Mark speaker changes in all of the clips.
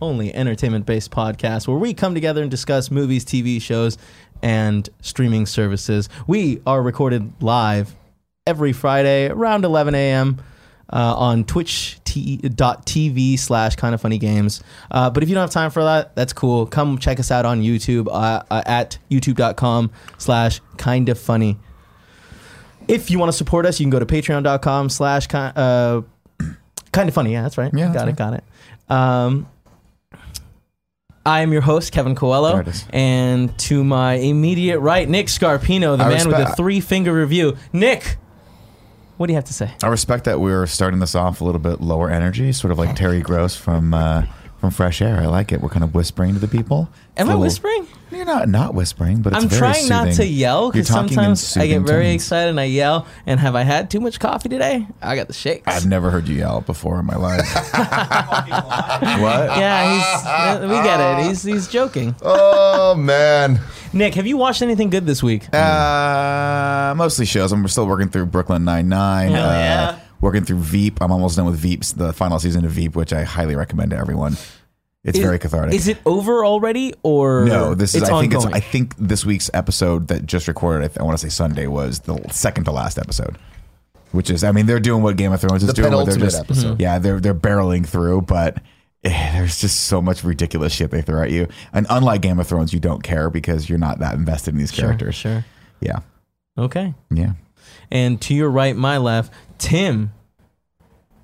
Speaker 1: only entertainment based podcast where we come together and discuss movies, TV shows, and streaming services. We are recorded live every Friday around 11 a.m. Uh, on E, twitch.tv slash kind of funny games. Uh, but if you don't have time for that, that's cool. Come check us out on YouTube uh, uh, at youtube.com slash kind of funny. If you want to support us, you can go to patreon.com slash ki- uh, kind of funny. Yeah, that's right.
Speaker 2: Yeah,
Speaker 1: got
Speaker 2: that's
Speaker 1: it. Got it. Um, I am your host, Kevin Coelho.
Speaker 2: There it is.
Speaker 1: And to my immediate right, Nick Scarpino, the
Speaker 2: I
Speaker 1: man with the
Speaker 2: respect-
Speaker 1: three finger review. Nick, what do you have to say?
Speaker 2: I respect that we're starting this off a little bit lower energy, sort of like Terry Gross from uh, from Fresh Air. I like it. We're kind of whispering to the people. It's
Speaker 1: Am
Speaker 2: a
Speaker 1: I
Speaker 2: little-
Speaker 1: whispering?
Speaker 2: You're not not whispering, but it's
Speaker 1: I'm
Speaker 2: very
Speaker 1: trying not to
Speaker 2: soothing.
Speaker 1: yell
Speaker 2: You're
Speaker 1: because
Speaker 2: talking in
Speaker 1: sometimes I get
Speaker 2: soothing
Speaker 1: very
Speaker 2: tones.
Speaker 1: excited and I yell. And have I had too much coffee today? I got the shakes.
Speaker 2: I've never heard you yell before in my life. what?
Speaker 1: yeah, he's, we get it. He's he's joking.
Speaker 2: Oh man.
Speaker 1: Nick, have you watched anything good this week?
Speaker 2: Uh, mostly shows. I'm still working through Brooklyn Nine Nine.
Speaker 1: Hell
Speaker 2: uh,
Speaker 1: yeah.
Speaker 2: Working through Veep. I'm almost done with Veep's the final season of Veep, which I highly recommend to everyone. It's very cathartic.
Speaker 1: Is it over already or
Speaker 2: No, this is.
Speaker 1: It's
Speaker 2: I think
Speaker 1: ongoing.
Speaker 2: it's. I think this week's episode that just recorded. I, th- I want to say Sunday was the second to last episode, which is. I mean, they're doing what Game of Thrones is
Speaker 3: The
Speaker 2: doing. where they're
Speaker 3: penultimate
Speaker 2: just, Mm-hmm.
Speaker 3: episode.
Speaker 2: Yeah, they're they're barreling through, but eh, there's just so much ridiculous shit they throw at you. And unlike Game of Thrones, you don't care because you're not that invested in these
Speaker 1: sure,
Speaker 2: characters.
Speaker 1: sure.
Speaker 2: Yeah,
Speaker 1: Okay.
Speaker 2: yeah.
Speaker 1: And to your right, my left, Tim.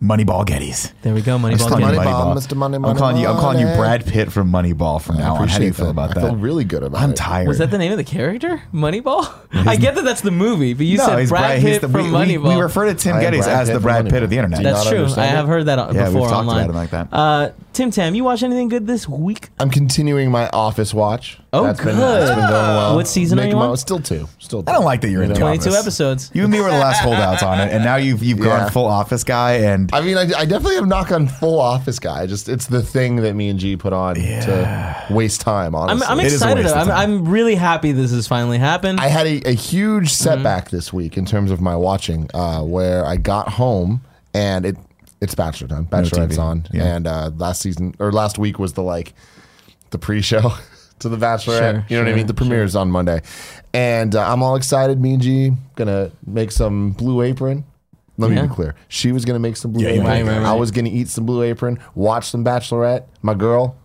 Speaker 2: Moneyball Gettys.
Speaker 1: There we go,
Speaker 2: I'm just
Speaker 1: Moneyball.
Speaker 2: calling you
Speaker 1: Kennedy.
Speaker 3: Moneyball.
Speaker 2: Moneyball.
Speaker 3: Mr. Money,
Speaker 2: I'm
Speaker 3: Money,
Speaker 2: calling you. I'm calling you
Speaker 3: Money.
Speaker 2: Brad Pitt from Moneyball from now on. How do you feel about that?
Speaker 3: I feel really good about
Speaker 2: I'm
Speaker 3: it.
Speaker 2: tired.
Speaker 1: Was that the name of the character? Moneyball? I get that that's the movie, but you
Speaker 2: no,
Speaker 1: said
Speaker 2: he's
Speaker 1: Brad Pitt
Speaker 2: he's the,
Speaker 1: from
Speaker 2: we, we-
Speaker 1: Moneyball.
Speaker 2: We, refer to Tim
Speaker 3: I am
Speaker 2: Geddes
Speaker 3: Brad
Speaker 2: as
Speaker 3: Pitt
Speaker 2: the
Speaker 3: from
Speaker 2: Brad Pitt of the
Speaker 3: Moneyball.
Speaker 2: internet.
Speaker 3: Do you
Speaker 1: That's
Speaker 3: not
Speaker 1: true. I
Speaker 3: understand
Speaker 1: have
Speaker 3: it?
Speaker 1: heard that on,
Speaker 2: Yeah, we've
Speaker 1: before
Speaker 2: talked
Speaker 1: online.
Speaker 2: about it like that.
Speaker 1: Uh, Tim Tam, you watch anything good this week?
Speaker 3: I'm continuing my office watch.
Speaker 1: Oh,
Speaker 3: Been,
Speaker 1: good.
Speaker 3: that's been going well.
Speaker 1: What season are
Speaker 3: Making
Speaker 1: you
Speaker 3: my-
Speaker 1: on?
Speaker 3: Still two. Still. Two.
Speaker 2: I don't like that you're into
Speaker 1: Twenty-two
Speaker 2: Office.
Speaker 1: episodes.
Speaker 2: You and me were the last holdouts on it, and now you've you've
Speaker 3: Yeah.
Speaker 2: gone full office guy. And
Speaker 3: I mean, I, I definitely have knock on full office guy. I Just it's the thing that me and G put on to waste time.
Speaker 1: I'm,
Speaker 3: Honestly,
Speaker 1: I'm
Speaker 2: It is a
Speaker 1: excited.
Speaker 2: waste of
Speaker 1: I'm,
Speaker 2: time.
Speaker 1: I'm really happy this has finally happened.
Speaker 3: I had a, a
Speaker 2: Mm-hmm.
Speaker 3: huge setback this week in terms of my watching, uh, where I got home and it it's Bachelor time. Bachelorette's
Speaker 2: TV.
Speaker 3: on,
Speaker 2: Yeah.
Speaker 3: and uh, last season or last week was the like the pre-show to the Bachelorette.
Speaker 1: Sure,
Speaker 3: you know what I
Speaker 1: sure,
Speaker 3: mean? The premiere is on Monday, and uh, I'm all excited. Me and G gonna make some Blue Apron. Let me
Speaker 1: Yeah.
Speaker 3: be clear. She was gonna make some Blue
Speaker 2: Yeah, you
Speaker 3: Apron.
Speaker 1: might- Right, right,
Speaker 3: I
Speaker 1: right.
Speaker 3: was gonna eat some Blue Apron. Watch some Bachelorette. My girl.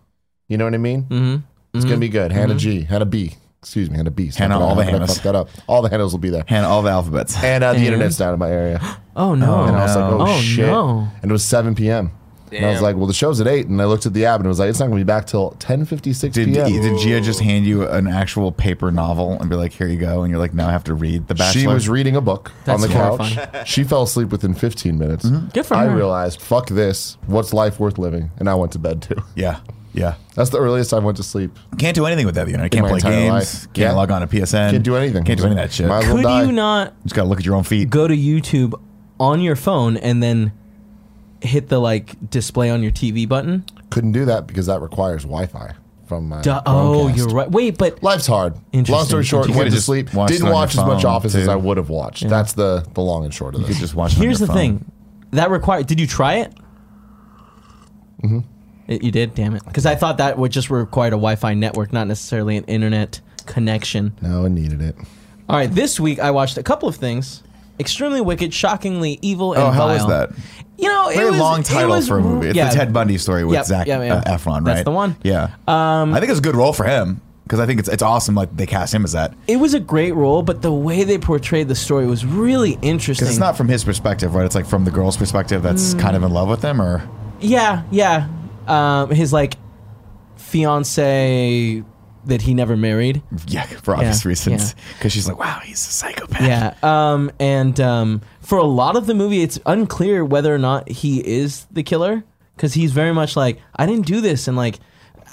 Speaker 3: You know what I mean?
Speaker 1: Mm-hmm.
Speaker 3: It's gonna be good. Hannah G, Hannah B. Excuse me, Hannah B. Stop
Speaker 2: Hannah,
Speaker 3: it.
Speaker 2: all the
Speaker 3: How did I
Speaker 2: Hannahs.
Speaker 3: fuck that up. All the Hannahs will be there.
Speaker 2: and all the alphabets.
Speaker 3: And uh, the internet's down in my area.
Speaker 1: oh no!
Speaker 3: And I was like,
Speaker 2: no.
Speaker 3: oh,
Speaker 1: Oh,
Speaker 3: shit.
Speaker 1: no.
Speaker 3: And it was 7 p.m. And I was like, well, the show's at 8. And I looked at the app and it was like, it's not going to be back till 10.56
Speaker 2: Did,
Speaker 3: p.m.
Speaker 2: did Gia just hand you an actual paper novel and be like, "Here you go," and you're like, "Now I have to read The Bachelor."
Speaker 3: She was reading a book
Speaker 1: That's
Speaker 3: on the
Speaker 1: horrifying. Mm-hmm.
Speaker 3: couch. she fell asleep within 15 minutes.
Speaker 1: Good for
Speaker 3: I
Speaker 1: her.
Speaker 3: realized, fuck this. What's life worth living? And I went to bed too.
Speaker 2: yeah, yeah.
Speaker 3: That's the earliest I went to sleep.
Speaker 2: Can't do anything with that unit. Can't
Speaker 3: my
Speaker 2: play
Speaker 3: entire
Speaker 2: games.
Speaker 3: life.
Speaker 2: Can't
Speaker 3: Yeah.
Speaker 2: log on to PSN.
Speaker 3: Can't do anything.
Speaker 2: Can't do any of that shit.
Speaker 3: Might as well
Speaker 1: Could
Speaker 3: die.
Speaker 1: you not
Speaker 2: Just gotta look at your own feet.
Speaker 1: go to YouTube on your phone and then hit the like display on your TV button?
Speaker 3: Couldn't do that because that requires Wi-Fi from my.
Speaker 1: Duh, oh,
Speaker 3: Chromecast.
Speaker 1: you're right. Wait, but
Speaker 3: Life's hard.
Speaker 1: Interesting.
Speaker 3: Long story short,
Speaker 2: You
Speaker 3: went
Speaker 2: could've
Speaker 3: to
Speaker 2: just
Speaker 3: sleep.
Speaker 2: watched it
Speaker 3: Didn't
Speaker 2: on
Speaker 3: watch
Speaker 2: your
Speaker 3: as much
Speaker 2: phone,
Speaker 3: Office as
Speaker 2: too.
Speaker 3: I would have watched. That's the the long and short of
Speaker 2: You
Speaker 3: this.
Speaker 2: just watch. it on
Speaker 1: here's
Speaker 2: your
Speaker 1: the
Speaker 2: phone.
Speaker 1: thing that required. Did you try it? Mm-hmm.
Speaker 2: Mm-hmm.
Speaker 1: you did. Damn it! Because I thought that would just required a Wi-Fi network, not necessarily an internet connection.
Speaker 3: No one needed it.
Speaker 1: All right, this week I watched a couple of things: extremely wicked, shockingly evil, and
Speaker 2: Oh, how
Speaker 1: vile.
Speaker 2: was that?
Speaker 1: You know, it
Speaker 2: Very
Speaker 1: was,
Speaker 2: long
Speaker 1: it
Speaker 2: title
Speaker 1: was-
Speaker 2: for a movie. It's
Speaker 1: yeah.
Speaker 2: the Ted Bundy story with
Speaker 1: Yep,
Speaker 2: Zach
Speaker 1: yeah, yeah.
Speaker 2: Uh, Efron, right?
Speaker 1: That's the one.
Speaker 2: Yeah. Um, I think it's a good role for him. because I think it's it's awesome. Like they cast him as that
Speaker 1: It was a great role, but the way they portrayed the story was really interesting.
Speaker 2: because it's not from his perspective, right? It's like from the girl's perspective that's
Speaker 1: Mm.
Speaker 2: kind of in love with him, or
Speaker 1: yeah, yeah. Um, his like fiance that he never married.
Speaker 2: yeah, for obvious
Speaker 1: Yeah,
Speaker 2: reasons. Because she's like, wow, he's a psychopath.
Speaker 1: Yeah. Um, and um, for a lot of the movie, it's unclear whether or not he is the killer because he's very much like, I didn't do this, and like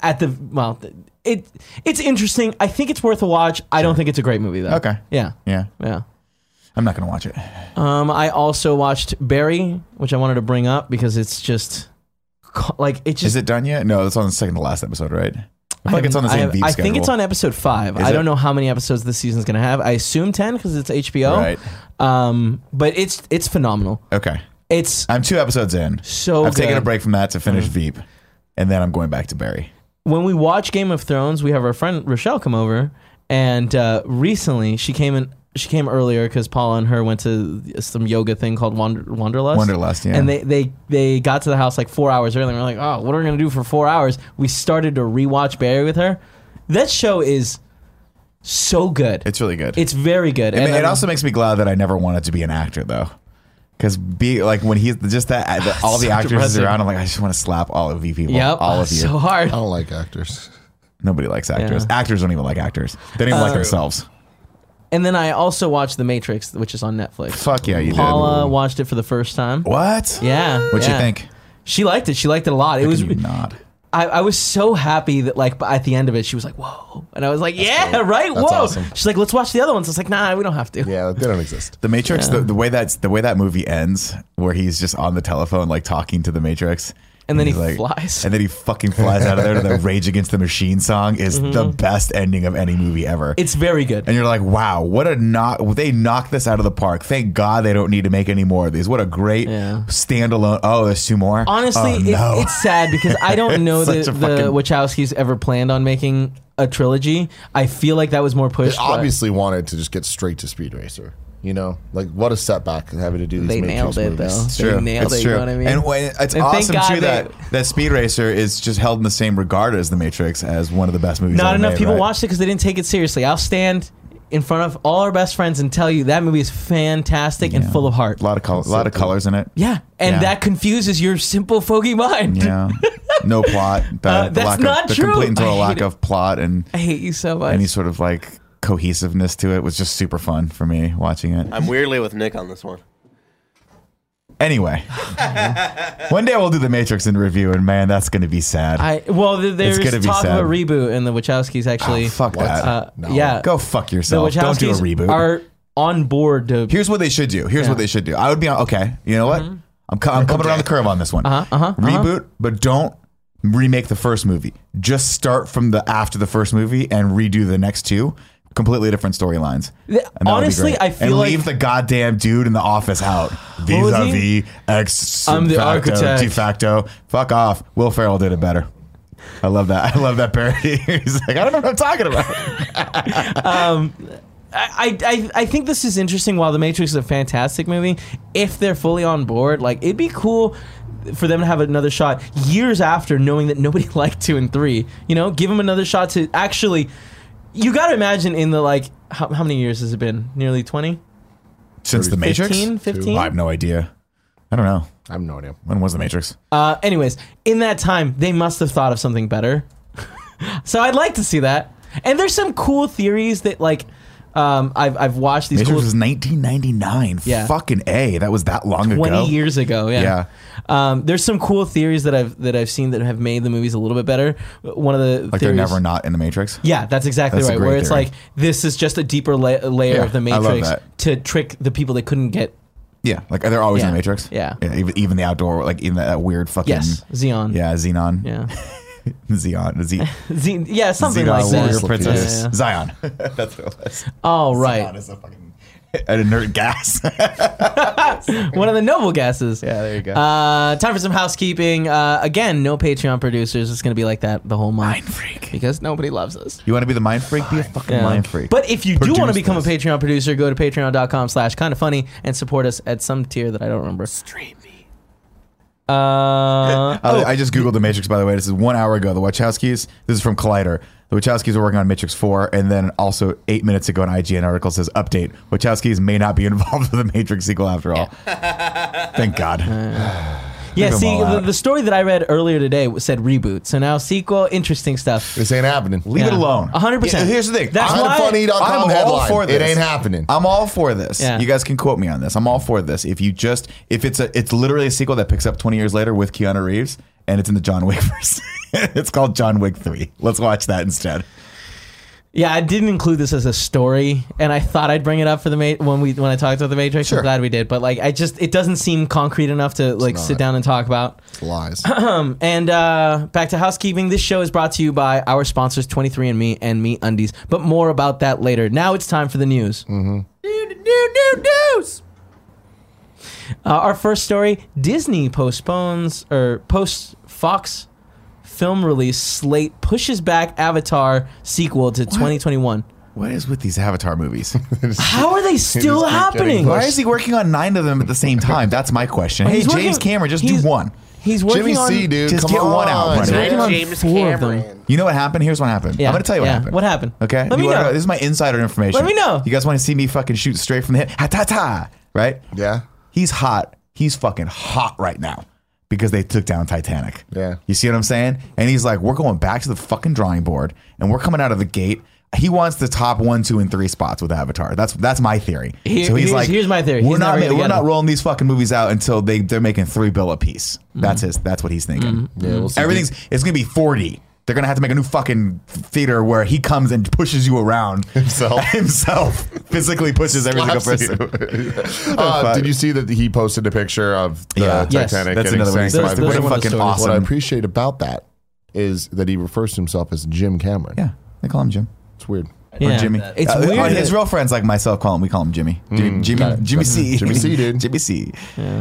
Speaker 1: at the well, th- it it's interesting. I think it's worth a watch. I don't think it's a great movie though.
Speaker 2: Okay.
Speaker 1: Yeah.
Speaker 2: yeah.
Speaker 1: Yeah.
Speaker 2: I'm not gonna watch it.
Speaker 1: Um, I also watched Barry, which I wanted to bring up because it's just co- like it just
Speaker 2: Is it done yet? No, it's on the second to last episode, right? I feel like it's on the
Speaker 1: I
Speaker 2: same
Speaker 1: have-
Speaker 2: Veep
Speaker 1: I
Speaker 2: schedule.
Speaker 1: think it's on episode five. I
Speaker 2: it?
Speaker 1: don't know how many episodes this season's gonna have. I assume ten because it's HBO.
Speaker 2: Right.
Speaker 1: Um, but it's it's phenomenal.
Speaker 2: Okay,
Speaker 1: It's
Speaker 2: I'm two episodes in.
Speaker 1: so.
Speaker 2: I've taken a
Speaker 1: good. Mm.
Speaker 2: break from that to finish Veep, and then I'm going back to Barry.
Speaker 1: When we watch Game of Thrones, we have our friend Rochelle come over, and uh, recently she came in. She came earlier because Paula and her went to some yoga thing called Wander- Wanderlust.
Speaker 2: Wanderlust, yeah.
Speaker 1: And they, they they got to the house like four hours early. and We're like, oh, what are we gonna do for four hours? We started to rewatch Barry with her. That show is so good.
Speaker 2: It's really good.
Speaker 1: It's very good.
Speaker 2: It,
Speaker 1: and
Speaker 2: ma- it
Speaker 1: I'm-
Speaker 2: also makes me glad that I never wanted to be an actor though. Because be like when he's just that the, all the
Speaker 1: so
Speaker 2: actors
Speaker 1: depressing.
Speaker 2: around, I'm like, I just want to slap all of you people,
Speaker 1: yep,
Speaker 2: all of you.
Speaker 1: so hard.
Speaker 3: I don't like actors.
Speaker 2: Nobody likes actors. Actors don't even like actors. They don't even like
Speaker 1: Uh,
Speaker 2: themselves.
Speaker 1: And then I also watched The Matrix, which is on Netflix.
Speaker 2: Fuck yeah, you
Speaker 1: Paula watched it for the first time.
Speaker 2: did. What?
Speaker 1: Yeah.
Speaker 2: What'd
Speaker 1: yeah.
Speaker 2: you think?
Speaker 1: She liked it. She liked it a lot. It was.
Speaker 2: Can you not.
Speaker 1: I, I was so happy that like at the end of it, she was like, "Whoa," and I was like, "Yeah, right, whoa."
Speaker 3: awesome.
Speaker 1: She's like, "Let's watch the other ones." I was like, "Nah, we don't have to."
Speaker 3: Yeah, they don't exist.
Speaker 2: The Matrix, the, the way that's the way that movie ends, where he's just on the telephone like talking to the Matrix,
Speaker 1: And then
Speaker 2: he's
Speaker 1: he flies.
Speaker 2: and then he fucking flies out of there to the Rage Against the Machine song is
Speaker 1: Mm-hmm.
Speaker 2: the best ending of any movie ever.
Speaker 1: It's very good.
Speaker 2: and you're like, wow, what a knock! They knocked this out of the park. Thank God they don't need to make any more of these. What a great
Speaker 1: Yeah.
Speaker 2: standalone. Oh, there's two more.
Speaker 1: Honestly,
Speaker 2: Oh,
Speaker 1: it,
Speaker 2: no.
Speaker 1: it's sad because I don't know that
Speaker 2: Such
Speaker 1: the
Speaker 2: a fucking-
Speaker 1: Wachowskis ever planned on making a trilogy. I feel like that was more
Speaker 3: They
Speaker 1: pushed. but-
Speaker 3: obviously wanted to just get straight to Speed Racer. You know, like what a setback having to do these.
Speaker 1: They nailed
Speaker 3: Matrix
Speaker 1: it,
Speaker 3: movies.
Speaker 1: though.
Speaker 2: It's true.
Speaker 1: They nailed
Speaker 2: it's
Speaker 1: it, you
Speaker 2: True.
Speaker 1: know what I mean?
Speaker 2: And when, it's
Speaker 1: And thank
Speaker 2: awesome
Speaker 1: God
Speaker 2: too that
Speaker 1: they-
Speaker 2: that Speed Racer is just held in the same regard as The Matrix as one of the best movies.
Speaker 1: Not
Speaker 2: ever
Speaker 1: enough
Speaker 2: made,
Speaker 1: people
Speaker 2: right?
Speaker 1: watched it because they didn't take it seriously. I'll stand in front of all our best friends and tell you that movie is fantastic and full of heart.
Speaker 2: A lot of col- a lot of colors in it.
Speaker 1: Yeah, and
Speaker 2: Yeah.
Speaker 1: that confuses your simple fogey mind.
Speaker 2: Yeah. No plot. The,
Speaker 1: Uh,
Speaker 2: the
Speaker 1: that's
Speaker 2: lack
Speaker 1: not
Speaker 2: of, The
Speaker 1: true.
Speaker 2: complete and total
Speaker 1: I hate
Speaker 2: lack
Speaker 1: it.
Speaker 2: of plot and
Speaker 1: I hate you so much.
Speaker 2: any sort of like cohesiveness to it was just super fun for me watching it.
Speaker 4: I'm weirdly with Nick on this one.
Speaker 2: Anyway, one day we'll do the Matrix in review, and man, that's going to be sad.
Speaker 1: I well, th- there's
Speaker 2: gonna be
Speaker 1: talk
Speaker 2: sad. Ah,
Speaker 1: of a reboot, and the Wachowskis actually.
Speaker 2: Oh, Fuck that.
Speaker 1: uh, Yeah,
Speaker 2: Go fuck
Speaker 1: the
Speaker 2: yourself.
Speaker 1: Wachowskis
Speaker 2: Don't do a reboot.
Speaker 1: are on board to.
Speaker 2: Here's what they should do. Here's what they should do. I would be on. Okay, you know what?
Speaker 1: Mm-hmm.
Speaker 2: I'm, co- I'm coming around the curve on this one. Uh-huh, Reboot, but don't remake the first movie. Just start from the after the first movie and redo the next two. Completely different storylines. And that would be
Speaker 1: honestly,
Speaker 2: great.
Speaker 1: I feel
Speaker 2: and
Speaker 1: like-
Speaker 2: leave the goddamn dude in the office out.
Speaker 1: was
Speaker 2: Vis a vis ex
Speaker 1: I'm the
Speaker 2: facto,
Speaker 1: architect.
Speaker 2: de facto. Fuck off. Will Ferrell did it better. I love that. I love that parody. He's like, I don't know what I'm talking about.
Speaker 1: I, I I think this is interesting. While the Matrix is a fantastic movie, if they're fully on board, like it'd be cool for them to have another shot years after, knowing that nobody liked two and three. You know, give them another shot to actually. You got to imagine in the like how, how many years has it been? Nearly twenty.
Speaker 2: Since the Matrix,
Speaker 1: 15, 15?
Speaker 2: I have no idea. I don't know.
Speaker 3: I have no idea.
Speaker 2: When was the Matrix?
Speaker 1: Uh, anyways, in that time, they must have thought of something better. so I'd like to see that. And there's some cool theories that like um, I've I've watched these
Speaker 2: Matrix
Speaker 1: cool
Speaker 2: was 1999.
Speaker 1: Yeah.
Speaker 2: Fucking a. That was that long ago.
Speaker 1: 20 years ago. Yeah.
Speaker 2: Yeah.
Speaker 1: Um, there's some cool theories that I've that I've seen that have made the movies a little bit better. One of the
Speaker 2: Like
Speaker 1: theories,
Speaker 2: they're never not in the Matrix.
Speaker 1: Yeah, that's exactly
Speaker 2: That's a
Speaker 1: right.
Speaker 2: great
Speaker 1: Where it's
Speaker 2: theory.
Speaker 1: like this is just a deeper la- layer
Speaker 2: Yeah,
Speaker 1: of the
Speaker 2: I love
Speaker 1: Matrix
Speaker 2: that.
Speaker 1: to trick the people that couldn't get.
Speaker 2: Yeah. Like they're always in
Speaker 1: Yeah.
Speaker 2: the Matrix.
Speaker 1: Yeah.
Speaker 2: even, even the outdoor, like even that, that weird fucking.
Speaker 1: Yes, Xeon.
Speaker 2: Yeah. Xenon.
Speaker 1: Yeah.
Speaker 2: Xeon. Z-
Speaker 1: Ze- yeah, something
Speaker 2: Xenon
Speaker 1: like that.
Speaker 2: warrior princess.
Speaker 1: Yeah, yeah.
Speaker 2: Zion. That's what it was.
Speaker 1: All right.
Speaker 2: Zion is a fucking. An inert gas.
Speaker 1: One of the noble gases.
Speaker 2: Yeah, there you go.
Speaker 1: Uh, time for some housekeeping. Uh, again, no Patreon producers. It's going to be like that the whole month
Speaker 2: mind freak.
Speaker 1: because nobody loves us.
Speaker 2: You want to be the mind freak? Be a fucking
Speaker 1: Yeah.
Speaker 2: mind freak.
Speaker 1: But if you do want to
Speaker 2: Produce
Speaker 1: become
Speaker 2: this.
Speaker 1: a Patreon producer, go to patreon.com slash kind of funny and support us at some tier that I don't remember.
Speaker 4: Stream me.
Speaker 1: Uh,
Speaker 2: Uh,
Speaker 1: oh.
Speaker 2: I, I just googled the Matrix. By the way, this is one hour ago. The Wachowskis. This is from Collider. The Wachowskis are working on Matrix 4, and then also eight minutes ago, an IGN article says update: Wachowskis may not be involved with the Matrix sequel after all. Thank God.
Speaker 1: Uh, Yeah,
Speaker 2: them
Speaker 1: see,
Speaker 2: all
Speaker 1: the,
Speaker 2: out.
Speaker 1: the story that I read earlier today said reboot. So now sequel, interesting stuff.
Speaker 3: This ain't happening.
Speaker 2: Leave it
Speaker 1: Yeah.
Speaker 2: alone.
Speaker 1: 100%.
Speaker 2: Yeah, here's the thing.
Speaker 1: That's
Speaker 2: I'm-
Speaker 1: why-
Speaker 2: I'm all
Speaker 3: Funny.com headline.
Speaker 2: for
Speaker 3: It
Speaker 2: this.
Speaker 3: ain't happening.
Speaker 2: I'm all for this.
Speaker 1: Yeah.
Speaker 2: You guys can quote me on this. I'm all for this. If you just if it's a it's literally a sequel that picks up 20 years later with Keanu Reeves and it's in the John Wick verse. it's called John Wick 3. Let's watch that instead.
Speaker 1: Yeah, I didn't include this as a story, and I thought I'd bring it up for the ma- when we when I talked about the Matrix.
Speaker 2: Sure.
Speaker 1: I'm glad we did, but like, I just it doesn't seem concrete enough to like sit down and talk about.
Speaker 3: Lies.
Speaker 1: And uh, back to housekeeping. This show is brought to you by our sponsors, 23andMe and Me Undies. But more about that later. Now it's time for the news. Mm-hmm. news. Uh, our first story: Disney postpones or post Fox film release slate pushes back Avatar sequel to 2021.
Speaker 2: What is with these Avatar movies?
Speaker 1: How are they still
Speaker 3: just keep
Speaker 1: happening?
Speaker 3: getting
Speaker 2: Why is he working on nine of them at the same time? That's my question. Hey,
Speaker 1: He's working-
Speaker 2: James Cameron, just do
Speaker 1: he's-
Speaker 2: one.
Speaker 1: He's working
Speaker 3: Jimmy
Speaker 1: on.
Speaker 3: C, dude.
Speaker 2: just
Speaker 3: come
Speaker 2: get
Speaker 3: on.
Speaker 2: one out, buddy.
Speaker 1: He's working on
Speaker 4: James
Speaker 1: four of them.
Speaker 4: Cameron.
Speaker 2: You know what happened? Here's what happened.
Speaker 1: Yeah,
Speaker 2: I'm gonna tell you what
Speaker 1: yeah.
Speaker 2: happened.
Speaker 1: What happened?
Speaker 2: Okay.
Speaker 1: Let
Speaker 2: You
Speaker 1: me
Speaker 2: wanna
Speaker 1: know.
Speaker 2: This is my insider information.
Speaker 1: Let me know.
Speaker 2: You guys want to see me fucking shoot straight from the hip? Ha ta ta. Right?
Speaker 3: Yeah.
Speaker 2: He's hot. He's fucking hot right now because they took down Titanic.
Speaker 3: Yeah.
Speaker 2: You see what I'm saying? And he's like, we're going back to the fucking drawing board and we're coming out of the gate. He wants the top one, two, and three spots with Avatar. That's that's my theory.
Speaker 1: Here-
Speaker 2: so he's
Speaker 1: here's-
Speaker 2: like,
Speaker 1: here's my theory.
Speaker 2: We're
Speaker 1: He's never
Speaker 2: not ma-
Speaker 1: gonna
Speaker 2: we're
Speaker 1: get
Speaker 2: not
Speaker 1: them."
Speaker 2: rolling these fucking movies out until they they're making three bill a piece.
Speaker 1: Mm-hmm.
Speaker 2: That's his. That's what he's thinking.
Speaker 3: Yeah, we'll see.
Speaker 2: Everything's it's gonna be forty. They're gonna have to make a new fucking theater where he comes and pushes you around
Speaker 3: Himself.
Speaker 2: himself physically pushes every single
Speaker 3: Slaps you.
Speaker 2: person.
Speaker 3: Uh,
Speaker 2: fuck?
Speaker 3: did you see that he posted a picture of the
Speaker 2: Yeah.
Speaker 1: Yes.
Speaker 3: Titanic
Speaker 2: That's
Speaker 3: getting
Speaker 2: another one.
Speaker 3: sank by
Speaker 1: Those-
Speaker 3: the
Speaker 1: those
Speaker 2: What
Speaker 1: are
Speaker 2: a
Speaker 1: one of the
Speaker 2: fucking
Speaker 1: stories.
Speaker 3: What I
Speaker 2: awesome.
Speaker 3: appreciate about that is that he refers to himself as Jim Cameron.
Speaker 2: Yeah, they call him Jim
Speaker 3: It's weird.
Speaker 1: Yeah.
Speaker 2: or Jimmy.
Speaker 1: It's
Speaker 2: Uh,
Speaker 1: weird.
Speaker 2: uh,
Speaker 1: that-
Speaker 2: His real friends like myself call him. We call him Jimmy. Jimmy, Jimmy, Jimmy C.
Speaker 3: Jimmy C, dude.
Speaker 2: Jimmy C.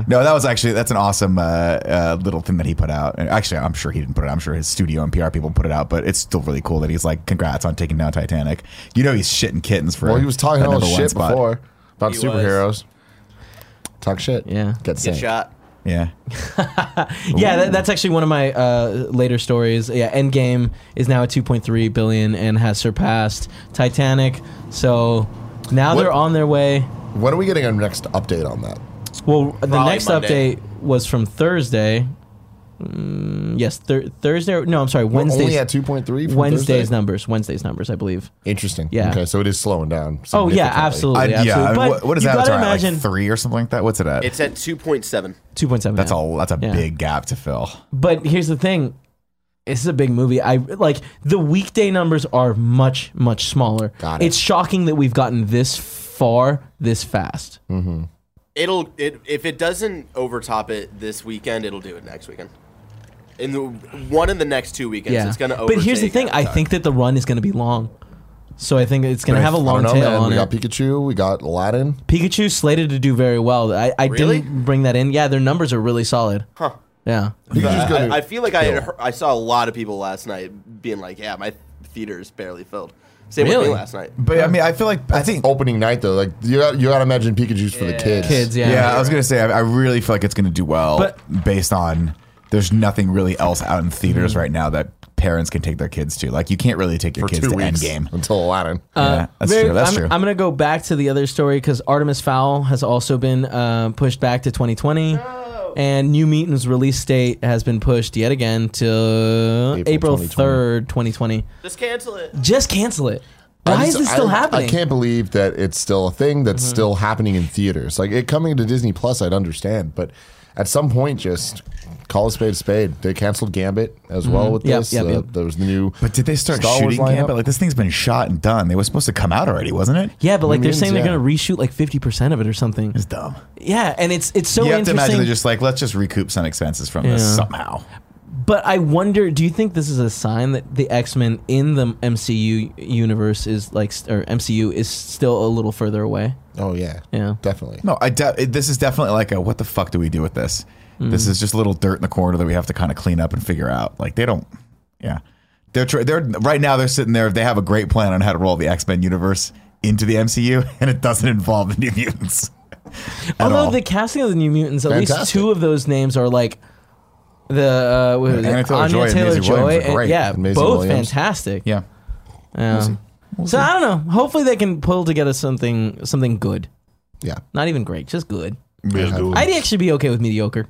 Speaker 2: No, that was actually that's an awesome uh, uh, little thing that he put out. And Actually, I'm sure he didn't put it. out. I'm sure his studio and PR people put it out. But it's still really cool that he's like, congrats on taking down Titanic. You know he's shitting kittens for.
Speaker 3: Well, he was talking
Speaker 2: that
Speaker 3: all
Speaker 2: number
Speaker 3: this
Speaker 2: one
Speaker 3: shit
Speaker 2: spot.
Speaker 3: before about
Speaker 4: He
Speaker 3: superheroes. Talk shit.
Speaker 1: Yeah.
Speaker 3: Get
Speaker 4: Get
Speaker 3: sank.
Speaker 4: shot.
Speaker 2: Yeah,
Speaker 1: Yeah, that, that's actually one of my uh, later stories. Yeah, Endgame is now at 2.3 billion and has surpassed Titanic. So now
Speaker 3: What-
Speaker 1: they're on their way.
Speaker 3: When are we getting our next update on that?
Speaker 1: Well, the
Speaker 4: Probably
Speaker 1: next
Speaker 4: Monday.
Speaker 1: update was from Thursday. Mm, yes, thir- Thursday. or- No, I'm sorry,
Speaker 3: We're only
Speaker 1: Wednesday's,
Speaker 3: at 2.3 from
Speaker 1: Wednesday's
Speaker 3: Thursday?
Speaker 1: numbers. Wednesday's numbers, I believe.
Speaker 3: Interesting.
Speaker 1: Yeah.
Speaker 3: Okay, so it is slowing down.
Speaker 1: Oh yeah,
Speaker 3: significantly.
Speaker 1: absolutely.
Speaker 2: I,
Speaker 1: absolutely.
Speaker 2: yeah.
Speaker 1: But
Speaker 2: what, what is
Speaker 1: you
Speaker 2: Avatar?
Speaker 1: gotta
Speaker 2: at,
Speaker 1: imagine
Speaker 2: like three or something like that. What's it at?
Speaker 4: It's at 2.7.
Speaker 1: 2.7.
Speaker 2: that's
Speaker 1: now.
Speaker 2: all. That's a
Speaker 1: Yeah.
Speaker 2: big gap to fill.
Speaker 1: But here's the thing. This is a big movie. I like the weekday numbers are much much smaller.
Speaker 3: Got it.
Speaker 1: It's shocking that we've gotten this far this fast.
Speaker 4: It'll it if it doesn't overtop it this weekend, it'll do it next weekend. In the one in the next two weekends,
Speaker 1: yeah.
Speaker 4: it's gonna.
Speaker 1: but here's the
Speaker 4: overtake
Speaker 1: thing. I
Speaker 4: Avatar.
Speaker 1: think that the run is going to be long. So I think it's going to have a
Speaker 3: I
Speaker 1: long
Speaker 3: don't know,
Speaker 1: tail
Speaker 3: man.
Speaker 1: on
Speaker 3: we
Speaker 1: it.
Speaker 3: got Pikachu. We got Aladdin.
Speaker 1: Pikachu slated to do very well. I, I
Speaker 4: Really?
Speaker 1: didn't bring that in. Yeah, their numbers are really solid.
Speaker 4: Huh.
Speaker 1: Yeah.
Speaker 3: Pikachu's
Speaker 4: I,
Speaker 3: good.
Speaker 4: I feel like I had, heard- I saw a lot of people last night being like, "Yeah, my theater is barely filled." Same with
Speaker 1: Really?
Speaker 4: me last night.
Speaker 2: But I mean, I feel like I think.
Speaker 3: opening night though. Like you, got, you got to imagine Pikachu's for the kids.
Speaker 1: Kids, yeah.
Speaker 2: Yeah, I was gonna say I, I really feel like it's gonna do well,
Speaker 1: But-
Speaker 2: based on there's nothing really else out in theaters
Speaker 1: Mm-hmm.
Speaker 2: right now that parents can take their kids to. Like you can't really take your
Speaker 3: for
Speaker 2: kids
Speaker 3: two
Speaker 2: to
Speaker 3: weeks
Speaker 2: Endgame.
Speaker 3: until Aladdin.
Speaker 1: Uh,
Speaker 2: yeah, that's
Speaker 1: Very-
Speaker 2: true. That's
Speaker 1: I'm,
Speaker 2: true.
Speaker 1: I'm going to go back to the other story because Artemis Fowl has also been uh, pushed back to 2020. And New Mutants release date has been pushed yet again to
Speaker 3: April
Speaker 1: April,
Speaker 3: 2020.
Speaker 1: 3rd, 2020.
Speaker 4: Just cancel it.
Speaker 1: Just cancel it. Why
Speaker 3: I
Speaker 1: is
Speaker 3: just-
Speaker 1: this still
Speaker 3: I,
Speaker 1: happening? Mm-hmm.
Speaker 3: I can't believe that it's still a thing that's still happening in theaters. Like it coming to Disney Plus, I'd understand, but at some point, just call a spade a spade. They canceled Gambit as well with
Speaker 1: Mm-hmm. Yep,
Speaker 3: this.
Speaker 1: yep,
Speaker 3: uh,
Speaker 1: yep.
Speaker 3: There was the new.
Speaker 2: but did they start
Speaker 3: Star Wars
Speaker 2: shooting
Speaker 3: lineup?
Speaker 2: Gambit? Like this thing's been shot and done. They were supposed to come out already, wasn't it?
Speaker 1: Yeah, but like they're
Speaker 3: Mutants,
Speaker 1: saying they're
Speaker 3: yeah.
Speaker 1: going to reshoot like 50% of it or something.
Speaker 2: It's dumb.
Speaker 1: Yeah, and it's it's so
Speaker 2: you have to
Speaker 1: interesting.
Speaker 2: imagine they're just like, let's just recoup some expenses from
Speaker 1: Yeah.
Speaker 2: this somehow.
Speaker 1: But I wonder, do you think this is a sign that the X Men in the MCU universe is like, or MCU is still a little further away?
Speaker 3: oh yeah,
Speaker 1: Yeah.
Speaker 3: definitely.
Speaker 2: No, I de- it- this is definitely like a what the fuck do we do with this?
Speaker 1: Hmm.
Speaker 2: This is just a little dirt in the corner that we have to kind of clean up and figure out. Like they don't, yeah, they're tr- they're right now they're sitting there. They have a great plan on how to roll the X Men universe into the MCU, and it doesn't involve the New Mutants. at
Speaker 1: Although
Speaker 2: all.
Speaker 1: the casting of the New Mutants, at least
Speaker 3: Fantastic.
Speaker 1: two of those names are like the uh, what was it?
Speaker 2: Anna Taylor-Joy
Speaker 1: Anya
Speaker 2: and
Speaker 1: Taylor
Speaker 2: Maisie Williams
Speaker 1: Joy,
Speaker 2: are great.
Speaker 1: yeah,
Speaker 3: And Maisie
Speaker 1: both
Speaker 3: Williams.
Speaker 1: fantastic.
Speaker 2: yeah,
Speaker 1: Yeah. so I don't know. Hopefully they can pull together something something good.
Speaker 3: Yeah.
Speaker 1: Not even great, just good.
Speaker 3: Yeah.
Speaker 1: I'd actually be okay with mediocre.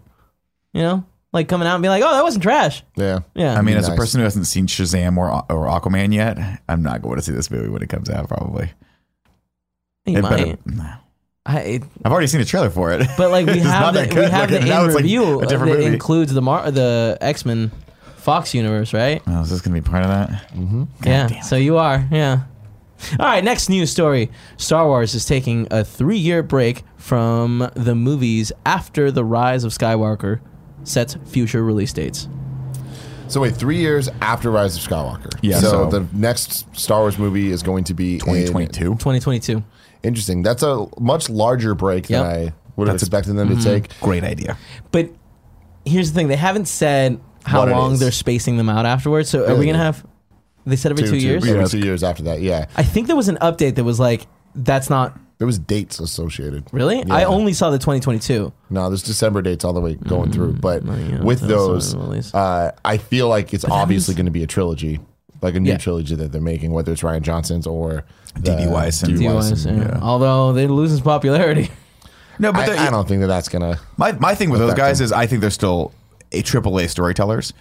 Speaker 1: You know, like coming out and being like, "Oh, that wasn't trash."
Speaker 3: Yeah.
Speaker 1: Yeah.
Speaker 2: I mean, as a
Speaker 3: nice.
Speaker 2: person who hasn't seen Shazam or or Aquaman yet, I'm not going to see this movie when it comes out. Probably.
Speaker 1: You
Speaker 2: It
Speaker 1: might.
Speaker 2: better, nah.
Speaker 1: I, it,
Speaker 2: I've already seen the trailer for it.
Speaker 1: but like we
Speaker 2: It's
Speaker 1: have
Speaker 2: not
Speaker 1: the,
Speaker 2: that
Speaker 1: we
Speaker 2: good.
Speaker 1: have
Speaker 2: Like,
Speaker 1: the
Speaker 2: now
Speaker 1: in
Speaker 2: it's like
Speaker 1: review
Speaker 2: a
Speaker 1: that
Speaker 2: different movie.
Speaker 1: includes the Mar- the X Men Fox universe, right?
Speaker 2: oh, is this going to be part of that?
Speaker 1: yeah. So you are. Yeah. All right. Next news story: Star Wars is taking a three-year break from the movies after the Rise of Skywalker sets future release dates.
Speaker 3: So wait, three years after Rise of Skywalker.
Speaker 2: Yeah,
Speaker 3: So,
Speaker 2: so-
Speaker 3: the next Star Wars movie is going to be in-
Speaker 2: 2022.
Speaker 1: 2022.
Speaker 3: interesting. That's a much larger break than
Speaker 1: Yep. Mm-hmm.
Speaker 3: I would have expected them to take.
Speaker 2: Great idea.
Speaker 1: But here's the thing: they haven't said how
Speaker 3: What it
Speaker 1: long
Speaker 3: is.
Speaker 1: they're spacing them out afterwards. So are we
Speaker 3: Really?
Speaker 1: gonna have? They said every two, years.
Speaker 3: Every two years after that. Yeah.
Speaker 1: I think there was an update that was like, "That's not
Speaker 3: There was dates associated.
Speaker 1: really." I only saw the 2022.
Speaker 3: No, there's December dates all the way going through. But
Speaker 1: Mm-hmm. yeah,
Speaker 3: with
Speaker 1: that was
Speaker 3: those,
Speaker 1: a release.
Speaker 3: uh, I feel like it's obviously going to be a trilogy, like a new
Speaker 1: Yeah.
Speaker 3: trilogy that they're making, whether it's Ryan Johnson's or
Speaker 2: DB
Speaker 3: the-
Speaker 2: Weiss and-
Speaker 3: DB
Speaker 1: DUIs,
Speaker 3: Weiss.
Speaker 1: yeah. Although they're losing popularity.
Speaker 2: No, but the-
Speaker 3: I, I don't think that that's gonna.
Speaker 2: My, my thing with those
Speaker 3: Affect
Speaker 2: guys is I think they're still a triple A storytellers.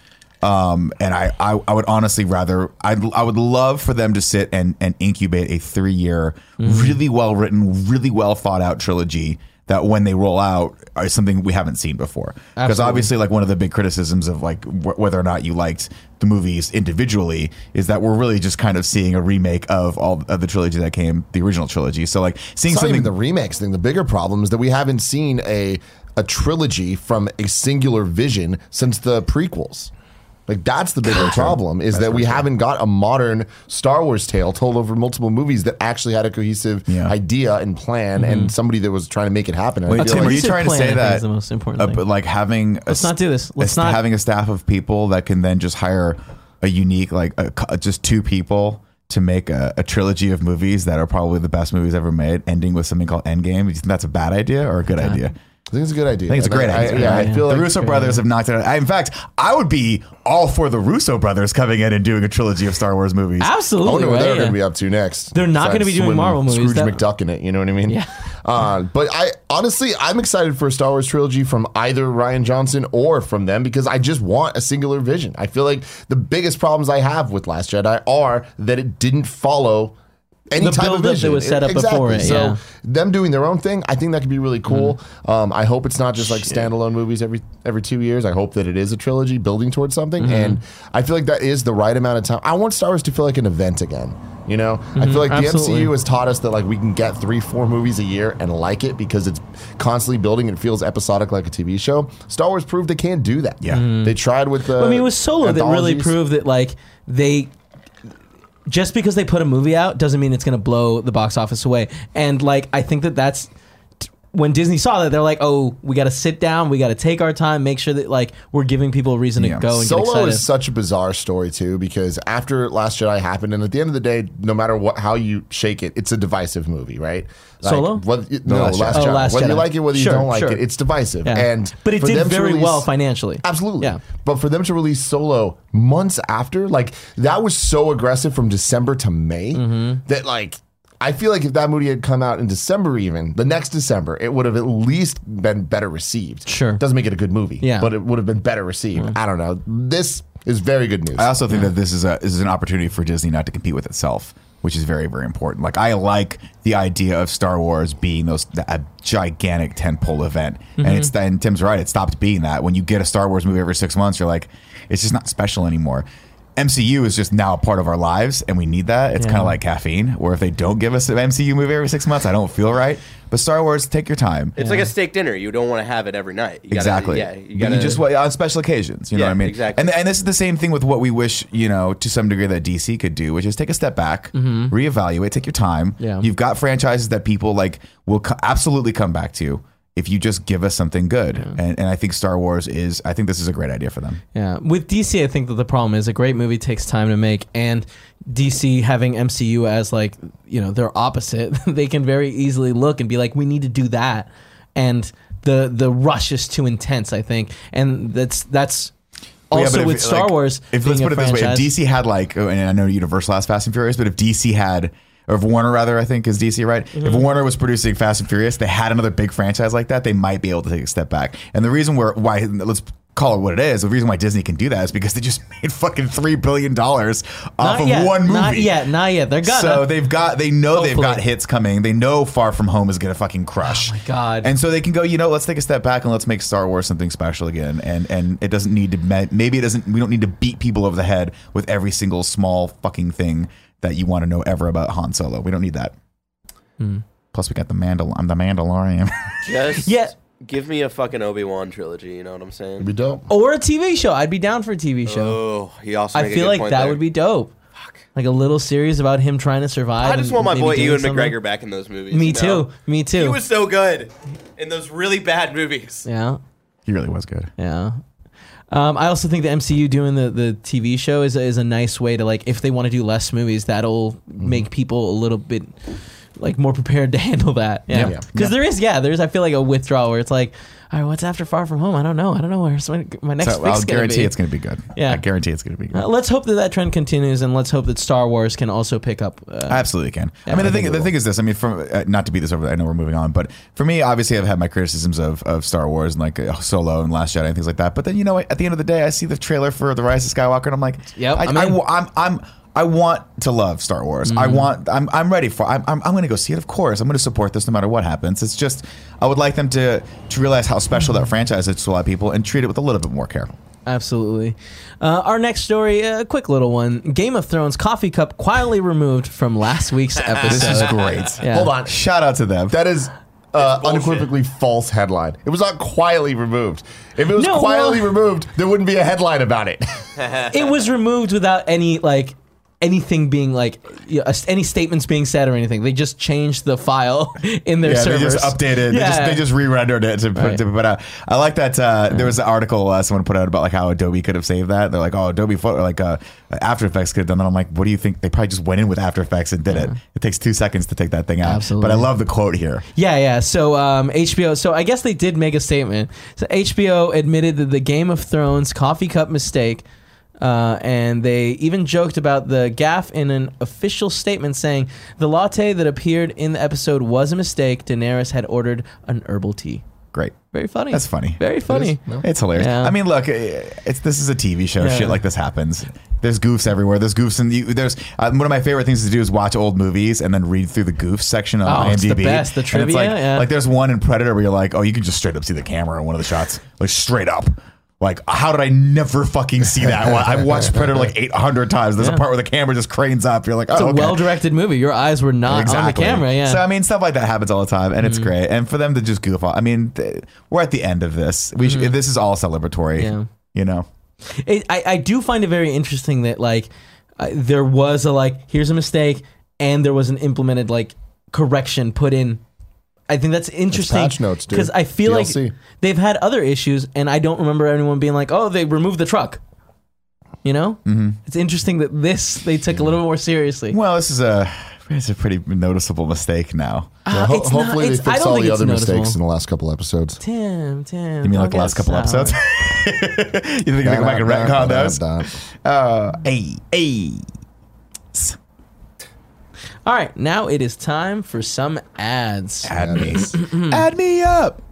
Speaker 2: Um, and I, I, I would honestly rather I'd, I would love for them to sit and, and incubate a three year really well written really well thought out trilogy that when they roll out is something we haven't seen before because
Speaker 1: Absolutely.
Speaker 2: obviously like one of the big criticisms of like wh- whether or not you liked the movies individually is that we're really just kind of seeing a remake of all of the trilogy that came the original trilogy so like seeing
Speaker 3: It's not
Speaker 2: something
Speaker 3: even the remakes thing. The bigger problem is that we haven't seen a a trilogy from a singular vision since the prequels. Like that's the bigger problem is that we haven't got a modern Star Wars tale told over multiple movies that actually had a cohesive
Speaker 2: Yeah. Mm-hmm.
Speaker 3: idea and plan and somebody that was trying to make it happen. I
Speaker 2: Wait,
Speaker 3: feel
Speaker 2: Tim, are
Speaker 3: like-
Speaker 2: you
Speaker 1: cohesive
Speaker 2: trying to
Speaker 1: plan, I
Speaker 2: say
Speaker 1: think,
Speaker 2: that
Speaker 1: is the most important
Speaker 2: uh,
Speaker 1: thing.
Speaker 2: but like having
Speaker 1: Let's
Speaker 2: a,
Speaker 1: not do this.
Speaker 2: a
Speaker 1: Let's
Speaker 2: st-
Speaker 1: not-
Speaker 2: having a staff of people that can then just hire a unique like a, cou- just two people to make a, a trilogy of movies that are probably the best movies ever made, ending with something called Endgame. Do you think that's a bad idea or a good idea?
Speaker 3: I think it's a good idea.
Speaker 2: I think it's a great idea.
Speaker 3: yeah, I feel
Speaker 2: the
Speaker 3: like
Speaker 2: Russo brothers have knocked it out. I, in fact, I would be all for the Russo brothers coming in and doing a trilogy of Star Wars movies.
Speaker 3: I
Speaker 1: Absolutely.
Speaker 3: wonder what
Speaker 1: right?
Speaker 3: they're
Speaker 1: Yeah.
Speaker 3: going to be up to next.
Speaker 1: They're not
Speaker 3: Besides
Speaker 1: gonna be doing
Speaker 3: swim
Speaker 1: Marvel movies,
Speaker 3: Scrooge
Speaker 1: that-
Speaker 3: McDuck in it. You know what I mean?
Speaker 1: Yeah.
Speaker 3: Uh, but I honestly, I'm excited for a Star Wars trilogy from either Ryan Johnson or from them because I just want a singular vision. I feel like the biggest problems I have with Last Jedi are that it didn't follow. Any
Speaker 1: The
Speaker 3: type of
Speaker 1: buildup that
Speaker 3: vision
Speaker 1: was set up
Speaker 3: exactly.
Speaker 1: before it,
Speaker 3: So
Speaker 1: yeah. Mm-hmm.
Speaker 3: them doing their own thing, I think that could be really cool. Um, I hope it's not just like standalone movies every every two years. I hope that it is a trilogy building towards something,
Speaker 1: Mm-hmm.
Speaker 3: and I feel like that is the right amount of time. I want Star Wars to feel like an event again. You know, I feel like the
Speaker 1: Mm-hmm. absolutely.
Speaker 3: MCU has taught us that like we can get three, four movies a year and like it because it's constantly building. and feels episodic like a TV show. Star Wars proved they can do that.
Speaker 2: Yeah. Mhm.
Speaker 3: they tried with the.
Speaker 1: Mm-hmm. I mean, it was Solo that really
Speaker 3: anthologies.
Speaker 1: proved that like they just because they put a movie out doesn't mean it's going to blow the box office away. And like I think that that's when Disney saw that they're like, "Oh, we got to sit down, we got to take our time, make sure that like we're giving people a reason to
Speaker 2: Yeah.
Speaker 1: go and get
Speaker 3: Solo
Speaker 1: excited."
Speaker 3: is such a bizarre story too, because after Last Jedi happened, and at the end of the day, no matter what how you shake it, it's a divisive movie, right? Like,
Speaker 1: Solo?
Speaker 3: whether- no,
Speaker 2: Last
Speaker 3: Last,
Speaker 2: Jedi.
Speaker 3: Jedi.
Speaker 1: Oh, Last
Speaker 3: whether you
Speaker 1: Jedi.
Speaker 3: like it, whether
Speaker 1: Sure,
Speaker 3: you don't like
Speaker 1: sure.
Speaker 3: it, it's divisive.
Speaker 1: Yeah.
Speaker 3: And
Speaker 1: but it
Speaker 3: for
Speaker 1: did
Speaker 3: them to
Speaker 1: very
Speaker 3: release-
Speaker 1: well financially.
Speaker 3: Absolutely.
Speaker 1: Yeah.
Speaker 3: But for them to release Solo months after, like that was so aggressive from December to May
Speaker 1: Mm-hmm.
Speaker 3: that like I feel like if that movie had come out in December, even the next December, it would have at least been better received.
Speaker 1: Sure.
Speaker 3: doesn't make it a good movie.
Speaker 1: Yeah. Mm-hmm.
Speaker 3: but it would have been better received. I don't know. This is very good news.
Speaker 2: I also think that this is a this is an opportunity for Disney not to compete with itself, which is very very important. Like I like the idea of Star Wars being those th- a gigantic tentpole event, and it's and Tim's right, it stopped being that. When you get a Star Wars movie every six months, you're like, it's just not special anymore. MCU is just now a part of our lives, and we need that. It's kind of like caffeine, where if they don't give us an MCU movie every six months, I don't feel right. But Star Wars, take your time.
Speaker 4: It's like a steak dinner. You don't want to have it every night. You gotta-
Speaker 2: Exactly.
Speaker 4: Yeah.
Speaker 2: But you just wa- on special occasions. You know
Speaker 4: Yeah,
Speaker 2: what I mean?
Speaker 4: exactly.
Speaker 2: And and this is the same thing with what we wish you know to some degree that DC could do, which is take a step back,
Speaker 4: Mm-hmm.
Speaker 2: reevaluate, take your time.
Speaker 1: Yeah.
Speaker 2: You've got franchises that people like will co- absolutely come back to if you just give us something good. And and I think Star Wars is. I think this is a great idea for them.
Speaker 1: Yeah, with DC, I think that the problem is a great movie takes time to make, and DC having MCU as like you know their opposite, they can very easily look and be like, we need to do that, and the the rush is too intense, I think, and that's that's also
Speaker 2: if
Speaker 1: with
Speaker 2: it,
Speaker 1: Star
Speaker 2: like,
Speaker 1: Wars.
Speaker 2: If
Speaker 1: being
Speaker 2: let's
Speaker 1: a
Speaker 2: put it this way, if
Speaker 1: franchise-
Speaker 2: DC had like, oh, and I know Universal has Fast and Furious, but if DC had, or if Warner rather, I think is DC right.
Speaker 1: Mm-hmm.
Speaker 2: If Warner was producing Fast and Furious, they had another big franchise like that, they might be able to take a step back. And the reason where why let's call it what it is, the reason why Disney can do that is because they just made fucking three billion dollars off
Speaker 1: not
Speaker 2: of
Speaker 1: yet,
Speaker 2: one movie.
Speaker 1: Not yet, not yet. They're gonna.
Speaker 2: So they've got they know they've
Speaker 1: Hopefully.
Speaker 2: got hits coming. They know Far From Home is gonna fucking crush. Oh my
Speaker 1: God.
Speaker 2: And so they can go, you know, let's take a step back and let's make Star Wars something special again. And and it doesn't need to ma- maybe it doesn't we don't need to beat people over the head with every single small fucking thing that you want to know ever about Han Solo. We don't need that.
Speaker 1: Hmm.
Speaker 2: Plus we got the Mandal I'm the Mandalorian.
Speaker 4: Just
Speaker 1: Yeah.
Speaker 4: give me a fucking Obi Wan trilogy. You know what I'm saying?
Speaker 3: It'd be dope.
Speaker 1: or a TV show. I'd be down for a TV show.
Speaker 4: Oh, he also.
Speaker 1: I
Speaker 4: make a
Speaker 1: feel
Speaker 4: good
Speaker 1: like
Speaker 4: point
Speaker 1: that
Speaker 4: there.
Speaker 1: would be dope. Like a little series about him trying to survive.
Speaker 4: I just
Speaker 1: and
Speaker 4: want my
Speaker 1: maybe
Speaker 4: boy
Speaker 1: doing
Speaker 4: Ewan
Speaker 1: something.
Speaker 4: McGregor back in those movies.
Speaker 1: Me
Speaker 4: you know?
Speaker 1: too. Me too.
Speaker 4: He was so good in those really bad movies.
Speaker 1: yeah.
Speaker 2: he really was good.
Speaker 1: Yeah. Um, I also think the MCU doing the, the TV show is a, is a nice way to like if they want to do less movies, that'll
Speaker 2: Mm-hmm.
Speaker 1: make people a little bit like more prepared to handle that. Yeah,
Speaker 2: Yeah.
Speaker 1: because there is yeah, there's I feel like a withdrawal where it's like, all right, what's after Far From Home? I don't know. I don't know where my, my next.
Speaker 2: So I'll
Speaker 1: fix gonna
Speaker 2: guarantee
Speaker 1: be.
Speaker 2: it's gonna be good.
Speaker 1: Yeah.
Speaker 2: I guarantee it's gonna be good.
Speaker 1: Uh, let's hope that that trend continues, and let's hope that Star Wars can also pick up. Uh,
Speaker 2: Absolutely can. I mean, the thing the thing is this. I mean, from uh, not to be this over. I know we're moving on, but for me, obviously, I've had my criticisms of, of Star Wars and like uh, Solo and Last Jedi and things like that. But then you know, what? at the end of the day, I see the trailer for The Rise of Skywalker, and I'm like,
Speaker 1: Yep,
Speaker 2: I,
Speaker 1: I'm
Speaker 2: I,
Speaker 1: in. Mm-hmm.
Speaker 2: am I'm. I want to love Star Wars. I want. I'm. I'm ready for. I'm. I'm, I'm going to go see it. Of course, I'm going to support this no matter what happens. It's just, I would like them to to realize how special
Speaker 1: Mm-hmm.
Speaker 2: that franchise is to a lot of people and treat it with a little bit more care.
Speaker 1: absolutely. Uh, our next story, a quick little one: Game of Thrones coffee cup quietly removed from last week's episode.
Speaker 2: This is great.
Speaker 1: Yeah.
Speaker 3: Hold on.
Speaker 2: Shout out to them.
Speaker 3: That is uh,
Speaker 4: bullshit.
Speaker 3: unequivocally false headline. It was not quietly removed. If it was
Speaker 1: No,
Speaker 3: quietly
Speaker 1: well- Uh,
Speaker 3: removed, there wouldn't be a headline about it.
Speaker 1: it was removed without any like anything being like you know, any statements being said or anything. They just changed the file in their
Speaker 2: Yeah,
Speaker 1: servers.
Speaker 2: they just updated. They, just,
Speaker 1: Yeah.
Speaker 2: they just re-rendered it to put,
Speaker 1: Right. Mm.
Speaker 2: to put out. I like that. Uh, There was an article uh, someone put out about like how Adobe could have saved that. They're like, oh, Adobe Photo, like uh, After Effects could have done that. I'm like, what do you think? They probably just went in with After Effects and did it. It takes two seconds to take that thing out.
Speaker 1: Mm. Absolutely.
Speaker 2: But I love the quote here.
Speaker 1: Yeah, yeah. So um, HBO. So I guess they did make a statement. So HBO admitted that the Game of Thrones coffee cup mistake, uh, and they even joked about the gaff in an official statement saying the latte that appeared in the episode was a mistake. Daenerys had ordered an herbal tea.
Speaker 2: Great.
Speaker 1: Very funny.
Speaker 2: That's funny.
Speaker 1: Very funny.
Speaker 2: It's hilarious.
Speaker 1: Yeah.
Speaker 2: I mean, look, eh, it's this is a TV show.
Speaker 1: Yeah.
Speaker 2: Shit like this happens. There's goofs everywhere. There's goofs and you, there's uh, one of my favorite things to do is watch old movies and then read through the goof section on
Speaker 1: Oh,
Speaker 2: IMDb.
Speaker 1: it's the best, the
Speaker 2: And it's
Speaker 1: trivia,
Speaker 2: like,
Speaker 1: yeah.
Speaker 2: like there's one in Predator where you're like, oh, you can just straight up see the camera in one of the shots, like straight up. Like, how did I never fucking see that? Well, I've watched Predator like 800 times. There's a part where the camera just cranes up. You're like, oh,
Speaker 1: It's a
Speaker 2: okay.
Speaker 1: well-directed movie. Your eyes were not on the camera. Yeah. Mm.
Speaker 2: So I mean, stuff like that happens all the time, and it's great. And for them to just goof off, I mean, th- we're at the end of this. We sh- this is all celebratory.
Speaker 1: Mm-hmm. Yeah.
Speaker 2: You know,
Speaker 1: it, I, I do find it very interesting that like uh, there was a like here's a mistake and there was an implemented like correction put in i think that's interesting
Speaker 3: patch notes, dude.
Speaker 1: because i feel
Speaker 3: DLC.
Speaker 1: like they've had other issues and i don't remember anyone being like oh they removed the truck you know mm-hmm. it's interesting that this they took a little more seriously
Speaker 2: well, this is a it's a pretty noticeable mistake now.
Speaker 1: Ah,
Speaker 3: Ho-
Speaker 1: it's not-
Speaker 3: hopefully,
Speaker 1: it's-
Speaker 3: they
Speaker 1: I
Speaker 3: fix
Speaker 1: don't
Speaker 3: all
Speaker 1: think
Speaker 3: the
Speaker 1: it's
Speaker 3: other
Speaker 1: noticeable.
Speaker 3: mistakes in the last couple episodes.
Speaker 1: tim tim Oh,
Speaker 2: You mean like the last couple episodes? you think they go back and retcon those? Uh, hey, hey.
Speaker 1: all right now it is time for some ads
Speaker 2: Add me. add me up.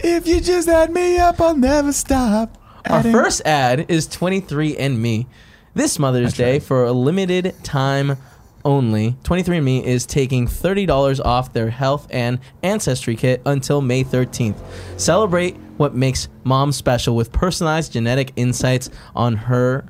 Speaker 2: If you just add me up, I'll never stop.
Speaker 1: Our
Speaker 2: adding-
Speaker 1: first ad is 23andMe. This Mother's Day, for a limited time only, 23andMe is taking $30 off their health and ancestry kit until May 13th. Celebrate what makes mom special with personalized genetic insights on her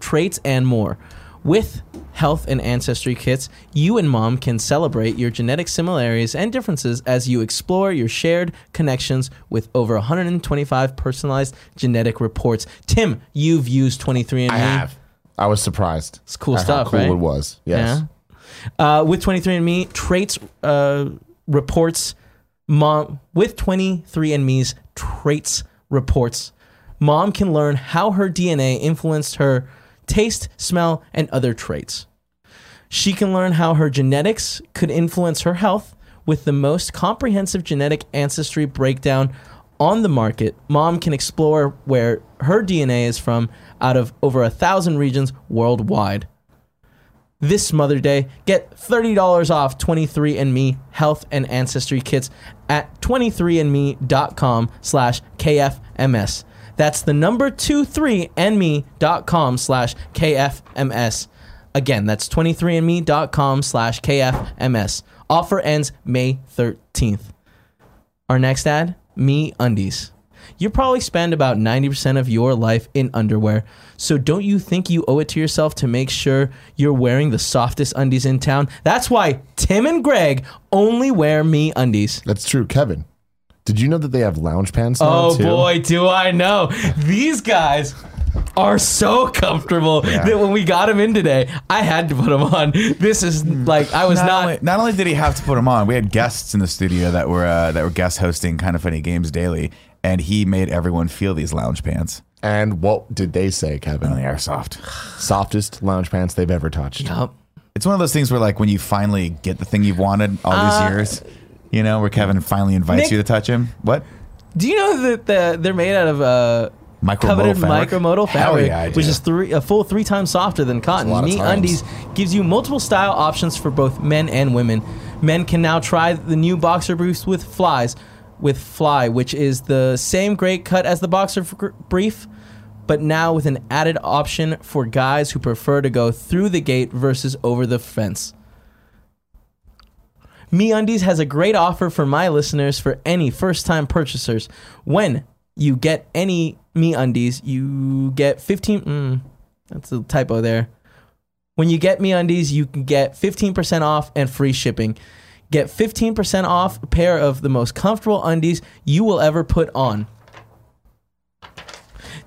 Speaker 1: traits and more. With health and ancestry kits, you and mom can celebrate your genetic similarities and differences as you explore your shared connections with over 125 personalized genetic reports. Tim, you've used 23andMe.
Speaker 3: I have. I was surprised. It's
Speaker 1: cool stuff,
Speaker 3: Cool
Speaker 1: right?
Speaker 3: it was. Yes.
Speaker 1: Yeah. Uh, with 23andMe, traits uh, reports mom with 23andMe's traits reports. Mom can learn how her DNA influenced her taste, smell, and other traits. She can learn how her genetics could influence her health with the most comprehensive genetic ancestry breakdown on the market, mom can explore where her DNA is from out of over a thousand regions worldwide. This Mother Day, get $30 off 23andMe health and ancestry kits at 23andme.com slash KFMS. That's the number 23andme.com slash KFMS. Again, that's 23andme.com slash KFMS. Offer ends May 13th. Our next ad, Me Undies. You probably spend about 90% of your life in underwear. So don't you think you owe it to yourself to make sure you're wearing the softest undies in town? That's why Tim and Greg only wear Me Undies.
Speaker 3: That's true, Kevin. Did you know that they have lounge pants now
Speaker 1: Oh
Speaker 3: too?
Speaker 1: boy, do I know. These guys are so comfortable that when we got them in today, I had to put them on. This is like I was
Speaker 2: Not,
Speaker 1: not
Speaker 2: only, not only did he have to put him on, we had guests in the studio that were uh, that were guest hosting kind of funny games daily, and he made everyone feel these lounge pants.
Speaker 3: And what did they say,
Speaker 2: And
Speaker 3: Kevin?
Speaker 2: they are soft.
Speaker 3: Softest lounge pants they've ever touched.
Speaker 1: Yup.
Speaker 2: It's one of those things where like when you finally get the thing you've wanted all these years, you know, where Kevin finally invites
Speaker 1: Uh, Nick-
Speaker 2: you to touch him. What?
Speaker 1: Do you know that the, they're made out of uh,
Speaker 2: Micromodal
Speaker 1: coveted
Speaker 2: fabric?
Speaker 1: micromodal
Speaker 2: Hell
Speaker 1: fabric,
Speaker 2: yeah, I do.
Speaker 1: which is three, a full three times softer than cotton?
Speaker 3: lot of
Speaker 1: Me
Speaker 3: times.
Speaker 1: Undies gives you multiple style options for both men and women. Men can now try the new boxer briefs with flies, with fly, which is the same great cut as the boxer fr- brief, but now with an added option for guys who prefer to go through the gate versus over the fence. MeUndies has a great offer for my listeners for any first-time purchasers. When you get any MeUndies, you get 15 mm, That's a typo there. When you get MeUndies, you can get 15% off and free shipping. Get 15% off a pair of the most comfortable undies you will ever put on.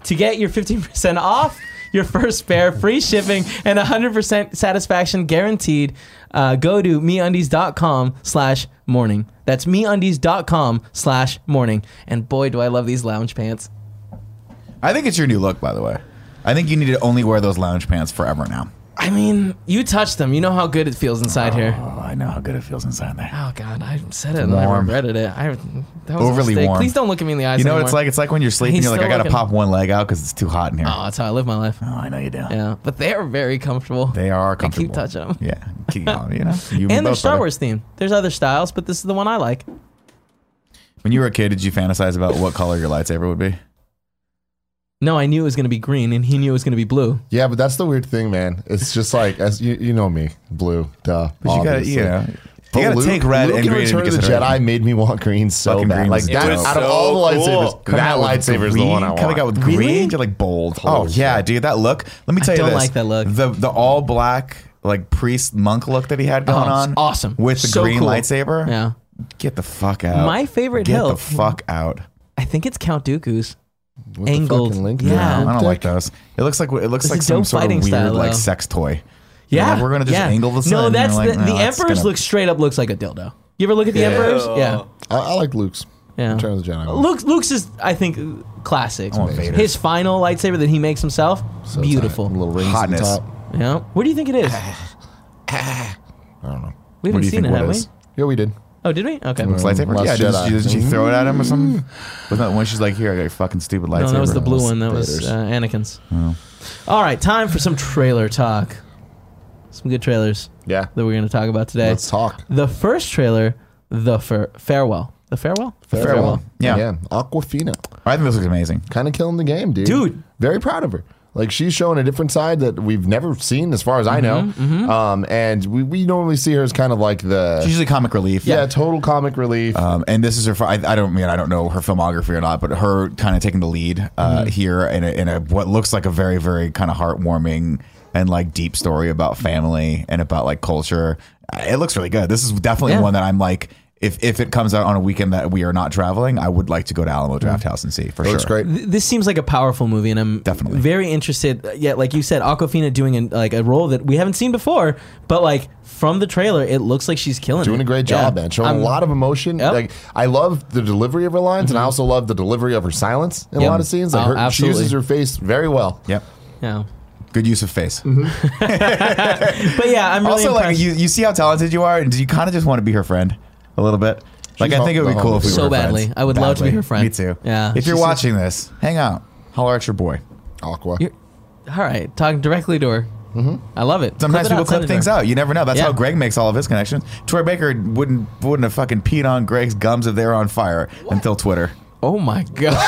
Speaker 1: To get your 15% off your first pair, free shipping, and 100% satisfaction guaranteed, uh, go to meundies.com slash morning. That's meundies.com slash morning. And boy, do I love these lounge pants.
Speaker 2: I think it's your new look, by the way. I think you need to only wear those lounge pants forever now.
Speaker 1: I mean, you touch them. You know how good it feels inside here.
Speaker 2: Oh, I know how good it feels inside there.
Speaker 1: Oh, God. I said it and I
Speaker 2: warm.
Speaker 1: regretted it. I, that was
Speaker 2: Overly
Speaker 1: a mistake.
Speaker 2: warm.
Speaker 1: Please don't look at me in the eyes
Speaker 2: You know what
Speaker 1: anymore.
Speaker 2: it's like? It's like when you're sleeping,
Speaker 1: He's
Speaker 2: you're like,
Speaker 1: still
Speaker 2: I gotta
Speaker 1: looking-
Speaker 2: pop one leg out because it's too hot in here.
Speaker 1: Oh, that's how I live my life.
Speaker 2: Oh, I know you do.
Speaker 1: Yeah, but they're very comfortable.
Speaker 2: They are
Speaker 1: They keep
Speaker 2: comfortable.
Speaker 1: touching them.
Speaker 2: Yeah, keep on, you know. You
Speaker 1: And they're
Speaker 2: both,
Speaker 1: Star
Speaker 2: brother.
Speaker 1: Wars themed. There's other styles, but this is the one I like.
Speaker 2: When you were a kid, did you fantasize about what color your lightsaber would be?
Speaker 1: No, I knew it was going to be green, and he knew it was going to be blue.
Speaker 3: Yeah, but that's the weird thing, man. It's just like as you, you know me, blue, duh.
Speaker 2: But you gotta, you
Speaker 3: obviously.
Speaker 2: know,
Speaker 3: But
Speaker 2: you gotta
Speaker 3: Luke-
Speaker 2: take red
Speaker 3: Luke
Speaker 2: and
Speaker 3: in
Speaker 2: green.
Speaker 3: Return
Speaker 2: into
Speaker 3: of the Jedi
Speaker 2: consideration.
Speaker 3: made me want green so
Speaker 2: Fucking
Speaker 3: bad.
Speaker 2: green
Speaker 3: like
Speaker 2: was
Speaker 3: that,
Speaker 4: dope.
Speaker 3: out of
Speaker 4: It was
Speaker 3: all the
Speaker 4: so
Speaker 3: lightsabers,
Speaker 4: cool.
Speaker 2: Coming
Speaker 3: that
Speaker 2: out with
Speaker 3: lightsaber is the
Speaker 2: green,
Speaker 3: one I want.
Speaker 2: Coming out with green,
Speaker 1: Really?
Speaker 2: you're like bold. oh
Speaker 3: Holy
Speaker 2: yeah,
Speaker 3: shit.
Speaker 2: dude, that look. Let me tell you
Speaker 1: don't
Speaker 2: this.
Speaker 1: like that look.
Speaker 2: The the all black like priest monk look that he had going
Speaker 1: Oh, it's
Speaker 2: on.
Speaker 1: awesome.
Speaker 2: With the
Speaker 1: So
Speaker 2: green
Speaker 1: cool.
Speaker 2: lightsaber.
Speaker 1: Yeah.
Speaker 2: Get the fuck out.
Speaker 1: My favorite
Speaker 2: Get
Speaker 1: hill-
Speaker 2: the fuck out.
Speaker 1: I think it's Count Dooku's.
Speaker 3: With the
Speaker 1: angled.
Speaker 3: fucking link
Speaker 1: Yeah.
Speaker 3: down.
Speaker 2: I don't like
Speaker 3: Dick.
Speaker 2: those. It looks like it looks
Speaker 1: It's
Speaker 2: like
Speaker 1: a
Speaker 2: some
Speaker 1: dope
Speaker 2: sort of
Speaker 1: fighting
Speaker 2: weird
Speaker 1: style,
Speaker 2: like
Speaker 1: though.
Speaker 2: sex toy. You're
Speaker 1: Yeah.
Speaker 2: like, we're gonna just
Speaker 1: yeah.
Speaker 2: angle the
Speaker 1: No,
Speaker 2: sun.
Speaker 1: that's
Speaker 2: You're like,
Speaker 1: the,
Speaker 2: no,
Speaker 1: the
Speaker 2: that's
Speaker 1: Emperor's
Speaker 2: gonna-
Speaker 1: look straight up looks like a dildo. You ever look at the Emperor's? Yeah.
Speaker 3: I, I like Luke's.
Speaker 1: Yeah.
Speaker 3: Return of the Jedi.
Speaker 1: Luke's, Luke's is, I think, classic.
Speaker 2: want Oh. Vader.
Speaker 1: His final lightsaber that he makes himself,
Speaker 3: So tight.
Speaker 1: beautiful.
Speaker 3: Little rings on
Speaker 2: Hotness.
Speaker 3: top.
Speaker 1: Yeah. Where do you think it is?
Speaker 3: I don't know.
Speaker 1: We haven't
Speaker 2: What do you
Speaker 1: seen
Speaker 2: think
Speaker 1: it,
Speaker 2: what
Speaker 1: have we?
Speaker 2: is?
Speaker 3: Yeah, we did.
Speaker 1: Oh, did we? Okay.
Speaker 3: Mm.
Speaker 2: lightsaber?
Speaker 3: Last
Speaker 2: yeah, did
Speaker 3: Jedi. Mm-hmm.
Speaker 2: she, did she throw it at him or something? Wasn't that when she's like, "Here, I got your fucking stupid lightsaber"?
Speaker 1: No, that was the blue one. That was
Speaker 3: Vader's.
Speaker 1: uh, Anakin's. All right, time for some trailer talk. Some good trailers
Speaker 3: Yeah.
Speaker 1: that we're going to talk about today.
Speaker 3: Let's talk.
Speaker 1: The first trailer, the fir- farewell. The farewell.
Speaker 2: Farewell. Yeah.
Speaker 3: Yeah. Aquafina.
Speaker 2: I think this looks amazing.
Speaker 3: Kind of killing the game, dude.
Speaker 1: Dude.
Speaker 3: Very proud of her. Like she's showing a different side that we've never seen, as far as I know.
Speaker 2: Mm-hmm,
Speaker 3: Um, and we, we normally see her as kind of like the
Speaker 2: She's usually comic relief.
Speaker 3: yeah, total comic relief.
Speaker 2: Um, and this is her. fi- I, I don't mean I don't know her filmography or not, but her kind of taking the lead uh,
Speaker 3: Mm-hmm.
Speaker 2: here in a, in a what looks like a very very kind of heartwarming and like deep story about family and about like culture. Uh, It looks really good. This is definitely
Speaker 1: Yeah.
Speaker 2: one that I'm like. If, if it comes out on a weekend that we are not traveling, I would like to go to Alamo Draft House and see for sure.
Speaker 3: Mm-hmm. Looks great.
Speaker 1: Th- This seems like a powerful movie, and I'm
Speaker 2: Definitely.
Speaker 1: very interested. Yeah, like you said, Aquafina doing an, like a role that we haven't seen before, but like from the trailer, it looks like she's killing
Speaker 3: Doing
Speaker 1: it.
Speaker 3: a great job,
Speaker 1: Yeah.
Speaker 3: man. Showing
Speaker 1: I'm-
Speaker 3: a lot of emotion.
Speaker 1: Yep.
Speaker 3: Like I love the delivery of her lines,
Speaker 2: Mm-hmm.
Speaker 3: and I also love the delivery of her silence in
Speaker 1: Yep.
Speaker 3: a lot of scenes. Like
Speaker 1: Oh,
Speaker 3: her, she
Speaker 1: absolutely.
Speaker 3: uses her face very well.
Speaker 2: Yep,
Speaker 1: Yeah.
Speaker 2: good use of face.
Speaker 1: But yeah, I'm really
Speaker 2: also
Speaker 1: impressed.
Speaker 2: like you, you see how talented you are and do you kind of just want to be her friend a little bit Like
Speaker 3: She's
Speaker 2: I think it
Speaker 3: home-
Speaker 2: would be
Speaker 3: the
Speaker 2: cool
Speaker 3: home
Speaker 2: if we
Speaker 3: is
Speaker 1: So
Speaker 2: were
Speaker 1: badly.
Speaker 2: friends.
Speaker 1: I would love to be her friend.
Speaker 2: Me too.
Speaker 1: Yeah.
Speaker 2: If you're
Speaker 1: She's-
Speaker 2: watching this, hang out. Holler at your boy.
Speaker 3: Aqua.
Speaker 1: All right, talking directly to her. Mm-hmm. I love it.
Speaker 2: Sometimes
Speaker 1: Clip it
Speaker 2: people
Speaker 1: out, send
Speaker 2: clip
Speaker 1: it to
Speaker 2: things
Speaker 1: her.
Speaker 2: out. You never know. That's
Speaker 1: Yeah.
Speaker 2: how Greg makes all of his connections. Troy Baker wouldn't wouldn't have fucking peed on Greg's gums if they were on fire until Twitter.
Speaker 1: Oh my god!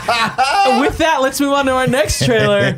Speaker 1: With that, let's move on to our next trailer,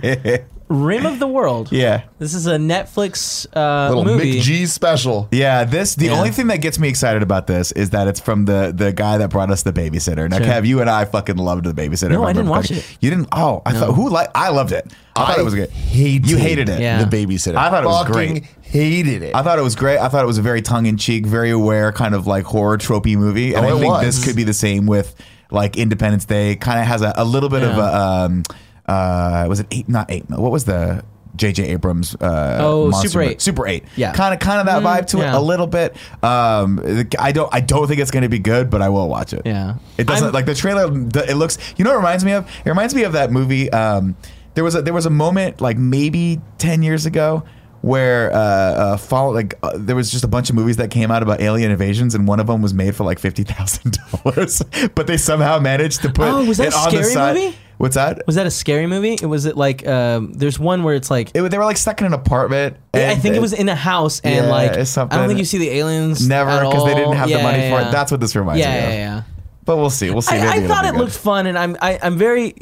Speaker 1: Rim of the World.
Speaker 2: Yeah.
Speaker 1: This is a Netflix uh,
Speaker 3: Little
Speaker 1: movie.
Speaker 3: Mick G special.
Speaker 2: Yeah, this the
Speaker 1: Yeah.
Speaker 2: only thing that gets me excited about this is that it's from the the guy that brought us the babysitter. Now,
Speaker 1: Sure.
Speaker 2: Kev, you and I fucking loved the babysitter.
Speaker 1: No, I
Speaker 2: Remember
Speaker 1: didn't watch
Speaker 2: fucking-
Speaker 1: it.
Speaker 2: You didn't? Oh, I thought who like I loved it. I, thought it was good.
Speaker 3: Hated
Speaker 2: You hated it.
Speaker 1: Yeah.
Speaker 3: The babysitter.
Speaker 2: I thought it was
Speaker 3: Fucking
Speaker 2: great.
Speaker 3: Hated it.
Speaker 2: I thought it was great. I thought it was a very tongue in cheek, very aware kind of like horror tropey movie. And
Speaker 3: Oh,
Speaker 2: I
Speaker 3: it
Speaker 2: think
Speaker 3: was.
Speaker 2: this could be the same with like Independence Day. Kind of has a, a little bit of
Speaker 1: Yeah.
Speaker 2: a um, uh, was it eight? Not eight. What was the J.J. Abrams? Uh,
Speaker 1: Oh,
Speaker 2: monster
Speaker 1: Super
Speaker 2: movie?
Speaker 1: 8.
Speaker 2: Super Eight.
Speaker 1: Yeah.
Speaker 2: kind of kind of that vibe to
Speaker 1: yeah.
Speaker 2: it a little bit. Um, the- I don't I don't think it's going to be good, but I will watch it.
Speaker 1: Yeah.
Speaker 2: it doesn't
Speaker 1: I'm-
Speaker 2: like the trailer. the- It looks. You know, what it reminds me of. It reminds me of that movie. Um, there was a there was a moment like maybe ten years ago where uh, uh follow like uh, there was just a bunch of movies that came out about alien invasions and one of them was made for like fifty thousand dollars, but they somehow managed to put
Speaker 1: Oh, was that
Speaker 2: it
Speaker 1: a
Speaker 2: on the
Speaker 1: scary
Speaker 2: side.
Speaker 1: movie?
Speaker 2: What's that?
Speaker 1: Was that a scary movie? It was it like um, there's one where it's like
Speaker 2: It, they were like stuck in an apartment.
Speaker 1: I
Speaker 2: and
Speaker 1: think it was in a house and
Speaker 2: Yeah,
Speaker 1: like
Speaker 2: it's
Speaker 1: I don't
Speaker 2: something-
Speaker 1: think you see the aliens
Speaker 2: Never,
Speaker 1: at
Speaker 2: because they didn't
Speaker 1: all.
Speaker 2: have the
Speaker 1: Yeah,
Speaker 2: money
Speaker 1: yeah,
Speaker 2: for
Speaker 1: yeah.
Speaker 2: it. That's what this reminds
Speaker 1: yeah,
Speaker 2: me
Speaker 1: yeah,
Speaker 2: of.
Speaker 1: yeah, yeah.
Speaker 2: But we'll see. We'll see. Maybe
Speaker 1: I, I
Speaker 2: it'll
Speaker 1: thought
Speaker 2: be
Speaker 1: it
Speaker 2: good.
Speaker 1: looked fun, and I'm I, I'm very.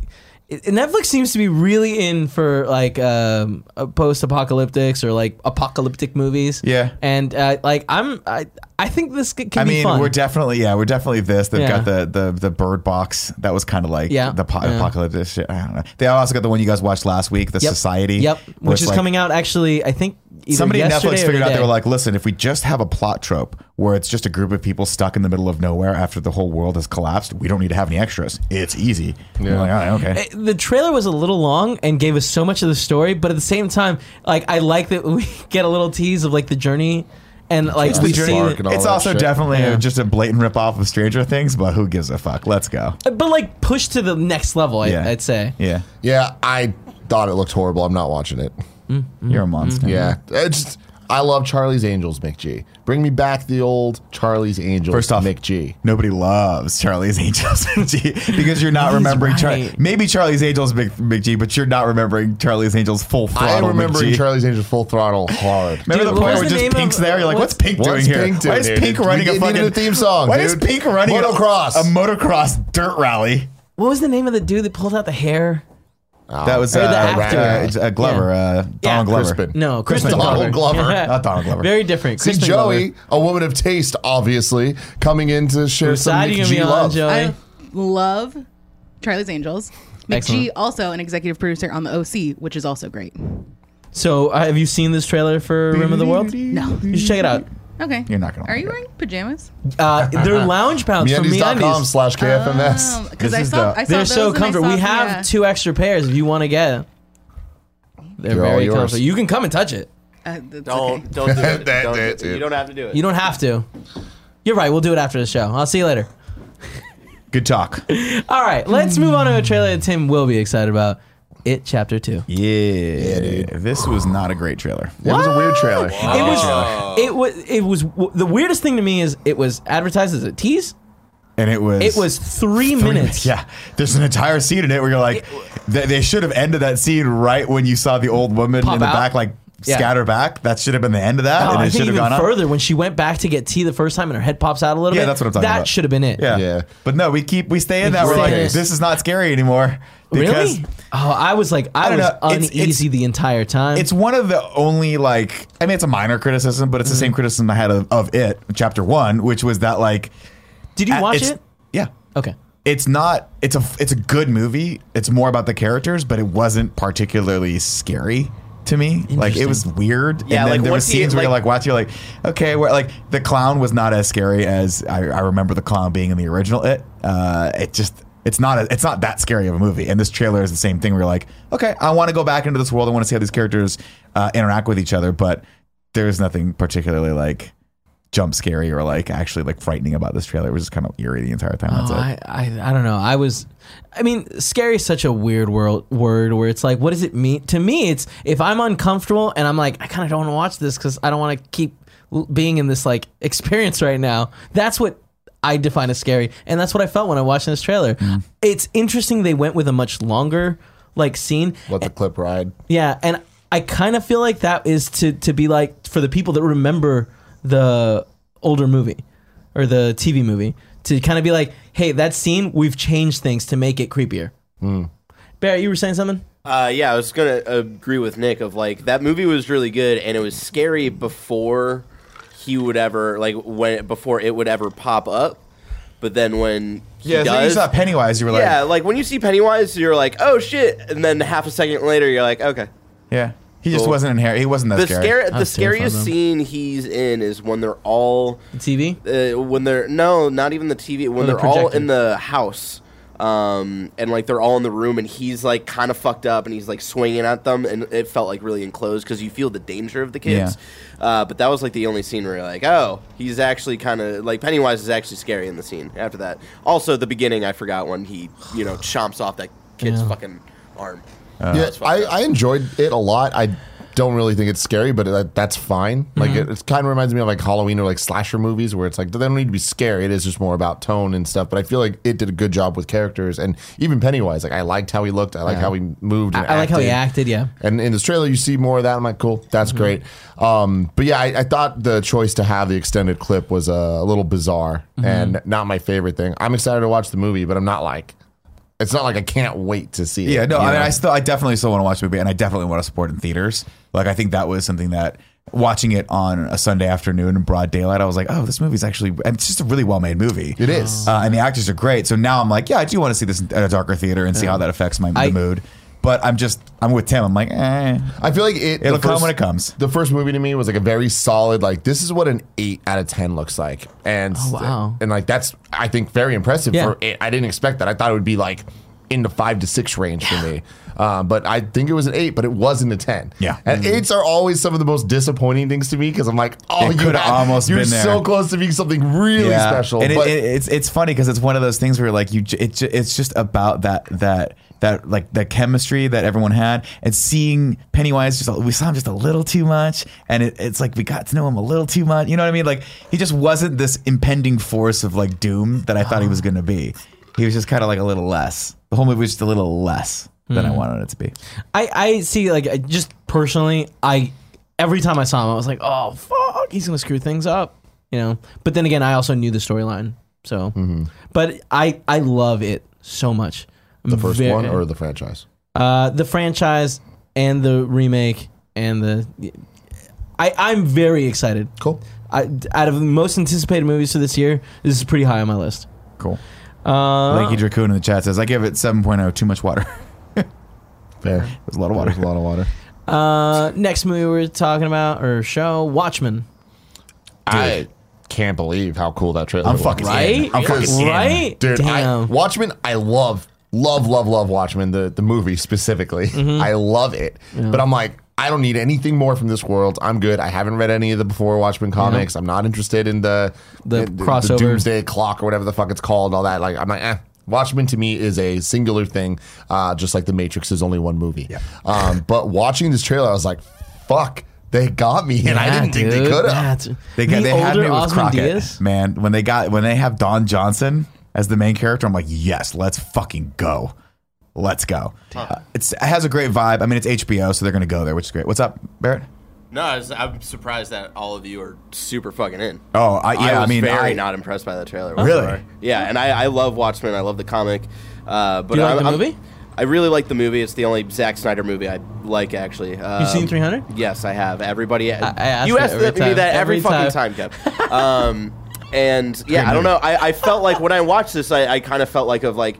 Speaker 1: it- Netflix seems to be really in for like um, uh, post-apocalyptics or like apocalyptic movies.
Speaker 2: Yeah.
Speaker 1: and uh, like I'm I I think this c- can
Speaker 2: I
Speaker 1: be
Speaker 2: mean,
Speaker 1: fun.
Speaker 2: we're definitely yeah, we're definitely this. They've
Speaker 1: Yeah.
Speaker 2: got the, the the bird box that was kind of like
Speaker 1: Yeah.
Speaker 2: the po-
Speaker 1: Yeah.
Speaker 2: apocalyptic shit. I don't know. They also got the one you guys watched last week, the
Speaker 1: Yep.
Speaker 2: Society.
Speaker 1: Yep,
Speaker 2: where
Speaker 1: which
Speaker 2: it's
Speaker 1: is
Speaker 2: like-
Speaker 1: coming out actually. I think either
Speaker 2: Somebody at
Speaker 1: yesterday
Speaker 2: Netflix
Speaker 1: or
Speaker 2: figured out they
Speaker 1: today.
Speaker 2: were like, listen, if we just have a plot trope where it's just a group of people stuck in the middle of nowhere after the whole world has collapsed, we don't need to have any extras. It's easy. Yeah. Like, all right, okay.
Speaker 1: It- eh, the trailer was a little long and gave us so much of the story, but at the same time, like I like that we get a little tease of like the journey and like
Speaker 3: It's the
Speaker 1: we
Speaker 3: journey.
Speaker 1: see.
Speaker 3: Clark and all
Speaker 2: it's
Speaker 3: that
Speaker 2: also
Speaker 3: shit.
Speaker 2: definitely
Speaker 1: Yeah.
Speaker 2: just a blatant ripoff of Stranger Things, but who gives a fuck? Let's go.
Speaker 1: but like push to the next level. I,
Speaker 2: Yeah.
Speaker 1: I'd say.
Speaker 2: Yeah.
Speaker 3: Yeah, I thought it looked horrible. I'm not watching it.
Speaker 2: You're a monster.
Speaker 3: Yeah, it's just I love Charlie's Angels, Mick G. Bring me back the old Charlie's Angels.
Speaker 2: First off,
Speaker 3: Mick G.
Speaker 2: Nobody loves Charlie's Angels G, because you're not remembering Charlie.
Speaker 1: right.
Speaker 2: Maybe Charlie's Angels Big, Big G, but you're not remembering Charlie's Angels full
Speaker 3: I
Speaker 2: throttle.
Speaker 3: am remembering
Speaker 2: Big G.
Speaker 3: Charlie's Angels full throttle hard.
Speaker 2: Remember
Speaker 1: Dude,
Speaker 2: the
Speaker 1: what
Speaker 2: point
Speaker 1: was
Speaker 2: where
Speaker 1: the
Speaker 2: just
Speaker 1: name
Speaker 2: Pink's
Speaker 1: of-
Speaker 2: there? You're like, what's
Speaker 1: what's-
Speaker 2: Pink doing
Speaker 3: What's
Speaker 2: here?
Speaker 3: Pink
Speaker 2: why
Speaker 3: doing
Speaker 2: is
Speaker 3: here,
Speaker 2: Pink
Speaker 3: dude?
Speaker 2: running
Speaker 3: We
Speaker 2: a
Speaker 3: didn't
Speaker 2: fucking
Speaker 3: need a theme song,
Speaker 2: Why is
Speaker 3: dude.
Speaker 2: Pink running a-
Speaker 3: Motocross.
Speaker 2: a motocross dirt rally?
Speaker 1: What was the name of the dude that pulled out the hair?
Speaker 2: That was
Speaker 1: Or
Speaker 2: uh,
Speaker 1: the
Speaker 2: uh,
Speaker 1: actor.
Speaker 2: uh, Glover,
Speaker 1: Yeah.
Speaker 2: uh, Donald
Speaker 1: Yeah.
Speaker 2: Glover.
Speaker 3: Crispin.
Speaker 1: No, Kristen
Speaker 3: Donald Glover.
Speaker 1: Yeah.
Speaker 2: Not Donald Glover.
Speaker 1: Very different.
Speaker 3: See
Speaker 1: Kristen
Speaker 3: Joey,
Speaker 1: Glover.
Speaker 3: a woman of taste, obviously coming in to share
Speaker 1: Whose
Speaker 3: some
Speaker 1: side are you
Speaker 3: Mick
Speaker 1: gonna
Speaker 3: G
Speaker 1: be on,
Speaker 3: love.
Speaker 1: Joey?
Speaker 5: I love Charlie's Angels. McGee
Speaker 1: Excellent.
Speaker 5: also an executive producer on the OC, which is also great.
Speaker 1: So, uh, have you seen this trailer for Rim of the World? You
Speaker 5: No,
Speaker 1: should check it out.
Speaker 5: okay.
Speaker 2: You're not gonna
Speaker 5: Are
Speaker 2: like
Speaker 5: you
Speaker 2: it.
Speaker 5: wearing pajamas?
Speaker 1: Uh, they're lounge pants from
Speaker 3: Meandies.com
Speaker 1: MeUndies.
Speaker 3: slash KFMS.
Speaker 5: Because
Speaker 2: This
Speaker 5: Um, I
Speaker 2: is
Speaker 5: saw,
Speaker 2: the-
Speaker 5: I saw
Speaker 1: They're
Speaker 5: those
Speaker 1: so
Speaker 5: and I
Speaker 1: comfortable.
Speaker 5: saw- uh,
Speaker 1: We have
Speaker 5: yeah.
Speaker 1: two extra pairs if you want to get it. They're,
Speaker 3: They're all
Speaker 1: very
Speaker 3: yours.
Speaker 1: comfortable. You can come and touch it.
Speaker 5: Uh, that's
Speaker 4: Don't
Speaker 5: okay.
Speaker 4: don't do it.
Speaker 3: That-
Speaker 4: Don't do
Speaker 3: that's
Speaker 4: it.
Speaker 3: it.
Speaker 4: You don't have to do it.
Speaker 1: You don't have to. You're right. We'll do it after the show. I'll see you later.
Speaker 2: Good talk.
Speaker 1: All right, let's move on to a trailer that Tim will be excited about. It Chapter Two.
Speaker 2: Yeah, this was not a great trailer.
Speaker 3: It was a weird trailer.
Speaker 1: It was. It was. It was. w- The weirdest thing to me is it was advertised as a tease.
Speaker 2: And it was.
Speaker 1: It was three,
Speaker 2: Three
Speaker 1: minutes.
Speaker 2: Yeah, there's an entire scene in it where you're like, they, they should have ended that scene right when you saw the old woman
Speaker 1: Pop
Speaker 2: in the
Speaker 1: out.
Speaker 2: back, like
Speaker 1: Yeah.
Speaker 2: scatter back. That should have been the end of that,
Speaker 1: Oh,
Speaker 2: and
Speaker 1: I
Speaker 2: it
Speaker 1: think
Speaker 2: should have
Speaker 1: even
Speaker 2: gone up.
Speaker 1: further when she went back to get tea the first time and her head pops out a little
Speaker 2: Yeah,
Speaker 1: bit.
Speaker 2: that's what I'm talking
Speaker 1: that
Speaker 2: about.
Speaker 1: should have been it.
Speaker 2: Yeah.
Speaker 3: Yeah.
Speaker 2: but no, we keep we stay in that.
Speaker 1: keep
Speaker 2: We're like,
Speaker 1: staying.
Speaker 2: this is not scary anymore. Because
Speaker 1: Really? Oh, I was like, I,
Speaker 2: I don't
Speaker 1: was
Speaker 2: know. It's- it's-
Speaker 1: uneasy the entire time.
Speaker 2: It's one of the only like I mean it's a minor criticism, but it's
Speaker 1: Mm-hmm.
Speaker 2: the same criticism I had of, of it, chapter one, which was that like
Speaker 1: Did you
Speaker 2: at-
Speaker 1: watch
Speaker 2: it's-
Speaker 1: it?
Speaker 2: Yeah.
Speaker 1: Okay.
Speaker 2: It's not it's a it's a good movie. It's more about the characters, but it wasn't particularly scary to me. Like it was weird.
Speaker 4: Yeah,
Speaker 2: and then
Speaker 4: like,
Speaker 2: there were
Speaker 4: once you-
Speaker 2: scenes where you're
Speaker 4: like-
Speaker 2: like watching, you're like, okay, where like the clown was not as scary as I, I remember the clown being in the original it. Uh it just it's not a, it's not that scary of a movie. And this trailer is the same thing where you're like, okay, I want to go back into this world. I want to see how these characters uh, interact with each other, but there's nothing particularly like jump scary or like actually like frightening about this trailer. It was just kind of eerie the entire time. That's
Speaker 1: Oh,
Speaker 2: it.
Speaker 1: I, I I don't know. I was, I mean, scary is such a weird world word where it's like, what does it mean to me? It's if I'm uncomfortable and I'm like, I kind of don't want to watch this because I don't want to keep l- being in this like experience right now. That's what I define as scary, and that's what I felt when I watched this trailer. It's interesting they went with a much longer like scene.
Speaker 3: Let the clip ride.
Speaker 1: Yeah, and I kind of feel like that is to to be like for the people that remember the older movie or the TV movie to kind of be like, hey, that scene we've changed things to make it creepier.
Speaker 3: Hmm.
Speaker 1: Barrett, you were saying something.
Speaker 4: Uh, yeah, I was gonna agree with Nick of like that movie was really good and it was scary before he would ever like when before it would ever pop up, but then when he
Speaker 2: Yeah, so you
Speaker 4: does,
Speaker 2: saw Pennywise, you were like,
Speaker 4: yeah, like when you see Pennywise, you're like, oh shit, and then half a second later, you're like, okay.
Speaker 2: yeah. He just
Speaker 4: Cool.
Speaker 2: wasn't in here. He wasn't that
Speaker 4: The
Speaker 2: scary.
Speaker 4: scare,
Speaker 1: I
Speaker 4: the
Speaker 1: was terrified
Speaker 4: scariest
Speaker 1: of him.
Speaker 4: scene he's in is when they're all
Speaker 1: TV.
Speaker 4: uh, when they're no, not even the TV. When
Speaker 1: Oh, they're
Speaker 4: they're all
Speaker 1: projecting.
Speaker 4: in the house, um, and like they're all in the room, and he's like kind of fucked up, and he's like swinging at them, and it felt like really enclosed because you feel the danger of the kids. Uh, but that was like the only scene where you're like, oh, he's actually kind of like Pennywise is actually scary in the scene. After that, also the beginning, I forgot when he you know chomps off that kid's
Speaker 1: Yeah. Uh.
Speaker 4: fucking arm.
Speaker 3: yeah, I, I enjoyed it a lot. I don't really think it's scary, but that, that's fine. Like
Speaker 1: Mm-hmm.
Speaker 3: it, it kind of reminds me of like Halloween or like slasher movies where it's like they don't need to be scary. It is just more about tone and stuff. But I feel like it did a good job with characters and even Pennywise. Like I liked how he looked. I like how he moved. And
Speaker 1: I like how he acted. Mm-hmm. Yeah.
Speaker 3: And in this trailer, you see more of that. I'm like, cool, that's great. Um, but yeah, I, I thought the choice to have the extended clip was uh, a little bizarre
Speaker 1: Mm-hmm.
Speaker 3: and not my favorite thing. I'm excited to watch the movie, but I'm not like, it's not like I can't wait to see it.
Speaker 2: Yeah, no,
Speaker 3: you
Speaker 2: I mean,
Speaker 3: know?
Speaker 2: I still, I definitely still want to watch the movie, and I definitely want to support in theaters. Like, I think that was something that watching it on a Sunday afternoon in broad daylight, I was like, oh, this movie's actually, and it's just a really well made movie.
Speaker 3: It is.
Speaker 2: uh, and the actors are great. So now I'm like, yeah, I do want to see this at a darker theater and see how that affects my
Speaker 1: I-
Speaker 2: the mood. But I'm just, I'm with Tim. I'm like, eh.
Speaker 3: I feel like it.
Speaker 2: It'll
Speaker 3: the
Speaker 2: come when it comes.
Speaker 3: The first movie to me was like a very solid. Like this is what an eight out of ten looks like, and
Speaker 1: Oh, wow.
Speaker 3: and like that's I think very impressive
Speaker 1: Yeah.
Speaker 3: for it. I didn't expect that. I thought it would be like in the five to six range for me. Um, but I think it was an eight, but it wasn't a ten.
Speaker 2: Yeah.
Speaker 3: and
Speaker 1: Mm-hmm.
Speaker 3: eights are always some of the most disappointing things to me because I'm like, oh,
Speaker 2: It
Speaker 3: you
Speaker 2: could
Speaker 3: could
Speaker 2: almost
Speaker 3: almost you're
Speaker 2: been there.
Speaker 3: so close to being something really special.
Speaker 2: And it-
Speaker 3: but
Speaker 2: it- it's it's funny because it's one of those things where like you, j- it, j- it's just about that that that like the chemistry that everyone had and seeing Pennywise just a- we saw him just a little too much and it, it's like we got to know him a little too much. You know what I mean? Like he just wasn't this impending force of like doom that I thought he was going to be. He was just kind of like a little less. The whole movie was just a little less than I wanted it to be.
Speaker 1: I, I see like I just personally I every time I saw him I was like oh fuck he's gonna screw things up you know but then again I also knew the storyline so
Speaker 3: Mm-hmm.
Speaker 1: but I I love it so much
Speaker 3: the first one or the franchise.
Speaker 1: uh, the franchise and the remake and the I I'm very excited
Speaker 3: Cool.
Speaker 1: I, out of the most anticipated movies for this year this is pretty high on my list
Speaker 2: Cool.
Speaker 1: uh,
Speaker 2: Lanky Dracoon in the chat says I give it 7.0 too much water.
Speaker 3: Fair.
Speaker 2: There's a lot of water.
Speaker 3: There's a lot of water.
Speaker 1: uh next movie we're talking about or show Watchmen
Speaker 3: I can't believe how cool that trailer.
Speaker 2: I'm
Speaker 3: was.
Speaker 2: fucking
Speaker 1: right
Speaker 2: in. I'm fucking in.
Speaker 1: right
Speaker 3: dude. I,
Speaker 1: Damn.
Speaker 3: Watchmen, I love, love, love, love Watchmen the the movie specifically.
Speaker 1: Mm-hmm.
Speaker 3: I love it, but I'm like, I don't need anything more from this world. I'm good. I haven't read any of the before Watchmen comics. I'm not interested in the
Speaker 1: The crossover.
Speaker 3: Doomsday Clock or whatever the fuck it's called. All that, like, I'm like, eh. Watchmen to me is a singular thing, uh, just like The Matrix is only one movie. Um, but watching this trailer, I was like, fuck. They got me, and I
Speaker 1: Yeah,
Speaker 3: didn't think they
Speaker 1: dude.
Speaker 3: could have.
Speaker 1: That's-
Speaker 2: They, got,
Speaker 1: the
Speaker 2: they had
Speaker 1: older
Speaker 2: me with
Speaker 1: Osmond
Speaker 2: Crockett,
Speaker 1: Diaz?
Speaker 2: man. When they got when they have Don Johnson as the main character, I'm like, yes, let's fucking go, let's go. Uh, it's, it has a great vibe. I mean, it's HBO, so they're gonna go there, which is great. What's up, Barrett?
Speaker 4: No, I was, I'm surprised that all of you are super fucking in.
Speaker 2: Oh, I, yeah. I,
Speaker 4: was
Speaker 2: mean,
Speaker 4: very
Speaker 2: I,
Speaker 4: not impressed by that trailer.
Speaker 2: Really?
Speaker 4: whatsoever. Yeah, and I, I love Watchmen. I love the comic. Uh, but
Speaker 1: Do you like
Speaker 4: I'm-
Speaker 1: the
Speaker 4: I'm-
Speaker 1: movie?
Speaker 4: I really like the movie. It's the only Zack Snyder movie I like, actually. Um,
Speaker 1: You've seen 300?
Speaker 4: Yes, I have. Everybody,
Speaker 1: ask
Speaker 4: you
Speaker 1: it
Speaker 4: asked
Speaker 1: every
Speaker 4: me
Speaker 1: time.
Speaker 4: that every,
Speaker 1: Every
Speaker 4: fucking time, Kev. Um, and yeah, I don't know. I, I felt like when I watched this, I, I kind of felt like of like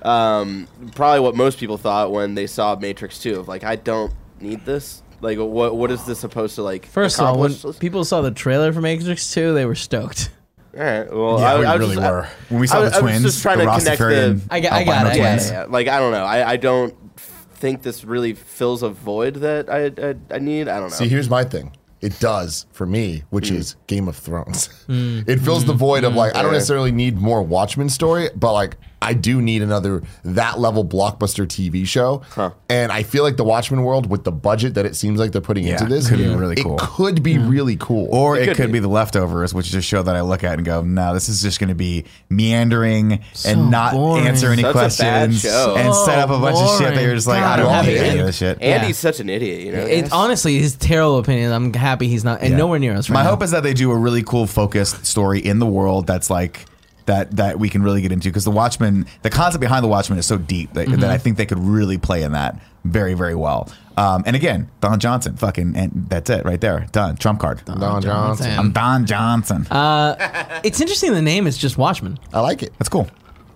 Speaker 4: um, probably what most people thought when they saw Matrix Two of like I don't need this. Like what what is this supposed to like?
Speaker 1: First of all, Oh, when
Speaker 4: accomplish?
Speaker 1: people saw the trailer for Matrix 2, they were stoked.
Speaker 4: All right. Well,
Speaker 2: yeah,
Speaker 4: I,
Speaker 2: we
Speaker 4: I was
Speaker 2: really
Speaker 4: just- I-
Speaker 2: were. When we saw
Speaker 4: I
Speaker 2: the
Speaker 4: was- I was
Speaker 2: twins,
Speaker 4: just trying
Speaker 2: the
Speaker 4: to connect
Speaker 2: Rastafarian
Speaker 4: the-
Speaker 1: I got- I got
Speaker 2: albino
Speaker 1: it, I got
Speaker 2: twins.
Speaker 1: it.
Speaker 4: yeah, like I don't know. I, I don't f- think this really fills a void that I I, I need. I don't know.
Speaker 3: See, here's my thing. It does for me, which is Game of Thrones. It fills the void of like I don't necessarily need more Watchmen story, but like I do need another that level blockbuster TV show. And I feel like the Watchmen world with the budget that it seems like they're putting
Speaker 2: Yeah,
Speaker 3: into this
Speaker 2: could be really
Speaker 3: it
Speaker 2: cool.
Speaker 3: could be really cool.
Speaker 2: Or it, could, be. the leftovers, which is a show that I look at and go, "No, this is just going to be meandering and not
Speaker 6: boring.
Speaker 2: answer any
Speaker 4: Such a bad
Speaker 2: questions
Speaker 4: show.
Speaker 2: and set up a bunch of shit that
Speaker 1: boring.
Speaker 2: you're just like,
Speaker 6: God,
Speaker 2: I don't
Speaker 3: I'm
Speaker 2: want to
Speaker 3: happy
Speaker 2: hear any of
Speaker 6: it-
Speaker 2: this shit."
Speaker 4: Andy's such an idiot, you know.
Speaker 1: It, honestly, his terrible opinion. I'm happy he's not, and nowhere near us right
Speaker 2: My
Speaker 1: now.
Speaker 2: hope is that they do a really cool focused story in the world that's like that that we can really get into because the Watchmen, the concept behind the Watchmen is so deep that, that I think they could really play in that very very well. Um, and again, Don Johnson, fucking, and that's it right there, done. Trump card.
Speaker 3: Don Johnson.
Speaker 1: Sam.
Speaker 2: I'm Don Johnson.
Speaker 1: it's interesting. The name is just Watchmen,
Speaker 3: I like it.
Speaker 2: that's cool.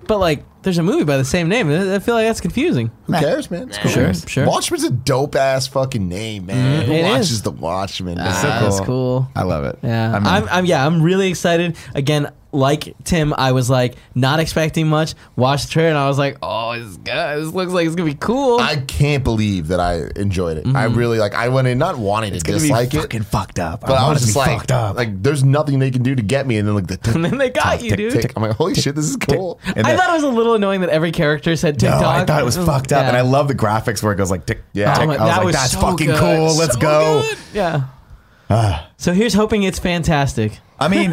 Speaker 1: but like, there's a movie by the same name. I I feel like that's confusing.
Speaker 3: Who cares, man? It's cool.
Speaker 1: Sure, sure.
Speaker 3: Watchmen's a dope ass fucking name, man. Who
Speaker 1: it
Speaker 3: watches
Speaker 1: is.
Speaker 3: the Watchmen?
Speaker 1: Ah, That's cool.
Speaker 2: I love it.
Speaker 1: Yeah,
Speaker 2: I mean,
Speaker 1: I'm, I'm. Yeah, I'm really excited. Again, like Tim, I was like not expecting much. Watched the trailer and I was like, oh, this guy, this looks like it's gonna be cool.
Speaker 3: I can't believe that I enjoyed it. I really like. I went in not wanting to
Speaker 2: gonna be
Speaker 3: dislike it,
Speaker 2: fucking fucked up.
Speaker 3: but I
Speaker 2: want
Speaker 3: was
Speaker 2: it to
Speaker 3: just
Speaker 2: be
Speaker 3: like,
Speaker 2: fucked up.
Speaker 3: like, there's nothing they can do to get me. And then like the tick,
Speaker 1: and then they got you,
Speaker 3: tick,
Speaker 1: dude.
Speaker 3: tick. I'm like, holy shit, this is cool.
Speaker 2: And
Speaker 1: I
Speaker 2: then-
Speaker 1: thought it was a little annoying that every character said
Speaker 2: no,
Speaker 1: TikTok.
Speaker 2: I thought it was fucked up,
Speaker 1: Yeah.
Speaker 2: and I love the graphics where it goes like, tick,
Speaker 3: Yeah.
Speaker 2: tick.
Speaker 3: Oh
Speaker 1: my-
Speaker 2: I was
Speaker 1: that
Speaker 2: like,
Speaker 1: was
Speaker 2: that's
Speaker 1: so
Speaker 2: fucking
Speaker 1: good.
Speaker 2: cool. Let's
Speaker 1: So
Speaker 2: go. Ah.
Speaker 1: Yeah. so here's hoping it's fantastic.
Speaker 2: I mean,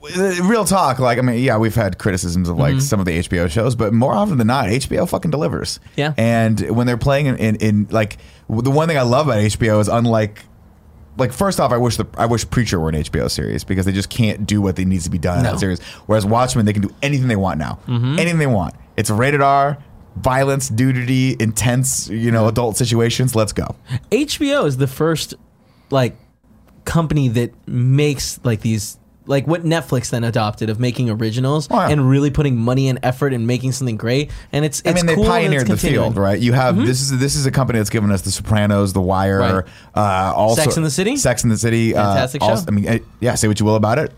Speaker 2: w- real talk. Like, I mean, yeah, we've had criticisms of like some of the HBO shows, but more often than not, HBO fucking delivers.
Speaker 1: Yeah.
Speaker 2: And when they're playing in, in, in like w- the one thing I love about HBO is unlike. Like first off, I wish the I wish Preacher were an HBO series because they just can't do what they needs to be done in that series. Whereas Watchmen, they can do anything they want now, anything they want. It's rated R, violence, nudity, intense, you know, adult situations. Let's go.
Speaker 1: HBO is the first like company that makes like these like what Netflix then adopted of making originals
Speaker 2: Oh, yeah.
Speaker 1: and really putting money and effort and making something great. And it's it's
Speaker 2: I mean, they
Speaker 1: cool and it's
Speaker 2: pioneered the
Speaker 1: continuing. Mm-hmm.
Speaker 2: field, right? You have this is this is a company that's given us The Sopranos, The Wire,
Speaker 1: Right.
Speaker 2: uh, all
Speaker 1: Sex
Speaker 2: sor-
Speaker 1: in the City?
Speaker 2: Sex in the City,
Speaker 1: Fantastic
Speaker 2: uh, all-
Speaker 1: show.
Speaker 2: I mean, eh, yeah, say what you will about it.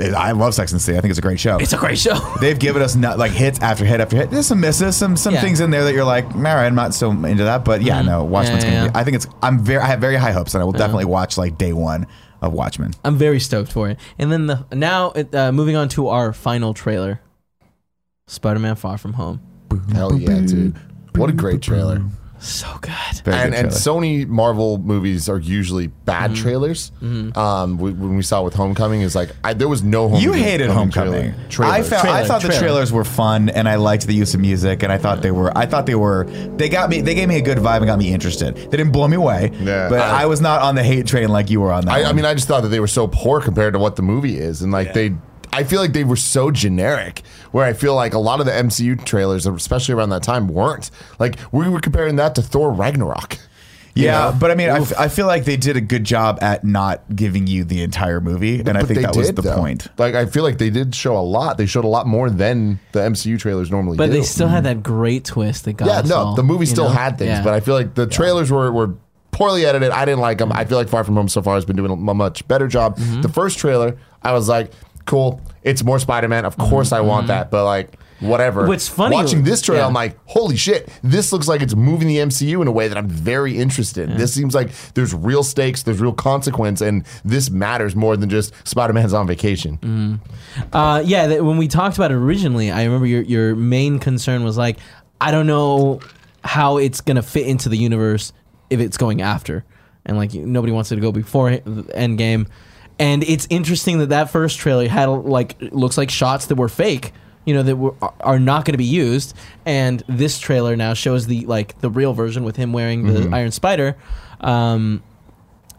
Speaker 2: Eh, I love Sex and the City. I think it's a great show.
Speaker 1: It's a great show.
Speaker 2: They've given us nut, like hits after hit after hit. There's some misses, some some
Speaker 1: Yeah. Mm-hmm.
Speaker 2: things in there that you're like, all right, I'm not so into that, but yeah, no, Watchmen's
Speaker 1: Yeah,
Speaker 2: gonna
Speaker 1: yeah,
Speaker 2: be.
Speaker 1: yeah. Mm-hmm.
Speaker 2: I think it's. I'm very. I have very high hopes, and I will definitely watch like day one of Watchmen.
Speaker 1: I'm very stoked for it. And then the now it, uh, moving on to our final trailer, Spider-Man: Far From Home.
Speaker 3: Hell yeah, dude! What a great trailer.
Speaker 1: So good.
Speaker 2: Very
Speaker 3: and,
Speaker 2: good trailer.
Speaker 3: and
Speaker 2: Mm-hmm.
Speaker 3: Sony Marvel movies are usually bad trailers. Um, we, when we saw with Homecoming, is like I, there was no Homecoming.
Speaker 2: You hated Homecoming.
Speaker 3: Trailer. Trailers.
Speaker 2: I found, I
Speaker 1: Trailer,
Speaker 2: thought the
Speaker 1: trailer.
Speaker 2: trailers were fun, and I liked the use of music, and I thought they were. I thought they were. They got me. They gave me a good vibe and got me interested. They didn't blow me away.
Speaker 3: Yeah.
Speaker 2: But
Speaker 3: I-
Speaker 2: I, was not on the hate train like you were on that.
Speaker 3: I, I
Speaker 2: one.
Speaker 3: mean, I just thought that they were so poor compared to what the movie is, and like they, I feel like they were so generic. Where I feel like a lot of the MCU trailers, especially around that time, weren't. Like we were comparing that to Thor Ragnarok.
Speaker 2: yeah.
Speaker 3: you know?
Speaker 2: But I mean, I, f- I feel like they did a good job at not giving you the entire movie, and I
Speaker 3: But
Speaker 2: think
Speaker 3: they
Speaker 2: that was
Speaker 3: did,
Speaker 2: the
Speaker 3: though.
Speaker 2: point.
Speaker 3: Like I feel like they did show a lot. They showed a lot more than the MCU trailers normally
Speaker 1: But
Speaker 3: do. Mm-hmm.
Speaker 1: they still had that great twist that got
Speaker 3: yeah,
Speaker 1: us
Speaker 3: no,
Speaker 1: all,
Speaker 3: the movie
Speaker 1: Oh, you
Speaker 3: still
Speaker 1: know?
Speaker 3: had things,
Speaker 1: Yeah. Mm-hmm.
Speaker 3: but I feel like the trailers were were poorly edited. I didn't like them. I feel like Far From Home so far has been doing a much better job. The first trailer, I was like, cool, it's more Spider Man. Of course, I want that, but like. Whatever.
Speaker 1: Mm-hmm. What's funny-
Speaker 3: Watching this trailer,
Speaker 1: yeah.
Speaker 3: I'm like, holy shit! This looks like it's moving the MCU in a way that I'm very interested in. This seems like there's real stakes, there's real consequence, and this matters more than just Spider-Man's on vacation.
Speaker 1: Mm-hmm. Uh, yeah, that when we talked about it originally, I remember your your main concern was like, I don't know how it's gonna fit into the universe if it's going after, and like you- nobody wants it to go before end game. And it's interesting that that first trailer had like looks like shots that were fake, you know, that were are not going to be used. And this trailer now shows the like the real version with him wearing the Iron Spider, um,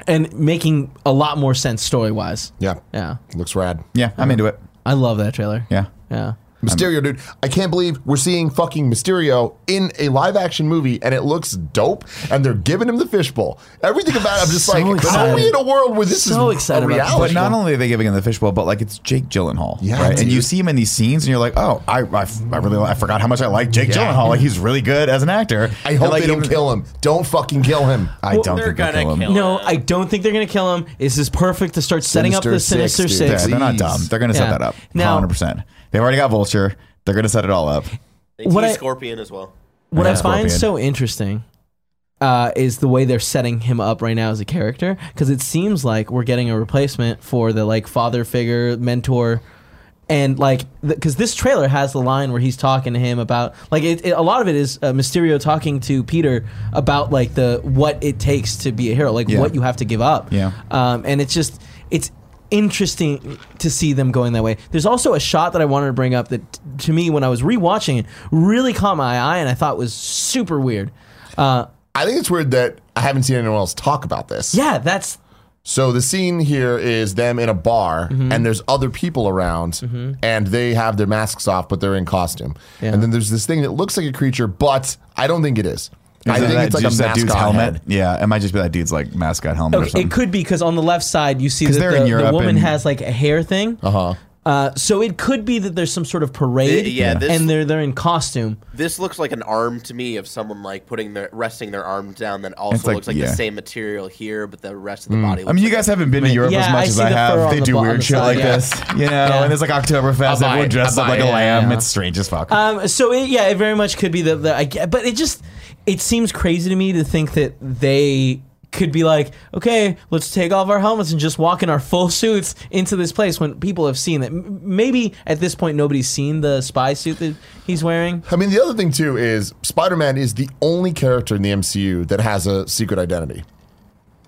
Speaker 1: and making a lot more sense story wise.
Speaker 3: Yeah,
Speaker 1: Yeah,
Speaker 3: looks rad.
Speaker 2: Yeah, I'm into it.
Speaker 1: I love that trailer.
Speaker 2: Yeah.
Speaker 1: Yeah.
Speaker 3: Mysterio, dude. I can't believe we're seeing fucking Mysterio in a live action movie and it looks dope and they're giving him the fishbowl. Everything about it, I'm just
Speaker 1: So
Speaker 3: like, how are we
Speaker 1: excited.
Speaker 3: in a world where this
Speaker 1: So
Speaker 3: is
Speaker 1: excited
Speaker 3: a
Speaker 1: about that.
Speaker 2: But
Speaker 3: reality?
Speaker 2: not only are they giving him the fishbowl, but like it's Jake Gyllenhaal,
Speaker 3: Yeah,
Speaker 2: right? And you
Speaker 3: dude.
Speaker 2: see him in these scenes, and you're like, oh, I, I, I really I forgot how much I like Jake Gyllenhaal. Like he's really good as an actor.
Speaker 3: I
Speaker 2: And,
Speaker 3: hope
Speaker 2: like,
Speaker 3: they don't
Speaker 2: even-
Speaker 3: kill him. Don't fucking kill him.
Speaker 2: I don't
Speaker 7: they're
Speaker 2: think they'll
Speaker 7: gonna
Speaker 2: kill him.
Speaker 7: kill
Speaker 1: No, I don't think they're going to kill him. This is perfect to start setting up the Sinister
Speaker 3: Sinister
Speaker 1: Six.
Speaker 3: Six,
Speaker 2: Yeah, they're not
Speaker 3: Please.
Speaker 2: dumb. They're going to set
Speaker 1: Yeah.
Speaker 2: that up.
Speaker 1: Now-
Speaker 2: 100%. They've already got Vulture. They're going to set it all up.
Speaker 4: They
Speaker 1: What
Speaker 4: tease
Speaker 1: I-
Speaker 4: Scorpion as well.
Speaker 1: What I
Speaker 2: Yeah.
Speaker 1: find
Speaker 2: Scorpion.
Speaker 1: so interesting uh, is the way they're setting him up right now as a character because it seems like we're getting a replacement for the like father figure mentor and like because this trailer has the line where he's talking to him about like it, it- a lot of it is uh, Mysterio talking to Peter about like the what it takes to be a hero, like
Speaker 2: Yeah.
Speaker 1: what you have to give up.
Speaker 2: Yeah.
Speaker 1: um, and it's just it's interesting to see them going that way. There's also a shot that I wanted to bring up that t- to me when I was rewatching it really caught my eye and I thought was super weird. Uh,
Speaker 3: I think it's weird that I haven't seen anyone else talk about this.
Speaker 1: yeah, that's
Speaker 3: So the scene here is them in a bar,
Speaker 1: Mm-hmm.
Speaker 3: and there's other people around, and they have their masks off, but they're in costume. And then there's this thing that looks like a creature, but I don't think it is. I
Speaker 2: Is
Speaker 3: think
Speaker 2: that-
Speaker 3: it's like a
Speaker 2: just that
Speaker 3: mascot
Speaker 2: dude's helmet.
Speaker 3: head.
Speaker 2: Yeah, it might just be that dude's like mascot helmet or
Speaker 1: Okay,
Speaker 2: something.
Speaker 1: it could be because on the left side you see
Speaker 2: 'Cause
Speaker 1: that
Speaker 2: they're in
Speaker 1: the, the
Speaker 2: Europe
Speaker 1: woman
Speaker 2: and-
Speaker 1: has like a hair thing.
Speaker 3: Uh-huh.
Speaker 1: Uh, so it could be that there's some sort of parade,
Speaker 4: Uh, yeah, this-
Speaker 1: and they're they're in costume.
Speaker 4: This looks like an arm to me of someone like putting their resting their arm down. That also
Speaker 2: It's like-
Speaker 4: looks like
Speaker 2: yeah.
Speaker 4: the same material here, but the rest of the body. Looks
Speaker 2: I mean, you
Speaker 4: like
Speaker 2: guys haven't been to Europe
Speaker 1: Yeah,
Speaker 2: as
Speaker 1: I
Speaker 2: much as
Speaker 1: see the
Speaker 2: I
Speaker 1: fur
Speaker 2: have.
Speaker 1: on
Speaker 2: They
Speaker 1: the
Speaker 2: do
Speaker 1: bo- on
Speaker 2: weird
Speaker 1: the
Speaker 2: shit
Speaker 1: side,
Speaker 2: like
Speaker 1: yeah.
Speaker 2: this, you know.
Speaker 1: Yeah.
Speaker 2: And it's like Oktoberfest.
Speaker 8: buy
Speaker 2: Everyone
Speaker 8: it.
Speaker 2: dressed
Speaker 8: I'll
Speaker 2: up
Speaker 8: buy
Speaker 2: like a
Speaker 8: it,
Speaker 2: lamb.
Speaker 8: yeah.
Speaker 2: It's strange as fuck.
Speaker 1: Um, so it, yeah, it very much could be the, the I get, but it just it seems crazy to me to think that they could be like, okay, let's take off our helmets and just walk in our full suits into this place when people have seen that. M- Maybe at this point nobody's seen the spy suit that he's wearing.
Speaker 3: I mean, the other thing too is Spider Man is the only character in the MCU that has a secret identity,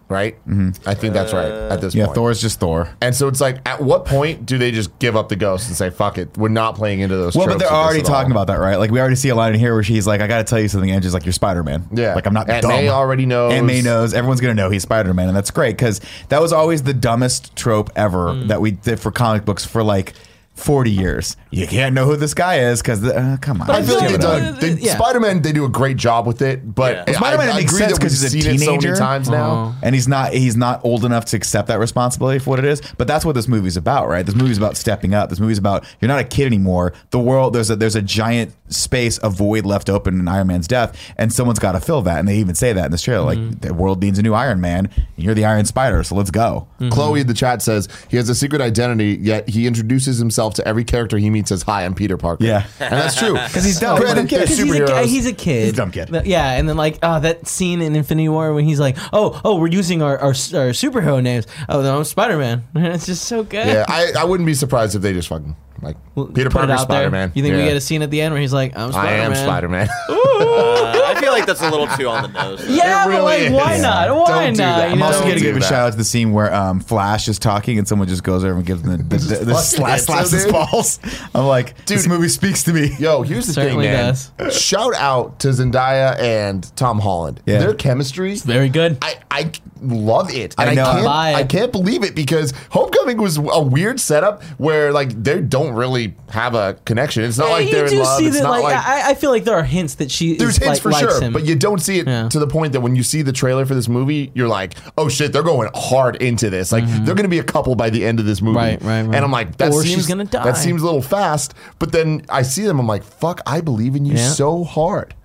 Speaker 3: right? Mm-hmm. I think that's right at this
Speaker 2: yeah,
Speaker 3: point.
Speaker 2: Thor's just Thor.
Speaker 3: and so it's like, at what point do they just give up the ghost and say, "Fuck it, we're not playing into those"?
Speaker 2: Well, but
Speaker 3: tropes
Speaker 2: they're
Speaker 3: of this
Speaker 2: already
Speaker 3: at all.
Speaker 2: talking about that, right? Like we already see a line in here where she's like, "I got to tell you something," and she's like, "You're Spider Man."
Speaker 3: Yeah.
Speaker 2: like I'm not.
Speaker 3: Aunt
Speaker 2: dumb.
Speaker 3: May already knows.
Speaker 2: Aunt May knows. Everyone's gonna know he's Spider Man, and that's great because that was always the dumbest trope ever
Speaker 3: Mm.
Speaker 2: that we did for comic books for like 40 years. You can't know who this guy is because uh, come on.
Speaker 3: I feel like
Speaker 2: give
Speaker 3: they
Speaker 2: it up.
Speaker 3: done. They,
Speaker 1: Yeah.
Speaker 3: Spider-Man, they do a great job with it, but
Speaker 4: Yeah.
Speaker 3: I-
Speaker 2: Spider-Man
Speaker 3: I,
Speaker 2: makes
Speaker 3: agree
Speaker 2: sense
Speaker 3: that
Speaker 2: 'cause
Speaker 3: we've
Speaker 2: he's a
Speaker 3: seen it so
Speaker 2: teenager.
Speaker 3: many times now.
Speaker 2: and he's not he's not old enough to accept that responsibility for what it is but that's what this movie's about right this movie's about stepping up this movie's about you're not a kid anymore the world there's a there's a giant space a void left open in iron man's death and someone's got to fill that and they even say that in this trailer
Speaker 3: Mm-hmm.
Speaker 2: like the world needs a new iron man and you're the iron spider so let's go
Speaker 3: Chloe in the chat says he has a secret identity, yet he introduces himself to every character he meets as "Hi, I'm Peter Parker."
Speaker 2: Yeah.
Speaker 3: and that's true because
Speaker 2: he's dumb.
Speaker 3: Granted, they're
Speaker 1: Because he's a,
Speaker 3: superheroes.
Speaker 1: ki- he's a kid.
Speaker 2: He's a dumb kid.
Speaker 1: Th- Yeah, and then like oh, that scene in Infinity War when he's like, oh, oh, we're using our our, our superhero names. Oh, no, I'm Spider Man. it's just so good.
Speaker 3: yeah, I, I wouldn't be surprised if they just fucking like Peter
Speaker 1: Put it
Speaker 3: Parker,
Speaker 1: out there.
Speaker 3: Spider-Man.
Speaker 1: You think we
Speaker 3: Yeah.
Speaker 1: get a scene at the end where he's like, I'm
Speaker 3: I
Speaker 1: Spider Man.
Speaker 3: am Spider-Man.
Speaker 4: Uh, I feel like that's a little too on the nose.
Speaker 1: Yeah,
Speaker 3: It
Speaker 1: but like,
Speaker 3: really
Speaker 1: why
Speaker 3: is.
Speaker 1: not? Why
Speaker 3: Don't do
Speaker 1: not?
Speaker 3: that.
Speaker 1: you
Speaker 2: I'm
Speaker 1: know?
Speaker 2: also
Speaker 3: Don't
Speaker 2: going to
Speaker 3: do
Speaker 2: give a
Speaker 3: that.
Speaker 2: shout out to the scene where um, Flash is talking and someone just goes over and gives him the, the, the, the
Speaker 3: fucking
Speaker 2: slash,
Speaker 3: hits him,
Speaker 2: slaps his
Speaker 3: dude.
Speaker 2: balls. I'm like, this movie speaks to me.
Speaker 3: Yo, here's the
Speaker 1: Certainly
Speaker 3: thing, man. Shout out to Zendaya and Tom Holland.
Speaker 2: Yeah.
Speaker 3: Their chemistry
Speaker 1: very good.
Speaker 3: I, I love it. And
Speaker 2: I
Speaker 3: I,
Speaker 2: know.
Speaker 3: can't,
Speaker 1: Buy it.
Speaker 3: I can't believe it because Homecoming was a weird setup where like they don't really have a connection. It's not
Speaker 1: Yeah,
Speaker 3: like they're
Speaker 1: you
Speaker 3: in
Speaker 1: do
Speaker 3: love.
Speaker 1: see
Speaker 3: it's
Speaker 1: that,
Speaker 3: not
Speaker 1: like,
Speaker 3: like
Speaker 1: I, I feel like there are hints that she
Speaker 3: there's
Speaker 1: is,
Speaker 3: hints
Speaker 1: like,
Speaker 3: for
Speaker 1: likes
Speaker 3: sure,
Speaker 1: him.
Speaker 3: but you don't see it
Speaker 1: Yeah.
Speaker 3: to the point that when you see the trailer for this movie, you're like, "Oh shit, they're going hard into this. Like they're going to be a couple by the end of this movie."
Speaker 1: Mm-hmm. Right, right, right.
Speaker 3: And I'm like, "That
Speaker 1: Or she's
Speaker 3: seems
Speaker 1: gonna die.
Speaker 3: That seems a little fast." But then I see them, I'm like, "Fuck, I believe in you
Speaker 1: Yeah.
Speaker 3: so hard."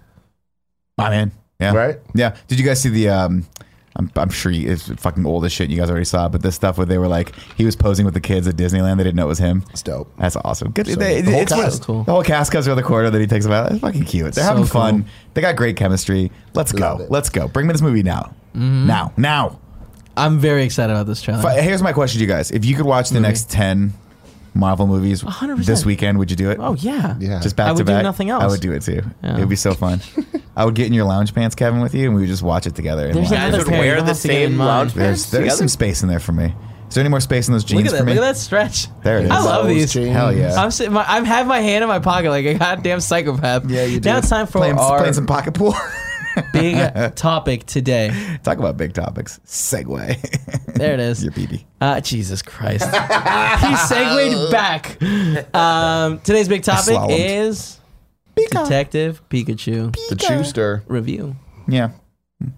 Speaker 2: My man. Yeah.
Speaker 3: Right?
Speaker 2: Yeah. Did you guys see the um I'm, I'm sure you, it's fucking old as shit. You guys already saw it, but this stuff where they were like, he was posing with the kids at Disneyland. They didn't know it was him.
Speaker 3: It's dope.
Speaker 2: That's awesome. Good. they,
Speaker 3: the whole
Speaker 2: it's
Speaker 3: cast.
Speaker 1: Cool.
Speaker 2: The whole cast comes around the corner that he takes them out. It's fucking cute. They're
Speaker 1: So
Speaker 2: having fun.
Speaker 1: cool.
Speaker 2: They got great chemistry. Let's
Speaker 3: Love
Speaker 2: go.
Speaker 3: it.
Speaker 2: Let's go. Bring me this movie now.
Speaker 1: Mm-hmm.
Speaker 2: Now. Now.
Speaker 1: I'm very excited about this trailer.
Speaker 2: But here's my question to you guys. If you could watch the next 10 Marvel movies
Speaker 1: 100%.
Speaker 2: this weekend, would you do it?
Speaker 1: oh yeah,
Speaker 3: Yeah.
Speaker 2: Just back
Speaker 1: I
Speaker 2: to
Speaker 1: would do
Speaker 2: back.
Speaker 1: nothing
Speaker 2: I
Speaker 1: else.
Speaker 2: would do it too.
Speaker 1: Yeah.
Speaker 2: It would be so fun. I would get in your lounge pants, Kevin, with you, and we would just watch it together. and
Speaker 1: There's
Speaker 2: laugh.
Speaker 1: another
Speaker 4: Guys would
Speaker 1: pair. You
Speaker 4: wear
Speaker 1: don't
Speaker 4: the
Speaker 1: have to get in
Speaker 4: same
Speaker 1: mine.
Speaker 4: lounge
Speaker 2: There's
Speaker 4: pants
Speaker 2: there's some
Speaker 4: together.
Speaker 2: space in there for me. Is there any more space in those jeans
Speaker 1: Look at
Speaker 2: for
Speaker 1: that!
Speaker 2: me?
Speaker 1: Look at that stretch.
Speaker 2: There it is.
Speaker 1: I love
Speaker 3: Those
Speaker 1: these.
Speaker 3: jeans.
Speaker 2: Hell yeah!
Speaker 1: I'm sitting, my, I have my hand in my pocket like a goddamn psychopath. Yeah,
Speaker 2: you do.
Speaker 1: Now it's time for
Speaker 2: playing,
Speaker 1: our
Speaker 2: playing some pocket pool.
Speaker 1: big topic today.
Speaker 2: Talk about big topics. Segway.
Speaker 1: There it is.
Speaker 2: Your BB.
Speaker 1: Uh, Jesus Christ. he segued back. Um, today's big topic
Speaker 2: Slalomed.
Speaker 1: is Detective Pikachu
Speaker 3: The Chewster.
Speaker 1: review.
Speaker 2: Yeah. Hmm.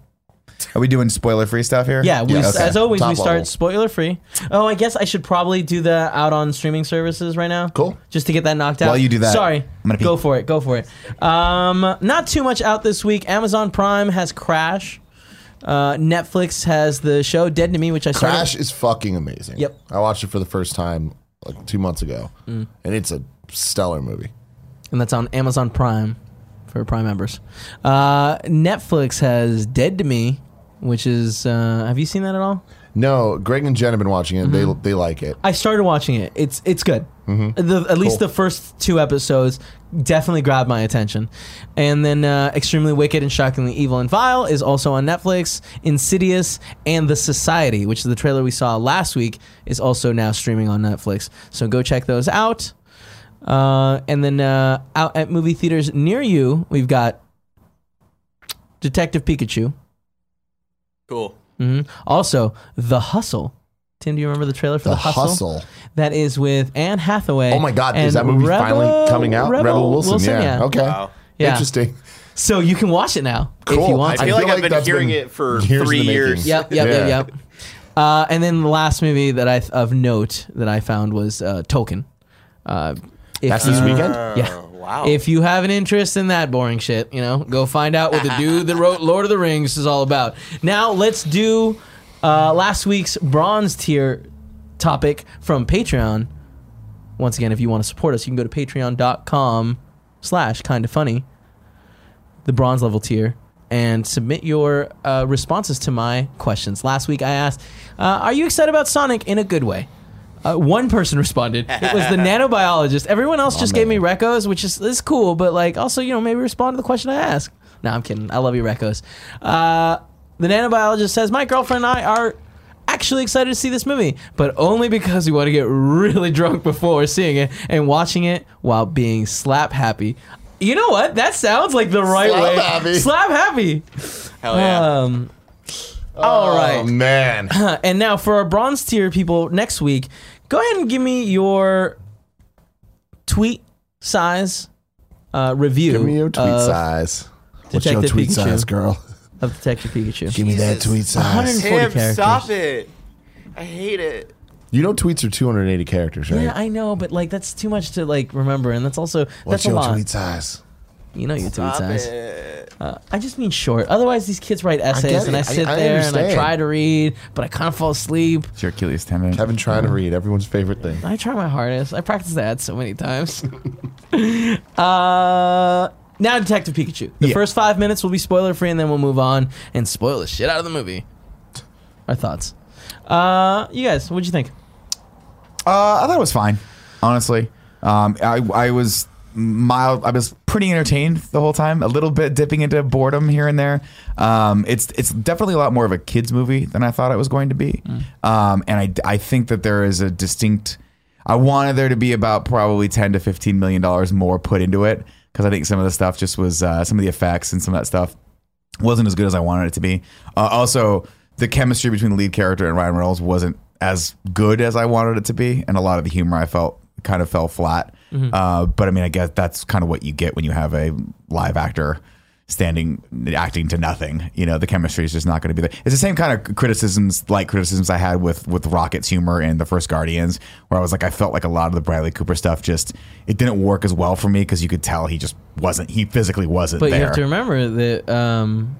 Speaker 2: Are we doing spoiler free stuff here?
Speaker 1: Yeah, we,
Speaker 3: Yes.
Speaker 1: as always,
Speaker 3: Top
Speaker 1: we start
Speaker 3: level.
Speaker 1: spoiler free. Oh, I guess I should probably do the out on streaming services right now.
Speaker 3: Cool.
Speaker 1: Just to get that knocked out.
Speaker 2: While you do that,
Speaker 1: Sorry.
Speaker 2: I'm gonna pee.
Speaker 1: go for it. Go for it. Um, not too much out this week. Amazon Prime has Crash. Uh, Netflix has the show Dead to Me, which I started.
Speaker 3: Crash is fucking amazing.
Speaker 1: Yep. Mm.
Speaker 3: I watched it for the first time like two months ago, and it's a stellar movie.
Speaker 1: and that's on Amazon Prime for Prime members. Uh, Netflix has Dead to Me, which is uh, have you seen that at all? Mm-hmm.
Speaker 3: No, Greg and Jen have been watching it. They they like it.
Speaker 1: I started watching it. It's it's good. The, at least the first two episodes definitely grabbed my attention. And then uh, Extremely Wicked and Shockingly Evil and Vile is also on Netflix. Insidious and The Society, which is the trailer we saw last week, is also now streaming on Netflix. So go check those out. Uh, and then uh, out at movie theaters near you, we've got Detective Pikachu.
Speaker 4: Cool.
Speaker 1: hmm Also, The Hustle. Tim, do you remember the trailer for The,
Speaker 3: The Hustle.
Speaker 1: That is with Anne Hathaway.
Speaker 3: Oh my God, is
Speaker 1: and
Speaker 3: that movie finally coming out? Rebel, Wilson, yeah. Okay.
Speaker 4: Wow.
Speaker 1: Yeah.
Speaker 3: Interesting.
Speaker 1: So you can watch it now if
Speaker 3: Cool.
Speaker 1: you
Speaker 3: I
Speaker 4: I
Speaker 1: want
Speaker 4: feel,
Speaker 1: to.
Speaker 3: feel
Speaker 4: like,
Speaker 3: like
Speaker 4: I've been
Speaker 3: that's
Speaker 4: hearing
Speaker 3: been
Speaker 4: it for
Speaker 3: years in
Speaker 4: three
Speaker 3: the making.
Speaker 4: years.
Speaker 1: Yep, yep,
Speaker 3: Yeah.
Speaker 1: yep, yep. Uh, and then the last movie that I of note that I found was uh, Token. Uh, if
Speaker 3: That's this
Speaker 1: you- Uh,
Speaker 3: weekend?
Speaker 1: Yeah.
Speaker 4: Wow.
Speaker 1: If you have an interest in that boring shit, you know, go find out what the dude that wrote Lord of the Rings is all about. Now let's do uh, last week's bronze tier topic from Patreon. Once again, if you want to support us, you can go to patreon.com slash kind of funny, the bronze level tier, and submit your uh, responses to my questions. Last week I asked, uh, are you excited about Sonic in a good way? Uh, one person responded. It was the nanobiologist. Everyone
Speaker 3: Oh,
Speaker 1: else just gave me recos, which is, is cool, but like also, you know, maybe respond to the question I ask. No, I'm kidding. I love you, recos. Uh, the nanobiologist says, My girlfriend and I are actually excited to see this movie, but only because we want to get really drunk before seeing it and watching it while being slap happy. You know what? That sounds like the right
Speaker 3: Slap
Speaker 1: way.
Speaker 3: happy.
Speaker 1: Slap happy.
Speaker 4: Hell yeah.
Speaker 1: Um, all right.
Speaker 3: Oh man.
Speaker 1: And now for our bronze tier people next week, go ahead and give me your tweet size uh, review.
Speaker 3: Give me your tweet
Speaker 1: of,
Speaker 3: size. What's
Speaker 1: Detective
Speaker 3: your tweet
Speaker 1: Pikachu.
Speaker 3: size, girl?
Speaker 1: of Detective Pikachu.
Speaker 3: Give me that
Speaker 4: Jesus.
Speaker 3: tweet size.
Speaker 1: 140
Speaker 4: Tim,
Speaker 1: characters.
Speaker 4: stop it. I hate it.
Speaker 3: You know tweets are 280 characters, right?
Speaker 1: Yeah, I know, but like that's too much to like remember, and that's also
Speaker 3: What's
Speaker 1: that's a
Speaker 3: your
Speaker 1: lot.
Speaker 3: tweet size?
Speaker 1: You know your tweet
Speaker 4: Stop
Speaker 1: size.
Speaker 4: it.
Speaker 1: I just mean short. Otherwise, these kids write essays,
Speaker 3: get
Speaker 1: and
Speaker 3: it.
Speaker 1: I
Speaker 3: I-
Speaker 1: sit
Speaker 3: I
Speaker 1: there and I
Speaker 3: understand.
Speaker 1: try to read, but I kind of fall asleep.
Speaker 2: It's your Achilles tendon.
Speaker 3: I've been trying to read everyone's favorite thing.
Speaker 1: I try my hardest. I practice that so many times. uh, now, Detective Pikachu. The
Speaker 2: Yeah.
Speaker 1: first five minutes will be spoiler free, and then we'll move on and spoil the shit out of the movie. Our thoughts. Uh, you guys, what'd you think?
Speaker 2: Uh, I thought it was fine, honestly. Um, I I was mild. I was pretty entertained the whole time. A little bit dipping into boredom here and there. Um, it's it's definitely a lot more of a kids movie than I thought it was going to be. Um, and I I think that there is a distinct. I wanted there to be about probably ten to fifteen million dollars more put into it because I think some of the stuff just was uh, some of the effects and some of that stuff wasn't as good as I wanted it to be. Uh, also, the chemistry between the lead character and Ryan Reynolds wasn't as good as I wanted it to be, and a lot of the humor I felt kind of fell flat.
Speaker 1: Mm-hmm.
Speaker 2: Uh, but I mean, I guess that's kind of what you get when you have a live actor standing acting to nothing. You know, the chemistry is just not going to be there. It's the same kind of criticisms, like criticisms I had with with Rocket's humor in the first Guardians, where I was like, I felt like a lot of the Bradley Cooper stuff just it didn't work as well for me because you could tell he just wasn't he physically wasn't
Speaker 1: But
Speaker 2: there.
Speaker 1: you have to remember that um,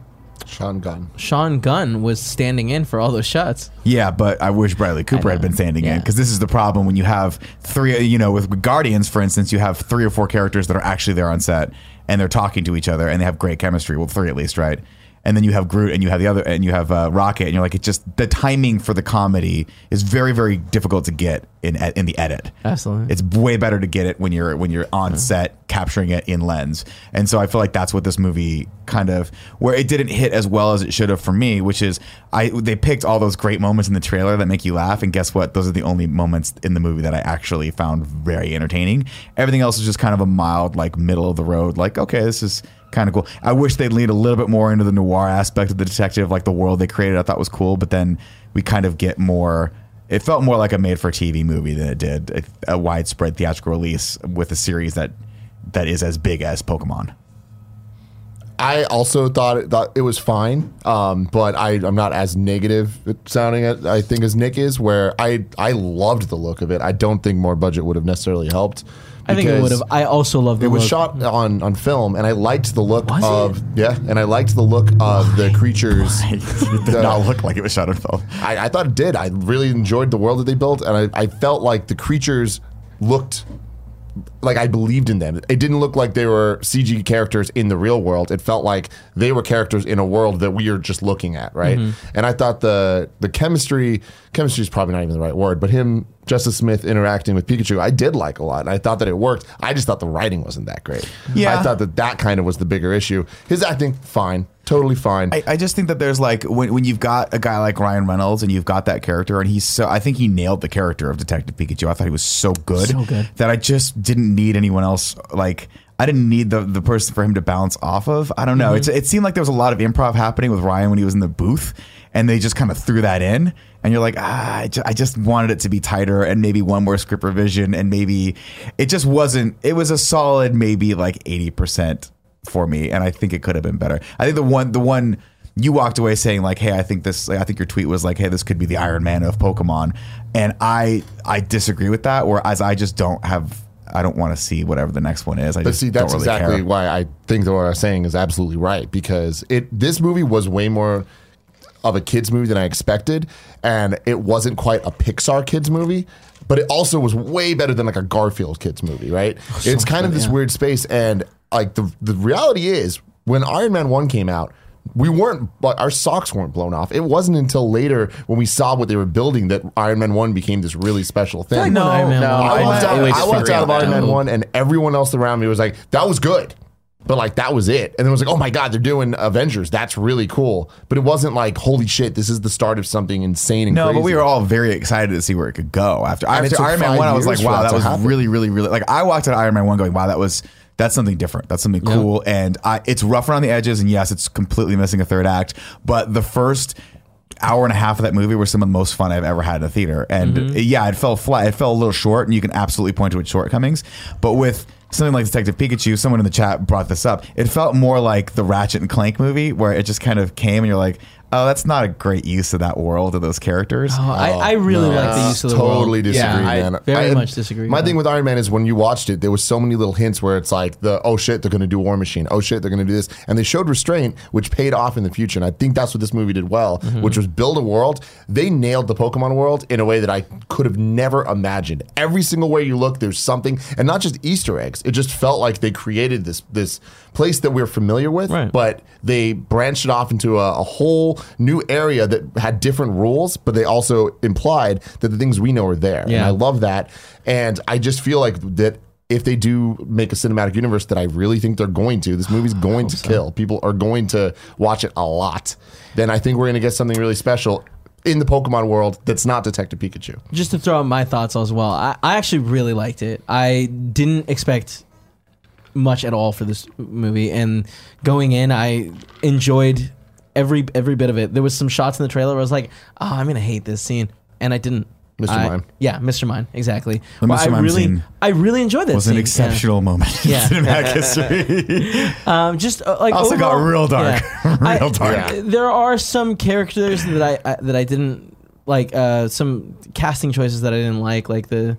Speaker 3: Sean Gunn.
Speaker 1: Sean Gunn was standing in for all those shots.
Speaker 2: Yeah, but I wish Bradley Cooper
Speaker 1: I
Speaker 2: had
Speaker 1: know.
Speaker 2: been standing
Speaker 1: Yeah.
Speaker 2: in because this is the problem when you have three, you know, with Guardians, for instance, you have three or four characters that are actually there on set and they're talking to each other and they have great chemistry. Well, three at least, right? And then you have Groot and you have the other and you have uh, Rocket and you're like, it's just the timing for the comedy is very, very difficult to get in in the edit.
Speaker 1: Absolutely.
Speaker 2: It's way better to get it when you're when you're on set capturing it in lens. And so I feel like that's what this movie kind of where it didn't hit as well as it should have for me, which is I they picked all those great moments in the trailer that make you laugh and guess what? Those are the only moments in the movie that I actually found very entertaining. Everything else is just kind of a mild like middle of the road like okay, this is kind of cool. I wish they'd lean a little bit more into the noir aspect of the detective like the world they created I thought was cool, but then we kind of get more it felt more like a made for TV movie than it did a, a widespread theatrical release with a series that that is as big as Pokemon.
Speaker 3: I also thought it, thought it was fine, um, but I, I'm not as negative sounding as I think as Nick is. Where I I loved the look of it. I don't think more budget would have necessarily helped.
Speaker 1: I think it
Speaker 3: because
Speaker 1: would have. I also love the
Speaker 3: It was
Speaker 1: look.
Speaker 3: shot on, on film, and I liked the look
Speaker 1: Was it?
Speaker 3: of yeah, and I liked the look of the creatures.
Speaker 2: it did
Speaker 3: The-
Speaker 2: not look like it was shot in film.
Speaker 3: I, I thought it did. I really enjoyed the world that they built, and I, I felt like the creatures looked like I believed in them. It didn't look like they were CG characters in the real world. It felt like they were characters in a world that we are just looking at, right? And I thought the the chemistry chemistry is probably not even the right word, but him Justice Smith interacting with Pikachu, I did like a lot, and I thought that it worked. I just thought the writing wasn't that great.
Speaker 2: Yeah.
Speaker 3: I thought that that kind of was the bigger issue. His acting, fine, totally fine.
Speaker 2: I, I just think that there's like when, when you've got a guy like Ryan Reynolds and you've got that character and he's so I think he nailed the character of Detective Pikachu. I thought he was so good, so good. that I just didn't need anyone else like I didn't need the, the person for him to bounce off of. I don't know. It's, it seemed like there was a lot of improv happening with Ryan when he was in the booth and they just kind of threw that in and you're like ah, I, ju- I just wanted it to be tighter and maybe one more script revision and maybe it just wasn't it was a solid maybe like 80% for me, and I think it could have been better. I think the one the one you walked away saying like, "Hey, I think this." Like, I think your tweet was like, "Hey, this could be the Iron Man of Pokemon," and I I disagree with that. Whereas I just don't have I don't want to see whatever the next one is. I
Speaker 3: But
Speaker 2: just
Speaker 3: see, that's
Speaker 2: don't really
Speaker 3: exactly
Speaker 2: care.
Speaker 3: why I think that what I'm saying is absolutely right because it this movie was way more of a kids movie than I expected, and it wasn't quite a Pixar kids movie, but it also was way better than like a Garfield kids movie, right? it's kind of this weird space, and like the the reality is when Iron Man one came out. We weren't, but our socks weren't blown off. It wasn't until later when we saw what they were building that Iron Man One became this really special thing.
Speaker 2: like No, Iron Man no,
Speaker 3: I walked out,
Speaker 1: always
Speaker 3: I walked
Speaker 1: figured
Speaker 3: out of
Speaker 1: it
Speaker 3: Iron Man 1, and everyone else around me was like, that was good. But like, that was it. And it was like, oh my God, they're doing Avengers. That's really cool. But it wasn't like, holy shit, this is the start of something insane and
Speaker 2: No,
Speaker 3: crazy.
Speaker 2: but we were all very excited to see where it could go after
Speaker 3: And it
Speaker 2: after
Speaker 3: took
Speaker 2: Iron Man
Speaker 3: five
Speaker 2: one. I was
Speaker 3: years
Speaker 2: like,
Speaker 3: for
Speaker 2: wow,
Speaker 3: that
Speaker 2: that
Speaker 3: to
Speaker 2: was
Speaker 3: happen.
Speaker 2: really, really, really. Like I walked out of Iron Man one going, wow, that was that's something different. That's something cool, and I, it's rough around the edges. And yes, it's completely missing a third act, but the first hour and a half of that movie were some of the most fun I've ever had in a theater. And
Speaker 1: Mm-hmm.
Speaker 2: yeah, it fell flat. It fell a little short, and you can absolutely point to its shortcomings. But with something like Detective Pikachu, someone in the chat brought this up. It felt more like the Ratchet and Clank movie, where it just kind of came, and you're like. Oh, that's not a great use of that world of those characters.
Speaker 1: Oh, I, I really like the use of the
Speaker 3: totally
Speaker 1: world.
Speaker 3: disagree,
Speaker 1: yeah,
Speaker 3: man.
Speaker 1: I very
Speaker 3: I-
Speaker 1: much disagree.
Speaker 3: My
Speaker 1: with
Speaker 3: thing
Speaker 1: that.
Speaker 3: with Iron Man is when you watched it, there was so many little hints where it's like the oh shit, they're gonna do War Machine. Oh shit, they're gonna do this, and they showed restraint, which paid off in the future. And I think that's what this movie did well,
Speaker 1: Mm-hmm.
Speaker 3: which was build a world. They nailed the Pokemon world in a way that I could have never imagined. Every single way you look, there's something, and not just Easter eggs. It just felt like they created this this place that we're familiar with,
Speaker 1: Right.
Speaker 3: but they branched it off into a, a whole new area that had different rules, but they also implied that the things we know are there. And
Speaker 1: Yeah.
Speaker 3: I love that. And I just feel like that if they do make a cinematic universe that I really think they're going to, this movie's going to kill. People are going to watch it a lot. Then I think we're going to get something really special in the Pokemon world that's not Detective Pikachu.
Speaker 1: just to throw out my thoughts as well, I, I actually really liked it. I didn't expect much at all for this movie, and going in, I enjoyed every every bit of it. There was some shots in the trailer where I was like, "Oh, I'm gonna hate this scene," and I didn't.
Speaker 3: Mr.
Speaker 1: I-
Speaker 3: Mime.
Speaker 1: yeah, Mr. Mime, exactly.
Speaker 2: The
Speaker 1: Well,
Speaker 2: Mr.
Speaker 1: I
Speaker 2: Mime
Speaker 1: really,
Speaker 2: scene
Speaker 1: I really enjoyed that.
Speaker 2: was
Speaker 1: scene.
Speaker 2: an
Speaker 1: yeah.
Speaker 2: exceptional moment in
Speaker 1: Yeah.
Speaker 2: cinematic history.
Speaker 1: Um, just uh, like
Speaker 2: Also got
Speaker 1: overall-
Speaker 2: real dark. Real dark.
Speaker 1: I- There are some characters that I, I that I didn't like. Uh, some casting choices that I didn't like, like the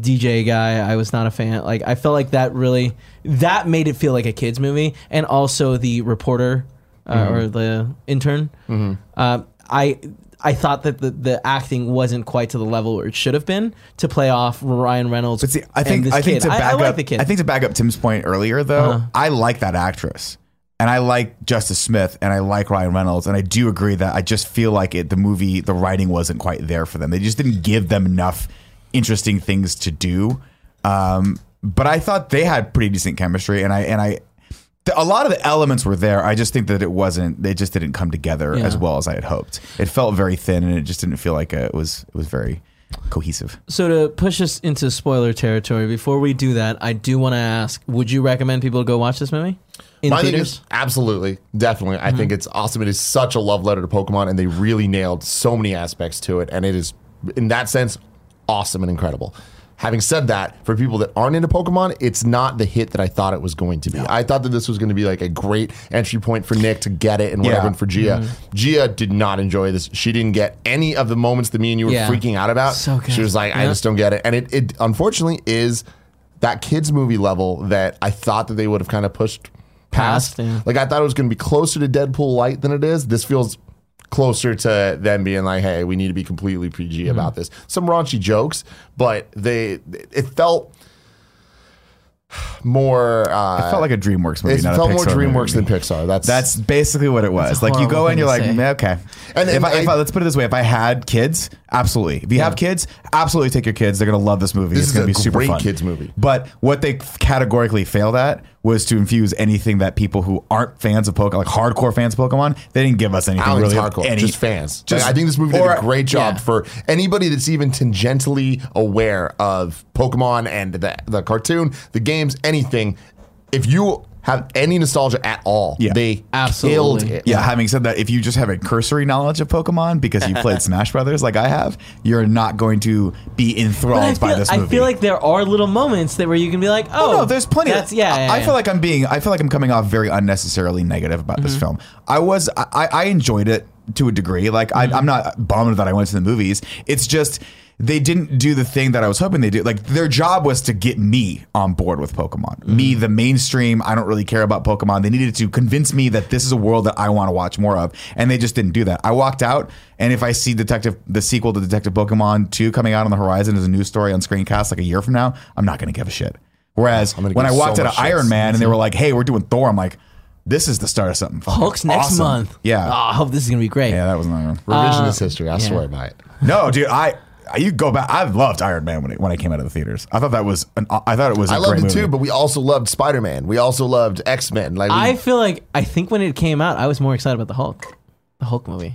Speaker 1: DJ guy. I was not a fan. Like I felt like that really that made it feel like a kids movie, and also the reporter uh,
Speaker 2: Mm-hmm.
Speaker 1: or the intern. Uh, I. I thought that the, the acting wasn't quite to the level where it should have been to play off Ryan Reynolds.
Speaker 2: But see, I
Speaker 1: and
Speaker 2: think
Speaker 1: this
Speaker 2: I think
Speaker 1: kid.
Speaker 2: to back
Speaker 1: I, I like
Speaker 2: up
Speaker 1: the kid. Uh-huh.
Speaker 2: I think to back up Tim's point earlier though, I like that actress. And I like Justice Smith and I like Ryan Reynolds and I do agree that I just feel like it the movie the writing wasn't quite there for them. They just didn't give them enough interesting things to do. Um, but I thought they had pretty decent chemistry and I and I the, a lot of the elements were there. I just think that it wasn't they just didn't come together as
Speaker 1: Yeah.
Speaker 2: well as I had hoped. It felt very thin and it just didn't feel like uh it was it was very cohesive.
Speaker 1: So to push us into spoiler territory, before we do that, I do want to ask: Would you recommend people go watch this movie in
Speaker 3: My thing
Speaker 1: theaters?
Speaker 3: is absolutely, definitely. I
Speaker 1: Mm-hmm.
Speaker 3: think it's awesome. It is such a love letter to Pokemon, and they really nailed so many aspects to it. And it is, in that sense, awesome and incredible. Having said that, for people that aren't into Pokemon, it's not the hit that I thought it was going to be. I thought that this was going to be like a great entry point for Nick to get it and whatever,
Speaker 2: Yeah.
Speaker 3: and for Gia.
Speaker 1: Mm-hmm.
Speaker 3: Gia did not enjoy this. She didn't get any of the moments that me and you were
Speaker 1: Yeah.
Speaker 3: freaking out about.
Speaker 1: So good.
Speaker 3: She was like, I
Speaker 1: Yeah.
Speaker 3: just don't get it. And it, it unfortunately is that kids movie level that I thought that they would have kind of pushed
Speaker 1: Past,
Speaker 3: past.
Speaker 1: yeah.
Speaker 3: Like I thought it was going to be closer to Deadpool light than it is. This feels closer to them being like, "Hey, we need to be
Speaker 1: Mm-hmm.
Speaker 3: completely PG about this." Some raunchy jokes, but they it felt more. Uh,
Speaker 2: It felt like a DreamWorks movie.
Speaker 3: it
Speaker 2: not a
Speaker 3: felt more
Speaker 2: Pixar
Speaker 3: DreamWorks
Speaker 2: movie.
Speaker 3: than Pixar. That's
Speaker 2: That's basically what it was. Like you
Speaker 1: horrible
Speaker 2: go in,
Speaker 1: thing
Speaker 2: you're
Speaker 1: to
Speaker 2: like,
Speaker 1: say.
Speaker 2: "Meh, okay.
Speaker 3: And-
Speaker 2: And,
Speaker 3: and
Speaker 2: if, I, if
Speaker 3: I-
Speaker 2: I, let's put it this way, if I had kids, absolutely. If you have kids, absolutely take your kids. They're gonna love this movie.
Speaker 3: This
Speaker 2: it's
Speaker 3: is
Speaker 2: gonna
Speaker 3: a
Speaker 2: be super
Speaker 3: great
Speaker 2: fun.
Speaker 3: kids movie.
Speaker 2: But what they categorically failed at was to infuse anything that people who aren't fans of Pokemon, like hardcore fans of Pokemon, they didn't give us anything
Speaker 3: Alan's
Speaker 2: really. of
Speaker 3: hardcore,
Speaker 2: any-
Speaker 3: just fans.
Speaker 2: Just-
Speaker 3: Like, I think this movie
Speaker 2: or-
Speaker 3: did a great job for anybody that's even tangentially aware of Pokemon and the, the cartoon, the games, anything. If you have any nostalgia at all,
Speaker 2: Yeah.
Speaker 3: they
Speaker 1: Absolutely.
Speaker 3: killed it.
Speaker 2: Yeah, having said that, if you just have a cursory knowledge of Pokemon because you played Smash Brothers like I have, you're not going to be enthralled
Speaker 1: I
Speaker 2: by
Speaker 1: feel,
Speaker 2: this
Speaker 1: I
Speaker 2: movie.
Speaker 1: feel like there are little moments that where you can be like, oh,
Speaker 2: no, there's plenty.
Speaker 1: That's
Speaker 2: of,
Speaker 1: yeah.
Speaker 2: I,
Speaker 1: yeah,
Speaker 2: I
Speaker 1: yeah.
Speaker 2: feel like I'm being. I feel like I'm coming off very unnecessarily negative about
Speaker 3: Mm-hmm.
Speaker 2: this film. I was. I- I, I enjoyed it to a degree. Like
Speaker 3: Mm-hmm.
Speaker 2: I, I'm not bummed that I went to the movies. It's just they didn't do the thing that I was hoping they do. Like their job was to get me on board with Pokemon. Me,
Speaker 3: Mm-hmm.
Speaker 2: the mainstream. I don't really care about Pokemon. They needed to convince me that this is a world that I want to watch more of, and they just didn't do that. I walked out, and if I see Detective, the sequel to Detective Pokemon Two coming out on the horizon as a news story on Screencast like a year from now, I'm not going to give a shit. Whereas
Speaker 3: gonna
Speaker 2: when I
Speaker 3: give
Speaker 2: walked
Speaker 3: so
Speaker 2: out of
Speaker 3: much shit.
Speaker 2: Iron Man and they were like, "Hey, we're doing Thor," I'm like, "This is the start of something." fucking
Speaker 1: Hulk's next
Speaker 2: awesome."
Speaker 1: month. Uh,
Speaker 2: Yeah,
Speaker 1: Oh, I hope this is gonna be great.
Speaker 2: yeah, that was another one.
Speaker 3: Revisionist history. I swear by it.
Speaker 2: No, dude, I you go back. I loved Iron Man when it, when I came out of the theaters. I thought that was an. uh, I thought it was. I
Speaker 3: I
Speaker 2: loved
Speaker 3: loved
Speaker 2: great
Speaker 3: it too,
Speaker 2: movie.
Speaker 3: but we also loved Spider Man. We also loved X Men. Like we-
Speaker 1: I feel like I think when it came out, I was more excited about the Hulk, the Hulk movie.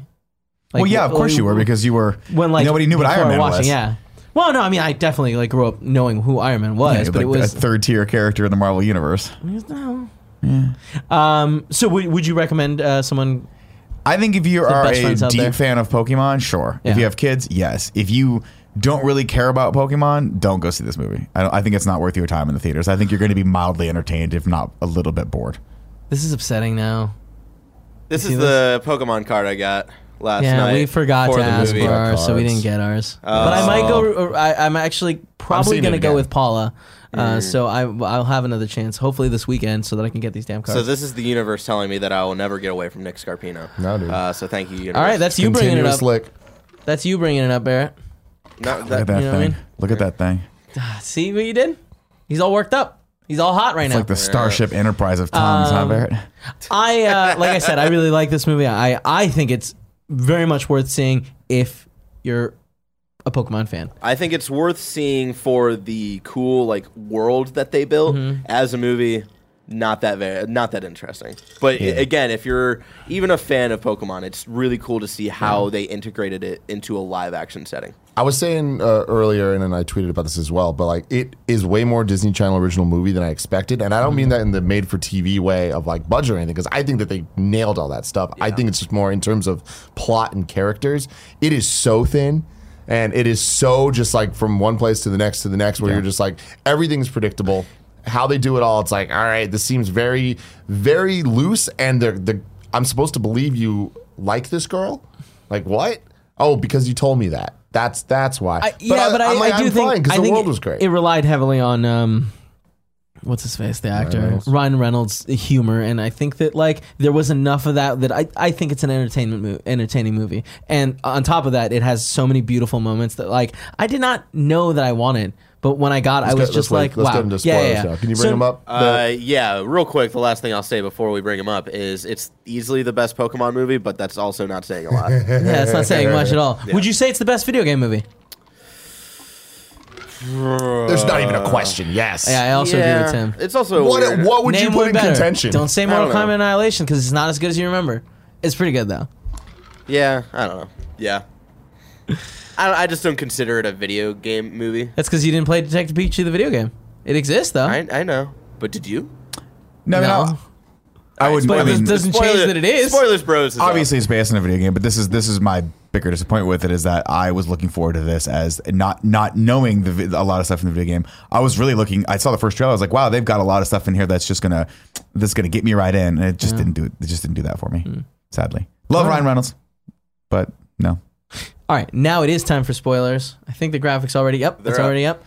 Speaker 1: Like,
Speaker 2: well, yeah, of
Speaker 1: wh-
Speaker 2: course
Speaker 1: like,
Speaker 2: you were because you were
Speaker 1: when like
Speaker 2: nobody knew what
Speaker 1: before
Speaker 2: Iron Man
Speaker 1: watching,
Speaker 2: was.
Speaker 1: Yeah. Well, no, I mean, I definitely like grew up knowing who Iron Man was,
Speaker 2: Yeah,
Speaker 1: but
Speaker 2: like
Speaker 1: it was
Speaker 2: a third tier character in the Marvel universe.
Speaker 1: No. Um. So would would you recommend uh, someone?
Speaker 2: I think if you are
Speaker 1: best
Speaker 2: a
Speaker 1: friends out there.
Speaker 2: deep fan of Pokemon, sure.
Speaker 1: Yeah.
Speaker 2: If you have kids, yes. If you don't really care about Pokemon, don't go see this movie. I, don't, I think it's not worth your time in the theaters. I think you're going to be mildly entertained, if not a little bit bored.
Speaker 1: This is upsetting now.
Speaker 4: This is the Pokemon card I got last
Speaker 1: yeah,
Speaker 4: night.
Speaker 1: we forgot
Speaker 4: for
Speaker 1: to
Speaker 4: the
Speaker 1: ask
Speaker 4: movie. Oh.
Speaker 1: for ours, so we
Speaker 3: Cards.
Speaker 1: didn't get ours. But I might go. or I, I'm actually probably
Speaker 3: seeing it
Speaker 1: gonna go
Speaker 3: again.
Speaker 1: with Paula. Uh,
Speaker 4: Mm.
Speaker 1: So I I'll have another chance, hopefully this weekend, so that I can get these damn cards.
Speaker 4: So this is the universe telling me that I will never get away from Nick Scarpino.
Speaker 3: No, dude.
Speaker 4: Uh, so thank you, universe.
Speaker 1: All right, that's you bringing it
Speaker 3: continuous
Speaker 1: up.
Speaker 3: slick.
Speaker 1: That's you bringing it up, Barrett.
Speaker 4: Not
Speaker 2: Look
Speaker 4: that,
Speaker 2: at that
Speaker 1: you know what I
Speaker 2: thing.
Speaker 1: mean?
Speaker 2: Look at that thing.
Speaker 1: See what you did? He's all worked up. He's all hot right
Speaker 2: It's
Speaker 1: now.
Speaker 2: like the Starship Enterprise of Tom's,
Speaker 1: Um,
Speaker 2: huh, Barrett?
Speaker 1: I uh, like I said, I really like this movie. I I think it's very much worth seeing if you're a Pokemon fan.
Speaker 4: I think it's worth seeing for the cool like world that they built
Speaker 1: Mm-hmm.
Speaker 4: as a movie. Not that very, not that interesting. But i- again, if you're even a fan of Pokemon, it's really cool to see how they integrated it into a live action setting.
Speaker 3: I was saying uh, earlier, and then I tweeted about this as well, but like it is way more Disney Channel original movie than I expected, and I don't mean that in the made for TV way of like budget or anything, because I think that they nailed all that stuff. I think it's just more in terms of plot and characters. It is so thin. And it is so just like from one place to the next to the next, where you're just like everything's predictable. How they do it all, it's like, all right, this seems very, very loose. And the the I'm supposed to believe you like this girl, like what? Oh, because you told me that. That's that's why.
Speaker 1: I, yeah, but I,
Speaker 3: I'm like,
Speaker 1: I do
Speaker 3: I'm
Speaker 1: think
Speaker 3: fine,
Speaker 1: I
Speaker 3: the
Speaker 1: think
Speaker 3: world
Speaker 1: it,
Speaker 3: was great.
Speaker 1: It relied heavily on um, what's his face, the actor
Speaker 3: Reynolds.
Speaker 1: Ryan Reynolds' humor, and I think that like there was enough of that that I, I think it's an entertainment mo- entertaining movie, and on top of that, it has so many beautiful moments that like I did not know that I wanted, but when I got, I
Speaker 3: Let's
Speaker 1: was
Speaker 3: get-
Speaker 1: just
Speaker 3: let's-
Speaker 1: like,
Speaker 3: let's
Speaker 1: wow,
Speaker 3: get into
Speaker 1: yeah,
Speaker 3: spoilers
Speaker 1: yeah, yeah.
Speaker 3: now. Can you
Speaker 1: So-
Speaker 3: bring them up?
Speaker 4: Uh, yeah, real quick, the last thing I'll say before we bring him up is it's easily the best Pokemon movie, but that's also not saying a lot.
Speaker 1: Yeah, it's not saying much at all. Would you say it's the best video game movie?
Speaker 3: There's not even a question. Yes.
Speaker 1: Yeah, I also
Speaker 4: Yeah,
Speaker 1: agree with Tim.
Speaker 4: It's also
Speaker 3: What
Speaker 4: weird.
Speaker 3: what would you
Speaker 1: Name
Speaker 3: put
Speaker 1: one
Speaker 3: in
Speaker 1: better.
Speaker 3: contention?
Speaker 1: Don't say
Speaker 4: don't
Speaker 1: Mortal
Speaker 4: know.
Speaker 1: Kombat Annihilation because it's not as good as you remember. It's pretty good though.
Speaker 4: Yeah, I don't know. Yeah. I, don't- I just don't consider it a video game movie.
Speaker 1: That's because you didn't play Detective Pikachu the video game. It exists though.
Speaker 4: I, I know. But did you?
Speaker 2: No, I mean,
Speaker 1: No.
Speaker 2: I, I wouldn't.
Speaker 1: But
Speaker 2: I
Speaker 1: this
Speaker 2: mean,
Speaker 1: doesn't change that it is.
Speaker 4: Spoilers, bros. Is up.
Speaker 2: obviously it's based on a video game, but this is this is my bigger disappointment with it is that I was looking forward to this as not not knowing the, vi- a lot of stuff in the video game. I was really looking. I saw the first trailer. I was like, wow, they've got a lot of stuff in here that's just gonna that's gonna get me right in, and it just didn't do it. It just didn't do that for
Speaker 1: Hmm.
Speaker 2: me. Sadly, love Ryan Reynolds, but no.
Speaker 1: All right, now it is time for spoilers. I think the graphics already up.
Speaker 4: They're
Speaker 1: it's
Speaker 4: up.
Speaker 1: already up.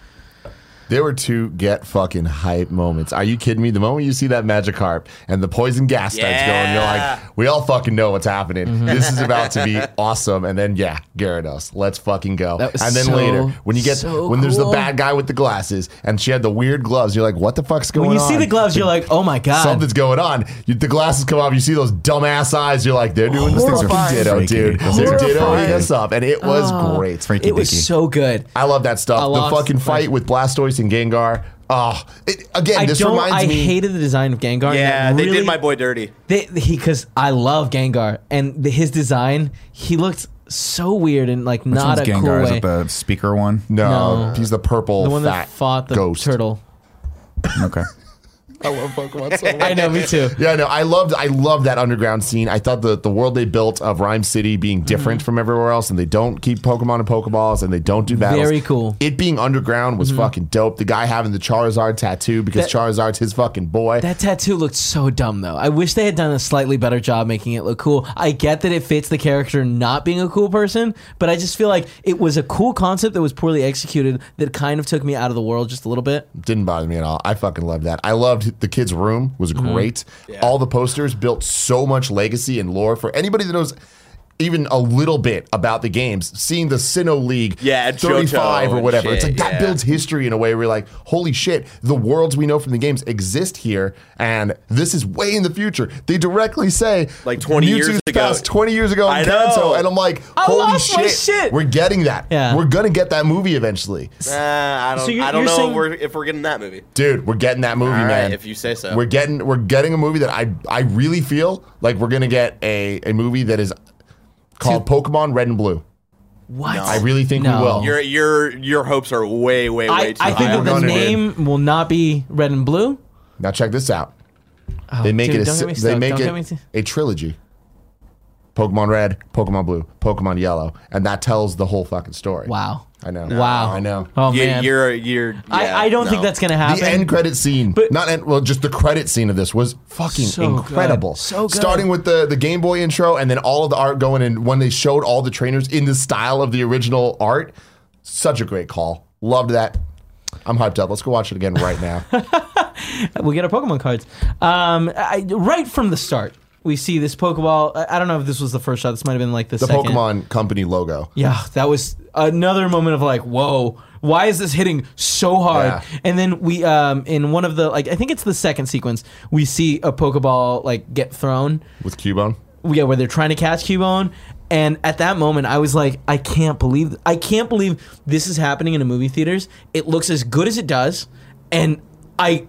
Speaker 3: There were two get fucking hype moments. Are you kidding me? The moment you see that Magikarp and the poison gas starts going, you're
Speaker 4: Yeah.
Speaker 3: like, we all fucking know what's happening. This is about to be awesome. And then yeah, Gyarados, let's fucking go.
Speaker 9: That was
Speaker 3: and then
Speaker 9: so-
Speaker 3: later, when you get
Speaker 9: so
Speaker 3: when there's the
Speaker 9: cool.
Speaker 3: bad guy with the glasses and she had the weird gloves, you're like, what the fuck's going
Speaker 1: When
Speaker 3: on?
Speaker 1: you see the gloves, you're like, oh my god.
Speaker 3: Something's going on. You, the glasses come off. You see those dumbass eyes. You're like, they're doing this thing
Speaker 2: Horrifying.
Speaker 3: ditto,
Speaker 2: Freaky.
Speaker 3: dude. They're
Speaker 2: Horrifying.
Speaker 3: dittoing us up, and it was great.
Speaker 2: It's freaky
Speaker 1: it was
Speaker 2: dicky.
Speaker 1: so good.
Speaker 3: I love that
Speaker 1: I
Speaker 3: stuff. The
Speaker 1: lost
Speaker 3: fucking
Speaker 1: the
Speaker 3: fight with Blastoise and Gengar. Oh, it, again,
Speaker 1: I
Speaker 3: this
Speaker 1: don't.
Speaker 3: reminds
Speaker 1: I
Speaker 3: me.
Speaker 1: hated the design of Gengar. and
Speaker 4: Yeah,
Speaker 1: that
Speaker 4: they
Speaker 1: really-
Speaker 4: did my boy dirty.
Speaker 1: They, he because I love Gengar and the, his design. He looked so weird and like
Speaker 2: Which
Speaker 1: not
Speaker 2: one's
Speaker 1: a
Speaker 2: Gengar?
Speaker 1: cool
Speaker 2: Is
Speaker 1: way.
Speaker 2: it the speaker one?
Speaker 3: no,
Speaker 1: No.
Speaker 3: he's the purple
Speaker 1: the one
Speaker 3: fat
Speaker 1: that fought the
Speaker 3: ghost.
Speaker 1: turtle.
Speaker 2: Okay.
Speaker 3: I love Pokemon so much.
Speaker 1: I know, me too.
Speaker 3: Yeah, no, I loved I loved that underground scene. I thought the the world they built of Rhyme City being
Speaker 1: Mm-hmm.
Speaker 3: different from everywhere else, and they don't keep Pokemon and Pokeballs, and they don't do battles.
Speaker 1: Very cool. Mm-hmm.
Speaker 3: It being underground was fucking dope. The guy having the Charizard tattoo because
Speaker 1: That-
Speaker 3: Charizard's his fucking boy.
Speaker 1: That tattoo looked so dumb though. I wish they had done a slightly better job making it look cool. I get that it fits the character not being a cool person, but I just feel like it was a cool concept that was poorly executed that kind of took me out of the world just a little bit.
Speaker 3: Didn't bother me at all. I fucking loved that. I loved the kid's room was
Speaker 4: Mm-hmm.
Speaker 3: great. All the posters built so much legacy and lore for anybody that knows even a little bit about the games. Seeing the Sinnoh League,
Speaker 4: Yeah, and
Speaker 3: thirty five
Speaker 4: Johto
Speaker 3: or
Speaker 4: and
Speaker 3: whatever.
Speaker 4: shit,
Speaker 3: it's like that
Speaker 4: yeah.
Speaker 3: builds history in a way where you're like, holy shit, the worlds we know from the games exist here, and this is way in the future. They directly say
Speaker 4: Like 20 years
Speaker 3: Mewtwo's
Speaker 4: ago.
Speaker 3: past twenty years ago
Speaker 4: I
Speaker 3: in
Speaker 4: know.
Speaker 3: Kanto, and I'm like,
Speaker 1: I
Speaker 3: holy
Speaker 1: lost my
Speaker 3: shit,
Speaker 1: shit.
Speaker 3: we're getting that.
Speaker 1: Yeah.
Speaker 3: We're gonna get that movie eventually.
Speaker 4: Uh, I don't.
Speaker 1: So you're-
Speaker 4: I don't
Speaker 1: you're
Speaker 4: know
Speaker 1: saying-
Speaker 4: if we're, if we're getting that movie.
Speaker 3: Dude, we're getting that movie,
Speaker 4: All right,
Speaker 3: man.
Speaker 4: if you say so.
Speaker 3: We're getting we're getting a movie that I I really feel like we're gonna get a, a movie that is called Pokemon Red and Blue.
Speaker 1: What?
Speaker 3: I really think
Speaker 1: No.
Speaker 3: we will.
Speaker 4: Your your your hopes are way way way
Speaker 1: I,
Speaker 4: too
Speaker 1: I
Speaker 4: high.
Speaker 1: think
Speaker 3: We're
Speaker 1: that the
Speaker 3: gonna do.
Speaker 1: name will not be red and blue.
Speaker 3: now check this out.
Speaker 1: Oh,
Speaker 3: They make
Speaker 1: dude,
Speaker 3: it a
Speaker 1: don't
Speaker 3: si-
Speaker 1: get me
Speaker 3: they
Speaker 1: stoked.
Speaker 3: make
Speaker 1: Don't get me
Speaker 3: it
Speaker 1: t-
Speaker 3: a trilogy. Pokemon Red, Pokemon Blue, Pokemon Yellow, and that tells the whole fucking story.
Speaker 1: wow.
Speaker 3: I know.
Speaker 1: Wow.
Speaker 3: I know.
Speaker 1: Oh
Speaker 4: You-
Speaker 1: man.
Speaker 4: you're you're. yeah,
Speaker 1: I, I don't think
Speaker 4: no.
Speaker 1: that's gonna
Speaker 3: the
Speaker 1: happen.
Speaker 3: end credit scene,
Speaker 1: But-
Speaker 3: not end, well, just the credit scene of this was fucking
Speaker 1: So good.
Speaker 3: incredible.
Speaker 1: So good.
Speaker 3: Starting with the the Game Boy intro, and then all of the art going, and when they showed all the trainers in the style of the original art, such a great call. Loved that. I'm hyped up. Let's go watch it again right now.
Speaker 1: We'll get our Pokemon cards. Um, I, right from the start, we see this Pokeball. I, I don't know if this was the first shot. This might have been like the,
Speaker 3: the
Speaker 1: second.
Speaker 3: Pokemon Company logo.
Speaker 1: Yeah, that was another moment of like, whoa, why is this hitting so hard?
Speaker 3: Yeah.
Speaker 1: And then we, um, in one of the like, I think it's the second sequence, we see a Pokeball like get thrown.
Speaker 3: with Cubone.
Speaker 1: Yeah, where they're trying to catch Cubone. And at that moment, I was like, I can't believe, I can't believe this is happening in a movie theaters. It looks as good as it does, and I,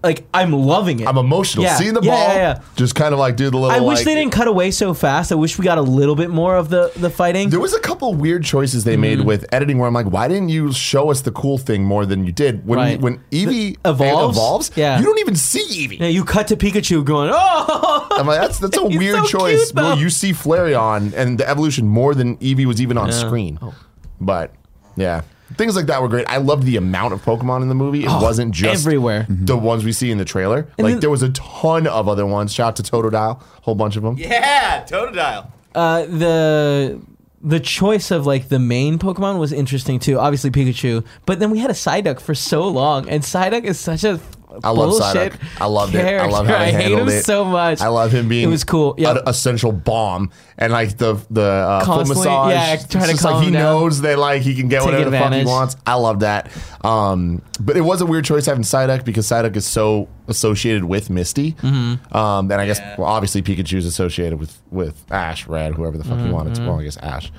Speaker 1: like, I'm loving it.
Speaker 3: I'm emotional.
Speaker 1: Yeah.
Speaker 3: Seeing the
Speaker 1: Yeah,
Speaker 3: ball,
Speaker 1: yeah, yeah.
Speaker 3: just kind of like do the little.
Speaker 1: I wish
Speaker 3: like-
Speaker 1: they didn't cut away so fast. I wish we got a little bit more of the the fighting.
Speaker 3: There was a couple weird choices they
Speaker 1: Mm-hmm.
Speaker 3: made with editing where I'm like, why didn't you show us the cool thing more than you did? When
Speaker 1: Right.
Speaker 3: when Eevee
Speaker 1: evolves?
Speaker 3: evolves
Speaker 1: Yeah.
Speaker 3: you don't even see Eevee.
Speaker 1: Yeah, you cut to Pikachu going, oh,
Speaker 3: I'm like, that's that's a
Speaker 1: He's
Speaker 3: weird
Speaker 1: so
Speaker 3: choice.
Speaker 1: cute, though.
Speaker 3: well, you see Flareon and the evolution more than Eevee was even on screen.
Speaker 1: Oh.
Speaker 3: But yeah. Things like that were great. I loved the amount of Pokemon in the movie. It wasn't just
Speaker 1: Oh, everywhere.
Speaker 3: the ones we see in the trailer. like
Speaker 1: then-
Speaker 3: there was a ton of other ones. Shout out to Totodile, whole bunch of them.
Speaker 4: Yeah, Totodile.
Speaker 1: uh, the the choice of like the main Pokemon was interesting too. Obviously Pikachu, but then we had a Psyduck for so long, and Psyduck is such a
Speaker 3: I love
Speaker 1: bullshit
Speaker 3: Psyduck. I loved it. I love
Speaker 1: character.
Speaker 3: how he
Speaker 1: I hate him
Speaker 3: handled it.
Speaker 1: so much.
Speaker 3: I love him being.
Speaker 1: It was cool. Yeah.
Speaker 3: an essential bomb and like the the uh, full
Speaker 1: Constantly,
Speaker 3: massage.
Speaker 1: yeah,
Speaker 3: It's
Speaker 1: trying to
Speaker 3: just
Speaker 1: calm
Speaker 3: like he
Speaker 1: him down.
Speaker 3: knows that like he can get
Speaker 1: Take
Speaker 3: whatever the fuck
Speaker 1: advantage.
Speaker 3: he wants. I love that. Um, but it was a weird choice having Psyduck because Psyduck is so associated with Misty.
Speaker 1: Mm-hmm.
Speaker 3: Um, and I guess well, obviously Pikachu's associated with with Ash, Red, whoever the fuck
Speaker 1: Mm-hmm,
Speaker 3: you want. It's well, I guess Ash.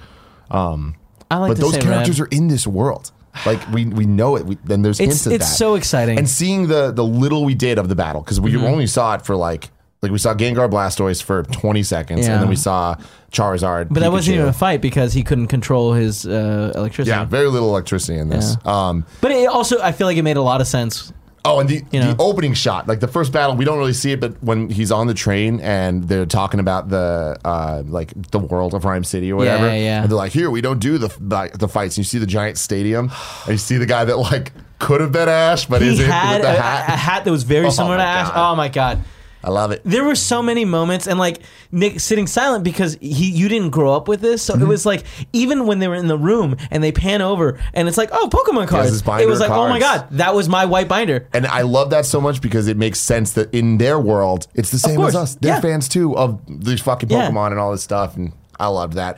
Speaker 3: Um,
Speaker 1: I like
Speaker 3: but
Speaker 1: to
Speaker 3: those
Speaker 1: say
Speaker 3: characters
Speaker 1: Red.
Speaker 3: are in this world. Like we we know it. We, then there's
Speaker 1: It's-
Speaker 3: hints of
Speaker 1: it's
Speaker 3: that.
Speaker 1: so exciting. Mm-hmm.
Speaker 3: And seeing the the little we did of the battle because we only saw it for like like we saw Gengar Blastoise for 20 seconds
Speaker 1: Yeah.
Speaker 3: and then we saw Charizard.
Speaker 1: But that wasn't
Speaker 3: Pikachu.
Speaker 1: even a fight because he couldn't control his uh, electricity.
Speaker 3: yeah, very little electricity in this. Um,
Speaker 1: But it also, I feel like it made a lot of sense.
Speaker 3: oh, and the,
Speaker 1: You
Speaker 3: the
Speaker 1: know.
Speaker 3: opening shot, like the first battle, we don't really see it, but when he's on the train and they're talking about the uh, like the world of Rhyme City or
Speaker 1: Yeah,
Speaker 3: whatever,
Speaker 1: yeah.
Speaker 3: and they're like, "Here, we don't do the like, the fights." And you see the giant stadium, and you see the guy that like could have been Ash, but
Speaker 1: He
Speaker 3: isn't with
Speaker 1: had
Speaker 3: the
Speaker 1: a,
Speaker 3: hat.
Speaker 1: a hat that was very
Speaker 3: Oh
Speaker 1: similar to
Speaker 3: my
Speaker 1: Ash.
Speaker 3: God.
Speaker 1: Oh my god.
Speaker 3: I love it.
Speaker 1: there were so many moments and like Nick sitting silent because he you didn't grow up with this so
Speaker 3: Mm-hmm.
Speaker 1: it was like even when they were in the room and they pan over and it's like oh Pokemon
Speaker 3: his
Speaker 1: cards
Speaker 3: binder
Speaker 1: it was like
Speaker 3: of
Speaker 1: oh my
Speaker 3: cards.
Speaker 1: god that was my white binder
Speaker 3: And I love that so much because it makes sense that in their world, it's the same as
Speaker 1: course,
Speaker 3: us. They're
Speaker 1: yeah.
Speaker 3: fans too of these fucking
Speaker 1: Yeah.
Speaker 3: Pokemon and all this stuff. And I loved that.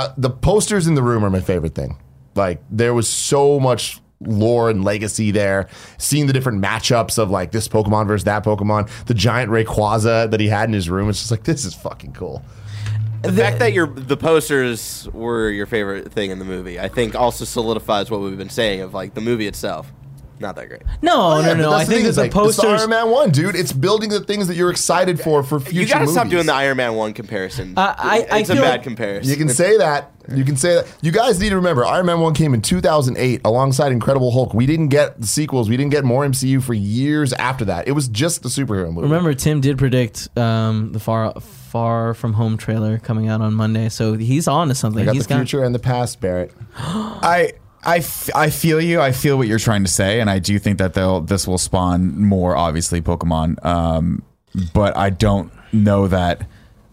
Speaker 3: Uh, the posters in the room are my favorite thing. Like, there was so much lore and legacy there. Seeing the different matchups of like this Pokemon versus that Pokemon, the giant Rayquaza that he had in his room. It's just like, this is fucking cool.
Speaker 4: The, fact that your the posters were your favorite thing in the movie, I think, also solidifies what we've been saying of like the movie itself, not that great.
Speaker 1: Oh, no
Speaker 3: Oh, Yeah,
Speaker 1: no
Speaker 3: but
Speaker 1: no
Speaker 3: that's
Speaker 1: I
Speaker 3: the thing
Speaker 1: think that
Speaker 3: is,
Speaker 1: the
Speaker 3: like, it's
Speaker 1: posters
Speaker 3: Iron Man 1, dude. It's building the things that you're excited for for future
Speaker 4: you gotta stop
Speaker 3: movies.
Speaker 4: doing the Iron Man one comparison.
Speaker 1: Uh, I- I
Speaker 4: it's a
Speaker 1: feel-
Speaker 4: bad comparison.
Speaker 3: You can say that. You can say that. You guys need to remember Iron Man 1 came in 2008 alongside Incredible Hulk. We didn't get the sequels. We didn't get more MCU for years after that. It was just the superhero movie.
Speaker 1: remember Tim did predict um, the far far from home trailer coming out on Monday so he's on to something
Speaker 3: I got
Speaker 1: he's
Speaker 3: the
Speaker 1: got
Speaker 3: future and the past, Barrett.
Speaker 2: I. I, f- I feel you. I feel what you're trying to say, and I do think that they'll this will spawn more, obviously, Pokemon. Um, but I don't know that.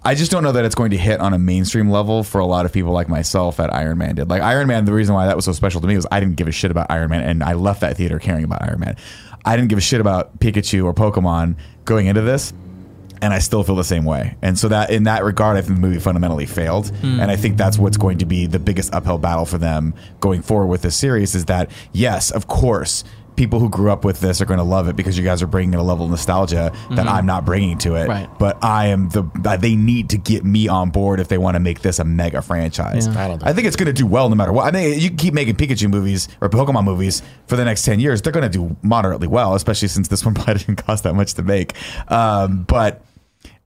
Speaker 2: I just don't know that it's going to hit on a mainstream level for a lot of people like myself that Iron Man did. Like Iron Man, the reason why that was so special to me was I didn't give a shit about Iron Man, and I left that theater caring about Iron Man. I didn't give a shit about Pikachu or Pokemon going into this. and I still feel the same way. And so that in that regard, I think the movie fundamentally failed,
Speaker 1: Hmm.
Speaker 2: and I think that's what's going to be the biggest uphill battle for them going forward with this series. Is that yes, of course. People who grew up with this are going to love it because you guys are bringing a level of nostalgia that I'm not bringing to it.
Speaker 1: Hmm. Right.
Speaker 2: But I am the. uh, They need to get me on board if they want to make this a mega franchise.
Speaker 1: Yeah.
Speaker 3: I don't think-
Speaker 2: I think it's going to do well no matter what. I mean, you can keep making Pikachu movies or Pokemon movies for the next 10 years. They're going to do moderately well, especially since this one probably didn't cost that much to make. Um, but